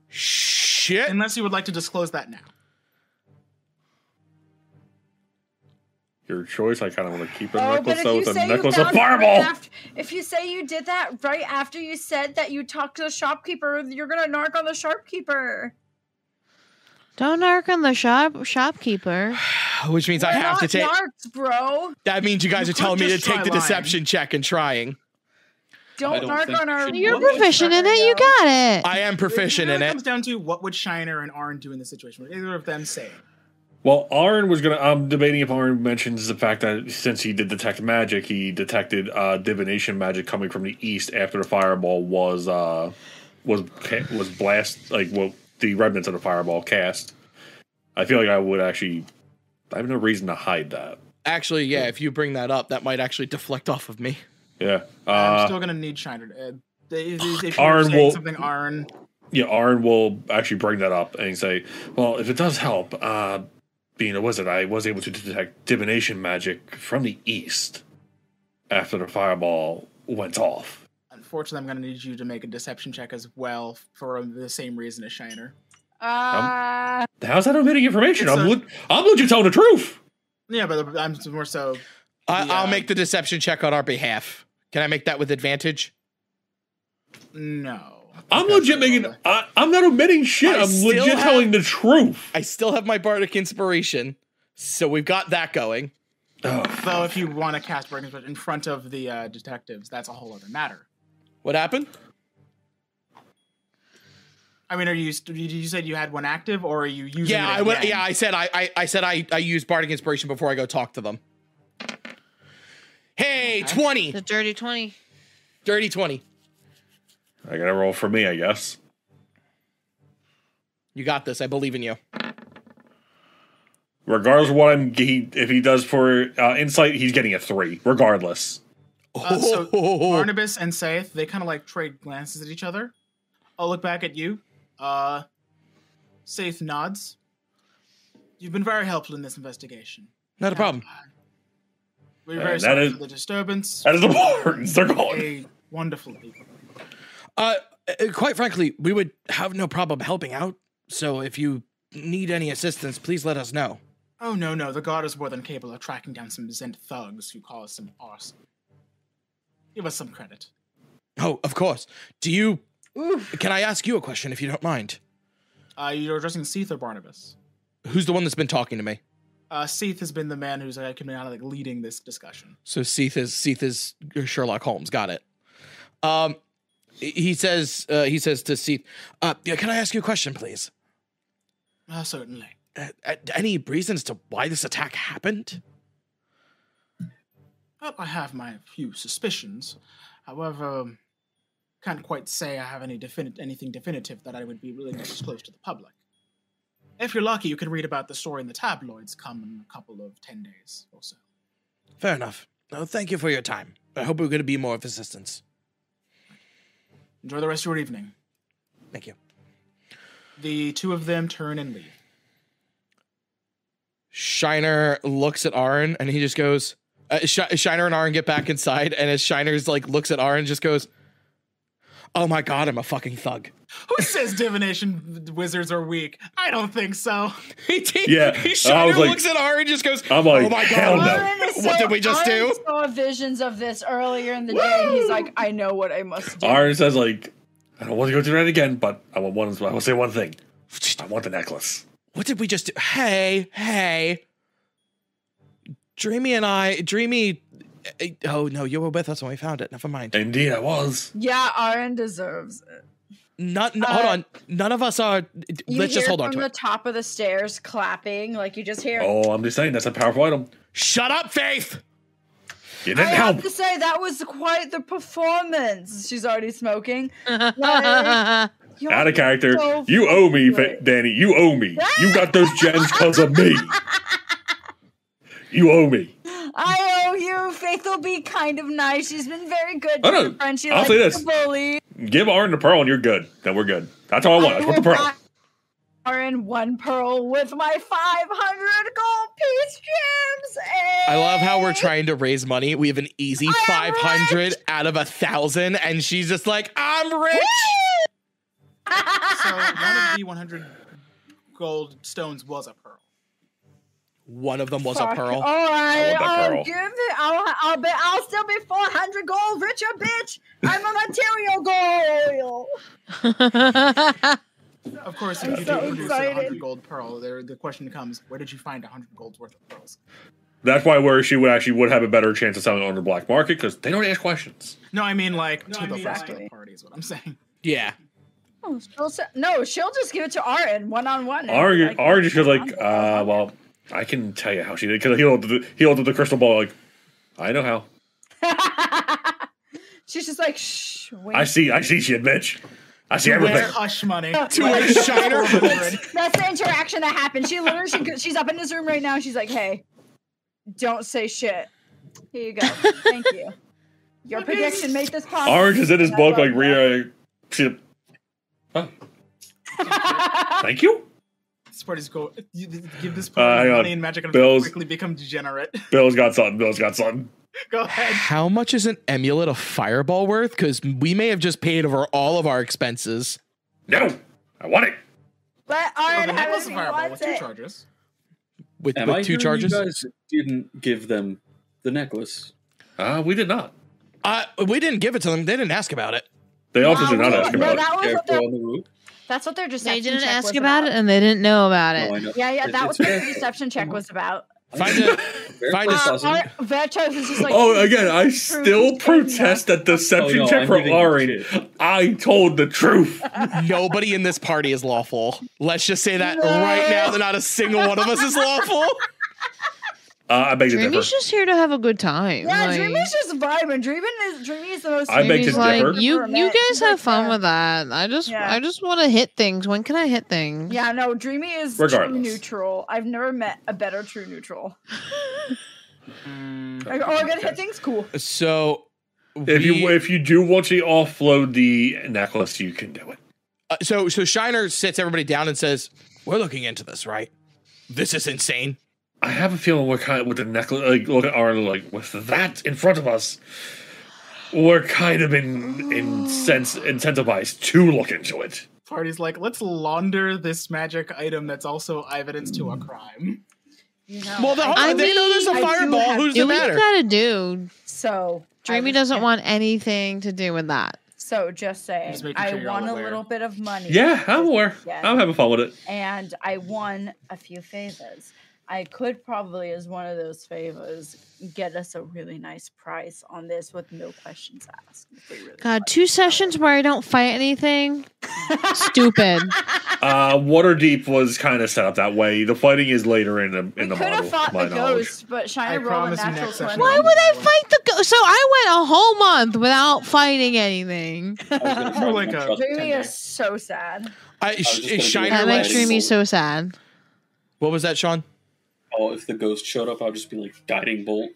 Speaker 2: Shit.
Speaker 1: Unless you would like to disclose that now.
Speaker 6: Your choice. I kind of want to keep a
Speaker 4: Oh, but
Speaker 6: necklace
Speaker 4: if
Speaker 6: though
Speaker 4: you
Speaker 6: with a
Speaker 4: say you
Speaker 6: necklace of
Speaker 4: found it right
Speaker 6: fireball.
Speaker 4: after, if you say you did that right after you said that you talked to the shopkeeper, you're gonna narc on the shopkeeper.
Speaker 5: Don't narc on the shop shopkeeper.
Speaker 2: Which means I
Speaker 4: We're
Speaker 2: have to
Speaker 4: not
Speaker 2: take.
Speaker 4: narcs, bro.
Speaker 2: that means you guys
Speaker 1: You
Speaker 2: are telling
Speaker 1: could
Speaker 2: me to
Speaker 1: just try
Speaker 2: take the
Speaker 1: lying.
Speaker 2: deception check and trying.
Speaker 4: Don't,
Speaker 3: don't
Speaker 4: narc
Speaker 3: think
Speaker 4: on
Speaker 3: you
Speaker 4: our.
Speaker 3: should
Speaker 5: You're
Speaker 3: What?
Speaker 5: proficient in it. You got it.
Speaker 2: I am proficient
Speaker 1: really
Speaker 2: in it.
Speaker 1: comes down to what would Shiner and Arn do in this situation. What would either of them say?
Speaker 6: Well, Arn was gonna. I'm debating if Arn mentions the fact that since he did detect magic, he detected uh, divination magic coming from the east after the fireball was uh, was ca- was blast like well the remnants of the fireball cast. I feel like I would actually. I have no reason to hide that.
Speaker 2: Actually, yeah. If you bring that up, that might actually deflect off of me.
Speaker 6: Yeah.
Speaker 1: I'm
Speaker 6: Uh,
Speaker 1: still gonna need Shiner. To, uh, they- they- if you're
Speaker 6: Arn
Speaker 1: saying
Speaker 6: will-
Speaker 1: something, Arn.
Speaker 6: yeah, Arn will actually bring that up and say, "Well, if it does help, uh, being a wizard, I was able to detect divination magic from the east after the fireball went off."
Speaker 1: Unfortunately, I'm gonna need you to make a deception check as well for the same reason as Shiner.
Speaker 4: Uh,
Speaker 6: How's that omitting information?
Speaker 1: It's
Speaker 6: I'm,
Speaker 1: a-
Speaker 6: lit- I'm legit telling the truth.
Speaker 1: Yeah, but I'm more so.
Speaker 2: I, I'll
Speaker 1: Yeah.
Speaker 2: make the deception check on our behalf. Can I make that with advantage?
Speaker 1: No.
Speaker 6: I'm
Speaker 1: That's
Speaker 6: legit
Speaker 1: a
Speaker 6: making.
Speaker 1: roll.
Speaker 6: I, I'm not omitting shit.
Speaker 2: I
Speaker 6: I am
Speaker 2: still
Speaker 6: legit
Speaker 2: have-
Speaker 6: telling the truth.
Speaker 2: I still have my bardic inspiration, so we've got that going.
Speaker 6: Oh,
Speaker 1: Though, if you want to cast Burning Spear in front of the uh, detectives, that's a whole other matter.
Speaker 2: What happened?
Speaker 1: I mean, are you st- you you said you had one active, or are you using?
Speaker 2: yeah,
Speaker 1: it
Speaker 2: I would.
Speaker 1: again?
Speaker 2: Yeah, I said I, I, I said I, I use bardic inspiration before I go talk to them.
Speaker 1: Okay.
Speaker 2: Hey, twenty,
Speaker 5: The dirty [laughs] twenty.
Speaker 2: dirty twenty.
Speaker 6: I gotta roll for me, I guess.
Speaker 2: You got this. I believe in you.
Speaker 6: Regardless of what I'm, he, if he does for uh, insight, he's getting a three. Regardless.
Speaker 1: Uh,
Speaker 2: [laughs]
Speaker 1: so
Speaker 2: Oh,
Speaker 1: Barnabas and Saith, they kind of like trade glances at each other. I'll look back at you. Uh, Saith nods. You've been very helpful in this investigation.
Speaker 2: not a problem.
Speaker 1: We're
Speaker 6: Uh,
Speaker 1: very
Speaker 6: that
Speaker 1: sorry
Speaker 6: is-
Speaker 1: for the disturbance.
Speaker 6: That is the [laughs] Barnes. They're gone.
Speaker 1: A wonderful people.
Speaker 2: Uh, uh, quite frankly, we would have no problem helping out. So if you need any assistance, please let us know.
Speaker 1: Oh no, no, the guard is more than capable of tracking down some Zent thugs who caused some arson. Give us some credit.
Speaker 2: Oh, of course. Do you? Can I ask you a question if you don't mind?
Speaker 1: Uh, you're addressing Seath or Barnabas?
Speaker 2: Who's the one that's been talking to me?
Speaker 1: Uh, Seath has been the man who's uh, coming out of like leading this discussion.
Speaker 2: So Seath is Seath is Sherlock Holmes. Got it. Um, he says uh, he says to Seath, uh, yeah, "Can I ask you a question, please?
Speaker 1: Uh, certainly.
Speaker 2: Uh, uh, any reasons to why this attack happened?
Speaker 1: Well, I have my few suspicions. However, um, can't quite say I have any defini- anything definitive that I would be willing to disclose to the public. If you're lucky, you can read about the story in the tabloids come in a couple of ten days or so.
Speaker 2: Fair enough. Oh, thank you for your time. I hope we're going to be more of assistance.
Speaker 1: Enjoy the rest of your evening.
Speaker 2: Thank you."
Speaker 1: The two of them turn and leave.
Speaker 2: Shiner looks at Arn and he just goes. Uh, Sh- Shiner and Arn get back inside, and as Shiner's like looks at Arn, just goes, "Oh my god, I'm a fucking thug." [laughs]
Speaker 1: Who says divination wizards are weak? I don't think so.
Speaker 2: He, he,
Speaker 6: Yeah,
Speaker 2: he
Speaker 6: I
Speaker 2: Shiner
Speaker 6: was like-
Speaker 2: looks at Arn and just goes,
Speaker 6: I'm like,
Speaker 2: "Oh my
Speaker 6: hell
Speaker 2: god,
Speaker 6: no.
Speaker 2: What did we just
Speaker 4: Aaron
Speaker 2: do?
Speaker 4: Saw visions of this earlier in the day. and He's like, I know what I must do.
Speaker 6: Arn says like, I don't want to go through that again, but I want one. I will say one thing. I want the necklace.
Speaker 2: What did we just do? Hey, hey. Dreamy and I, Dreamy. eh, Oh no, you were with us when we found it. Never mind.
Speaker 6: Indeed, I was.
Speaker 4: Yeah, Aaron deserves it.
Speaker 2: Not n- hold
Speaker 4: Uh,
Speaker 2: on. None of us are.
Speaker 4: You
Speaker 2: Let's
Speaker 4: hear
Speaker 2: just hold on
Speaker 4: from
Speaker 2: to
Speaker 4: the
Speaker 2: it.
Speaker 4: top of the stairs clapping, like you just hear.
Speaker 6: Oh, I'm just saying that's a powerful item.
Speaker 2: Shut up, Faith.
Speaker 6: You
Speaker 4: I
Speaker 6: didn't help.
Speaker 4: have to say that was quite the performance. She's already
Speaker 2: [laughs]
Speaker 4: smoking. Y'all
Speaker 6: Out of character.
Speaker 4: so
Speaker 6: you owe me,
Speaker 4: fucking
Speaker 6: Fa- Danny. You owe me. You got those gems because of me. You owe me.
Speaker 4: I owe you. Faith will be kind of nice. She's been very good.
Speaker 6: I
Speaker 4: to her
Speaker 6: don't-
Speaker 4: friends. She
Speaker 6: Oh,
Speaker 4: likes
Speaker 6: I'll say this.
Speaker 4: to bully.
Speaker 6: Give Arn the pearl and you're good. Then we're good. That's all I want. I just want the pearl.
Speaker 4: Are in one pearl with my 500 gold piece gems.
Speaker 2: I love how we're
Speaker 4: Hey!
Speaker 2: trying to raise money. We have an easy
Speaker 4: I am
Speaker 2: 500 out of a thousand, and she's just like, I'm rich.
Speaker 1: So
Speaker 4: [laughs]
Speaker 1: one [laughs] of the 100 gold stones was a pearl.
Speaker 2: One of them was
Speaker 4: Fuck.
Speaker 2: a pearl.
Speaker 4: All right,
Speaker 6: I want that
Speaker 4: I'll
Speaker 6: pearl.
Speaker 4: give it. I'll, I'll be. I'll still be 400 gold richer, bitch. I'm
Speaker 6: [laughs]
Speaker 4: a material gold.
Speaker 1: Of course, if
Speaker 4: I'm
Speaker 1: you
Speaker 4: so
Speaker 1: do produce a
Speaker 4: excited.
Speaker 1: 100 gold pearl, there the question comes: Where did you find 100 gold's worth of pearls?
Speaker 6: That's why where she would actually would have a better chance of selling it on the black market because they don't ask questions.
Speaker 1: No, I mean like to
Speaker 4: I
Speaker 1: the
Speaker 4: mean,
Speaker 1: first
Speaker 4: exactly.
Speaker 1: party is what I'm
Speaker 6: [laughs]
Speaker 1: saying.
Speaker 2: Yeah.
Speaker 4: Oh, she'll se- no, she'll just give it to Aaron one on one.
Speaker 6: Arn, Arn just
Speaker 4: [laughs]
Speaker 6: goes like, uh, well, I can tell you how she did because he held the, he held the crystal ball like, I know how.
Speaker 4: She's just like, shh. Wait.
Speaker 6: I see, I see shit, bitch. I see
Speaker 1: Where's
Speaker 6: everything.
Speaker 1: hush money?
Speaker 4: [laughs] To
Speaker 1: Like,
Speaker 2: a shiner.
Speaker 1: 400.
Speaker 4: That's the interaction that happened. She literally, she, go- she's up in this room right now. She's like, hey, don't say shit. Here
Speaker 6: [laughs]
Speaker 4: you go. Thank you. Your prediction made this possible.
Speaker 6: Orange is in his
Speaker 4: I
Speaker 6: book
Speaker 4: love
Speaker 6: like Rhea. She, huh? Thank you.
Speaker 1: This party's go. You, you give this
Speaker 6: Uh,
Speaker 1: party
Speaker 6: hang on.
Speaker 1: money and magic and
Speaker 6: Bills.
Speaker 1: quickly become degenerate. [laughs]
Speaker 6: Bill's got something. Bill's got something.
Speaker 1: go ahead.
Speaker 2: How much is an amulet of fireball worth? Because we may have just paid over all of our expenses.
Speaker 6: No, I want it.
Speaker 4: [laughs] Let
Speaker 1: Oh,
Speaker 4: Aaron
Speaker 1: the
Speaker 4: have
Speaker 1: necklace of
Speaker 4: it. if he
Speaker 1: fireball
Speaker 4: wants
Speaker 1: with two
Speaker 4: it.
Speaker 1: charges.
Speaker 2: With,
Speaker 3: Am
Speaker 2: with
Speaker 3: I
Speaker 2: two
Speaker 3: hearing
Speaker 2: charges.
Speaker 3: You guys didn't give them the necklace.
Speaker 6: Uh, we did not.
Speaker 2: Uh, we didn't give it to them. They didn't ask about it.
Speaker 6: They also did not
Speaker 4: no,
Speaker 6: ask
Speaker 4: no,
Speaker 6: about it.
Speaker 4: that was what
Speaker 3: Character
Speaker 4: their,
Speaker 3: on the roof.
Speaker 4: that's what their deception
Speaker 5: they didn't
Speaker 4: check
Speaker 5: ask
Speaker 4: was
Speaker 5: about it and they didn't know about
Speaker 3: No, I
Speaker 5: it.
Speaker 3: know.
Speaker 4: Yeah, yeah,
Speaker 3: It-
Speaker 4: that
Speaker 3: it's
Speaker 4: was what
Speaker 3: fair.
Speaker 4: their deception check was about.
Speaker 2: Find
Speaker 3: [laughs]
Speaker 2: a
Speaker 3: Very
Speaker 2: find a-
Speaker 4: Uh,
Speaker 3: pleasant.
Speaker 4: Ar- Vertos is just like,
Speaker 6: Oh, again, I
Speaker 4: "Truth
Speaker 6: still
Speaker 4: is in
Speaker 6: protest
Speaker 4: there."
Speaker 6: that deception
Speaker 3: Oh, no,
Speaker 6: check
Speaker 3: I'm
Speaker 6: for
Speaker 3: giving you
Speaker 6: Orange.
Speaker 3: shit.
Speaker 6: I told
Speaker 4: [laughs]
Speaker 6: the truth. Uh,
Speaker 2: nobody in this party is lawful. Let's just say that right now that not a single one of us is
Speaker 4: [laughs]
Speaker 2: lawful.
Speaker 6: Uh, I beg to differ.
Speaker 5: Dreamy's just here to have a good time.
Speaker 4: Yeah,
Speaker 5: like-
Speaker 4: Dreamy's just vibing. Dreamin is Dreamy is the most.
Speaker 6: I beg to
Speaker 5: Dreamy's
Speaker 6: differ.
Speaker 5: like,
Speaker 6: differ.
Speaker 5: you
Speaker 4: Superman.
Speaker 5: you guys
Speaker 4: She's like,
Speaker 5: have fun
Speaker 4: yeah.
Speaker 5: with that. I just
Speaker 4: Yeah.
Speaker 5: I just want to hit things. When can I hit things?
Speaker 4: Yeah, no, Dreamy is true
Speaker 6: Regardless.
Speaker 4: neutral. I've never met a better true
Speaker 5: [laughs]
Speaker 4: neutral.
Speaker 1: Mm,
Speaker 4: Like, oh, I'm gonna hit things cool.
Speaker 2: So,
Speaker 6: If
Speaker 2: we-
Speaker 6: you if you do want to offload the necklace, you can do it.
Speaker 2: uh, so so Shiner sits everybody down and says, "We're looking into this, right? This is insane."
Speaker 6: I have a feeling we're kind of with the necklace. Like, look at Arnold, like with that in front of us, we're kind of in, in sense, incentivized to look into it.
Speaker 1: Party's like, let's launder this magic item that's also evidence to a crime.
Speaker 2: Well, the whole,
Speaker 5: I
Speaker 2: they know there's a
Speaker 4: mean, I do
Speaker 2: fireball.
Speaker 4: have-
Speaker 2: Who's the
Speaker 5: Do we
Speaker 2: matter?
Speaker 5: gotta do?
Speaker 4: So I
Speaker 5: Dreamy
Speaker 4: was-
Speaker 5: doesn't want anything to do with that.
Speaker 4: So just saying,
Speaker 1: Just making
Speaker 4: I
Speaker 1: sure you're all
Speaker 4: won a
Speaker 1: aware.
Speaker 4: little bit of money.
Speaker 6: Yeah, I'm aware. I'm having fun with it.
Speaker 4: and I won a few favors. I could probably, as one of those favors, get us a really nice price on this with no questions asked. if we really
Speaker 5: God, two sessions where I don't fight anything. [laughs] Stupid.
Speaker 6: Uh, Waterdeep was kind of set up that way. The fighting is later in the in the
Speaker 4: we could
Speaker 6: model.
Speaker 4: have fought
Speaker 6: my
Speaker 4: the
Speaker 6: knowledge.
Speaker 4: ghost, but
Speaker 1: I
Speaker 4: Shiner rolled a
Speaker 1: promise you
Speaker 4: natural
Speaker 1: next session
Speaker 4: 20.
Speaker 1: I'll
Speaker 5: Why would I fight the ghost? So I went a whole month without fighting anything.
Speaker 3: I was gonna try
Speaker 1: More
Speaker 3: to
Speaker 1: like
Speaker 3: not
Speaker 1: a-
Speaker 3: trust
Speaker 4: Dreamy
Speaker 1: Okay.
Speaker 4: is so sad.
Speaker 2: I,
Speaker 3: just gonna
Speaker 2: Sh-
Speaker 3: do
Speaker 2: Shiner.
Speaker 5: That
Speaker 3: You're
Speaker 5: makes
Speaker 3: right.
Speaker 5: Dreamy so
Speaker 6: [laughs]
Speaker 5: sad. [laughs]
Speaker 2: What was that, Sean?
Speaker 3: Oh, if the ghost showed up, I'd just be like guiding bolt,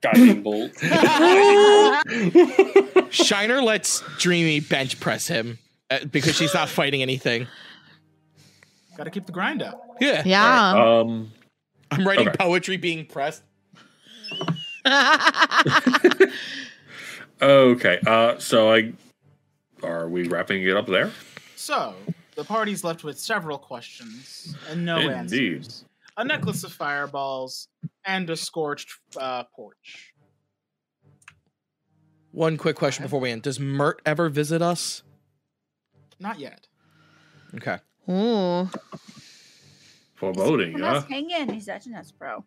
Speaker 3: guiding bolt.
Speaker 2: Shiner lets Dreamy bench press him uh, because she's not fighting anything.
Speaker 1: Gotta keep the grind up.
Speaker 2: Yeah,
Speaker 5: Yeah.
Speaker 6: Um,
Speaker 2: I'm writing
Speaker 6: Okay.
Speaker 2: poetry being pressed.
Speaker 6: okay. Uh, so I are we wrapping it up there?
Speaker 1: So, the party's left with several questions and no
Speaker 6: Indeed.
Speaker 1: answers. A necklace of fireballs and a scorched uh, porch.
Speaker 2: One quick question
Speaker 1: Okay.
Speaker 2: before we end: Does Mert ever visit us?
Speaker 1: Not yet.
Speaker 2: Okay.
Speaker 5: Ooh.
Speaker 6: Foreboding, huh?
Speaker 4: hang in. He's etching us, bro.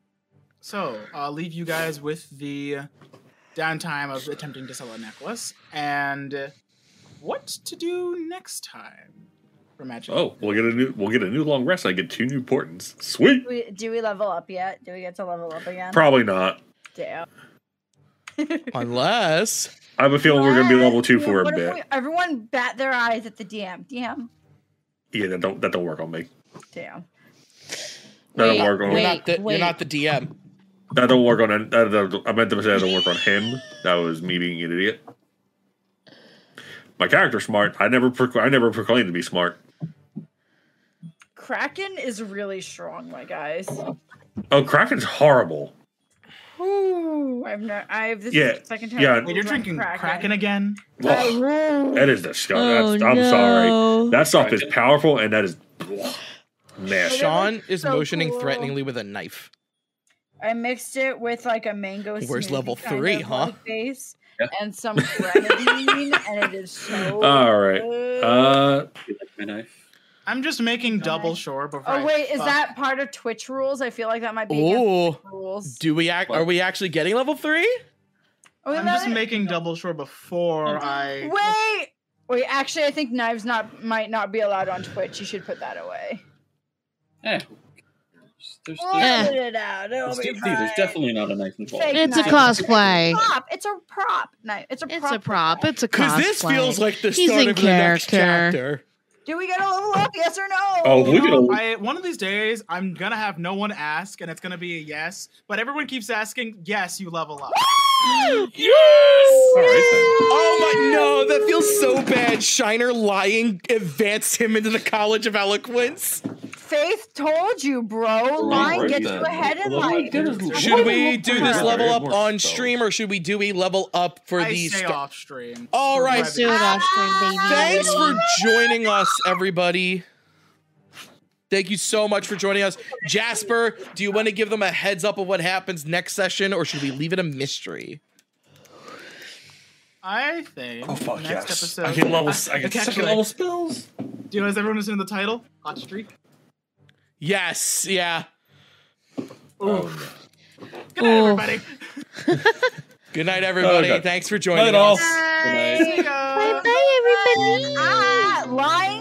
Speaker 1: So, I'll leave you guys with the downtime of attempting to sell a necklace and what to do next time for Magic.
Speaker 6: Oh, we'll get a new we'll get a new long rest. I get two new portents. Sweet.
Speaker 4: Do we, do we level up yet? Do we get to level up again?
Speaker 6: Probably not.
Speaker 4: Damn.
Speaker 2: Unless
Speaker 6: I have a feeling we're gonna be level two
Speaker 4: Yeah,
Speaker 6: for a
Speaker 4: what if
Speaker 6: bit.
Speaker 4: we- everyone bat their eyes at the DM. DM.
Speaker 6: Yeah, that don't that don't work on me.
Speaker 4: Damn.
Speaker 6: That
Speaker 5: Wait,
Speaker 6: don't work on
Speaker 2: you're
Speaker 5: wait.
Speaker 2: not the, you're not the DM.
Speaker 6: that don't work on that, that, I meant to say that don't work on him. That was me being an idiot. My character's smart. I never proc- I never proclaimed to be smart.
Speaker 4: Kraken is really strong, my guys.
Speaker 6: Oh, Kraken's horrible.
Speaker 4: Ooh, I've no, I have this
Speaker 6: Yeah,
Speaker 4: is the second time.
Speaker 6: yeah.
Speaker 4: I've
Speaker 1: Wait, you're
Speaker 4: used my
Speaker 1: drinking Kraken, again?
Speaker 6: Ugh,
Speaker 4: I-
Speaker 6: that is disgusting.
Speaker 7: oh,
Speaker 6: That's, I'm
Speaker 7: no.
Speaker 6: sorry. That stuff is powerful, and that is nasty.
Speaker 2: Sean is
Speaker 4: so
Speaker 2: motioning
Speaker 4: cool.
Speaker 2: threateningly with a knife.
Speaker 4: I mixed it with like a mango.
Speaker 2: Where's
Speaker 4: smoothie
Speaker 2: level
Speaker 4: kind
Speaker 2: three,
Speaker 4: of,
Speaker 2: huh?
Speaker 4: like, base
Speaker 3: Yeah.
Speaker 4: and
Speaker 6: [laughs]
Speaker 4: some grenadine, and it is so.
Speaker 6: All right.
Speaker 4: good.
Speaker 6: Uh,
Speaker 3: You like my knife?
Speaker 1: I'm just making double
Speaker 4: Nice.
Speaker 1: sure before. I
Speaker 4: oh wait, is
Speaker 1: fuck-
Speaker 4: that part of Twitch rules? I feel like that might be against
Speaker 2: Ooh,
Speaker 4: Twitch rules.
Speaker 2: do we act? Are we actually getting level three?
Speaker 4: oh,
Speaker 1: I'm
Speaker 4: no,
Speaker 1: just
Speaker 4: they-
Speaker 1: making double sure before I.
Speaker 4: Wait. Wait, actually, I think knives not might not be allowed on Twitch. You should put that away.
Speaker 3: Eh. There's, there's,
Speaker 4: We'll
Speaker 5: Yeah.
Speaker 4: edit it out. It'll
Speaker 3: there's,
Speaker 4: be
Speaker 3: D&D, there's
Speaker 4: fine.
Speaker 3: definitely not a knife involved.
Speaker 4: Fake
Speaker 5: It's a
Speaker 4: knife.
Speaker 5: cosplay.
Speaker 4: It's a prop. It's a prop. Knife. It's a prop.
Speaker 5: It's a prop. It's a cosplay.
Speaker 2: Because this feels like the
Speaker 5: He's
Speaker 2: start
Speaker 5: in
Speaker 2: of the next
Speaker 5: character.
Speaker 2: chapter.
Speaker 4: Do we get a level up? Yes or no?
Speaker 6: oh, we
Speaker 1: You know,
Speaker 6: can.
Speaker 1: I, one of these days, I'm gonna have no one ask, and it's gonna be a yes. But everyone keeps asking, "Yes, you level up."
Speaker 2: Yes!
Speaker 6: All right, then.
Speaker 2: Oh my no, that feels so bad. Shiner lying advanced him into the College of Eloquence.
Speaker 4: Faith told you, bro. Lying
Speaker 6: right
Speaker 4: gets you
Speaker 6: then.
Speaker 4: ahead in
Speaker 3: Well,
Speaker 4: life.
Speaker 3: then it's-
Speaker 2: Should
Speaker 3: Why
Speaker 2: we
Speaker 3: look
Speaker 2: do
Speaker 3: for
Speaker 2: this
Speaker 3: that?
Speaker 2: level up
Speaker 6: More
Speaker 2: on
Speaker 6: so.
Speaker 2: stream or should we do a level up for
Speaker 1: I
Speaker 2: the
Speaker 1: stay
Speaker 2: sta-
Speaker 1: off stream.
Speaker 2: All right.
Speaker 5: Let's do it off stream, baby.
Speaker 2: Thanks for joining us, everybody. Thank you so much for joining us. Jasper, do you want to give them a heads up of what happens next session or should we leave it a mystery?
Speaker 1: I think.
Speaker 6: Oh fuck
Speaker 1: next
Speaker 6: yes!
Speaker 1: Episode,
Speaker 6: I can level. I can
Speaker 1: okay,
Speaker 6: second
Speaker 1: actually,
Speaker 6: level spells.
Speaker 1: Do you notice everyone is in the title? Hot streak.
Speaker 2: Yes, yeah.
Speaker 3: Oh,
Speaker 1: Oof. Good night,
Speaker 6: Oh.
Speaker 5: Oof.
Speaker 1: everybody.
Speaker 2: Good night, everybody.
Speaker 6: Okay.
Speaker 2: Thanks for joining
Speaker 6: Night
Speaker 2: us.
Speaker 6: all.
Speaker 3: Good night.
Speaker 1: See ya.
Speaker 5: Bye, everybody.
Speaker 4: Ah, lying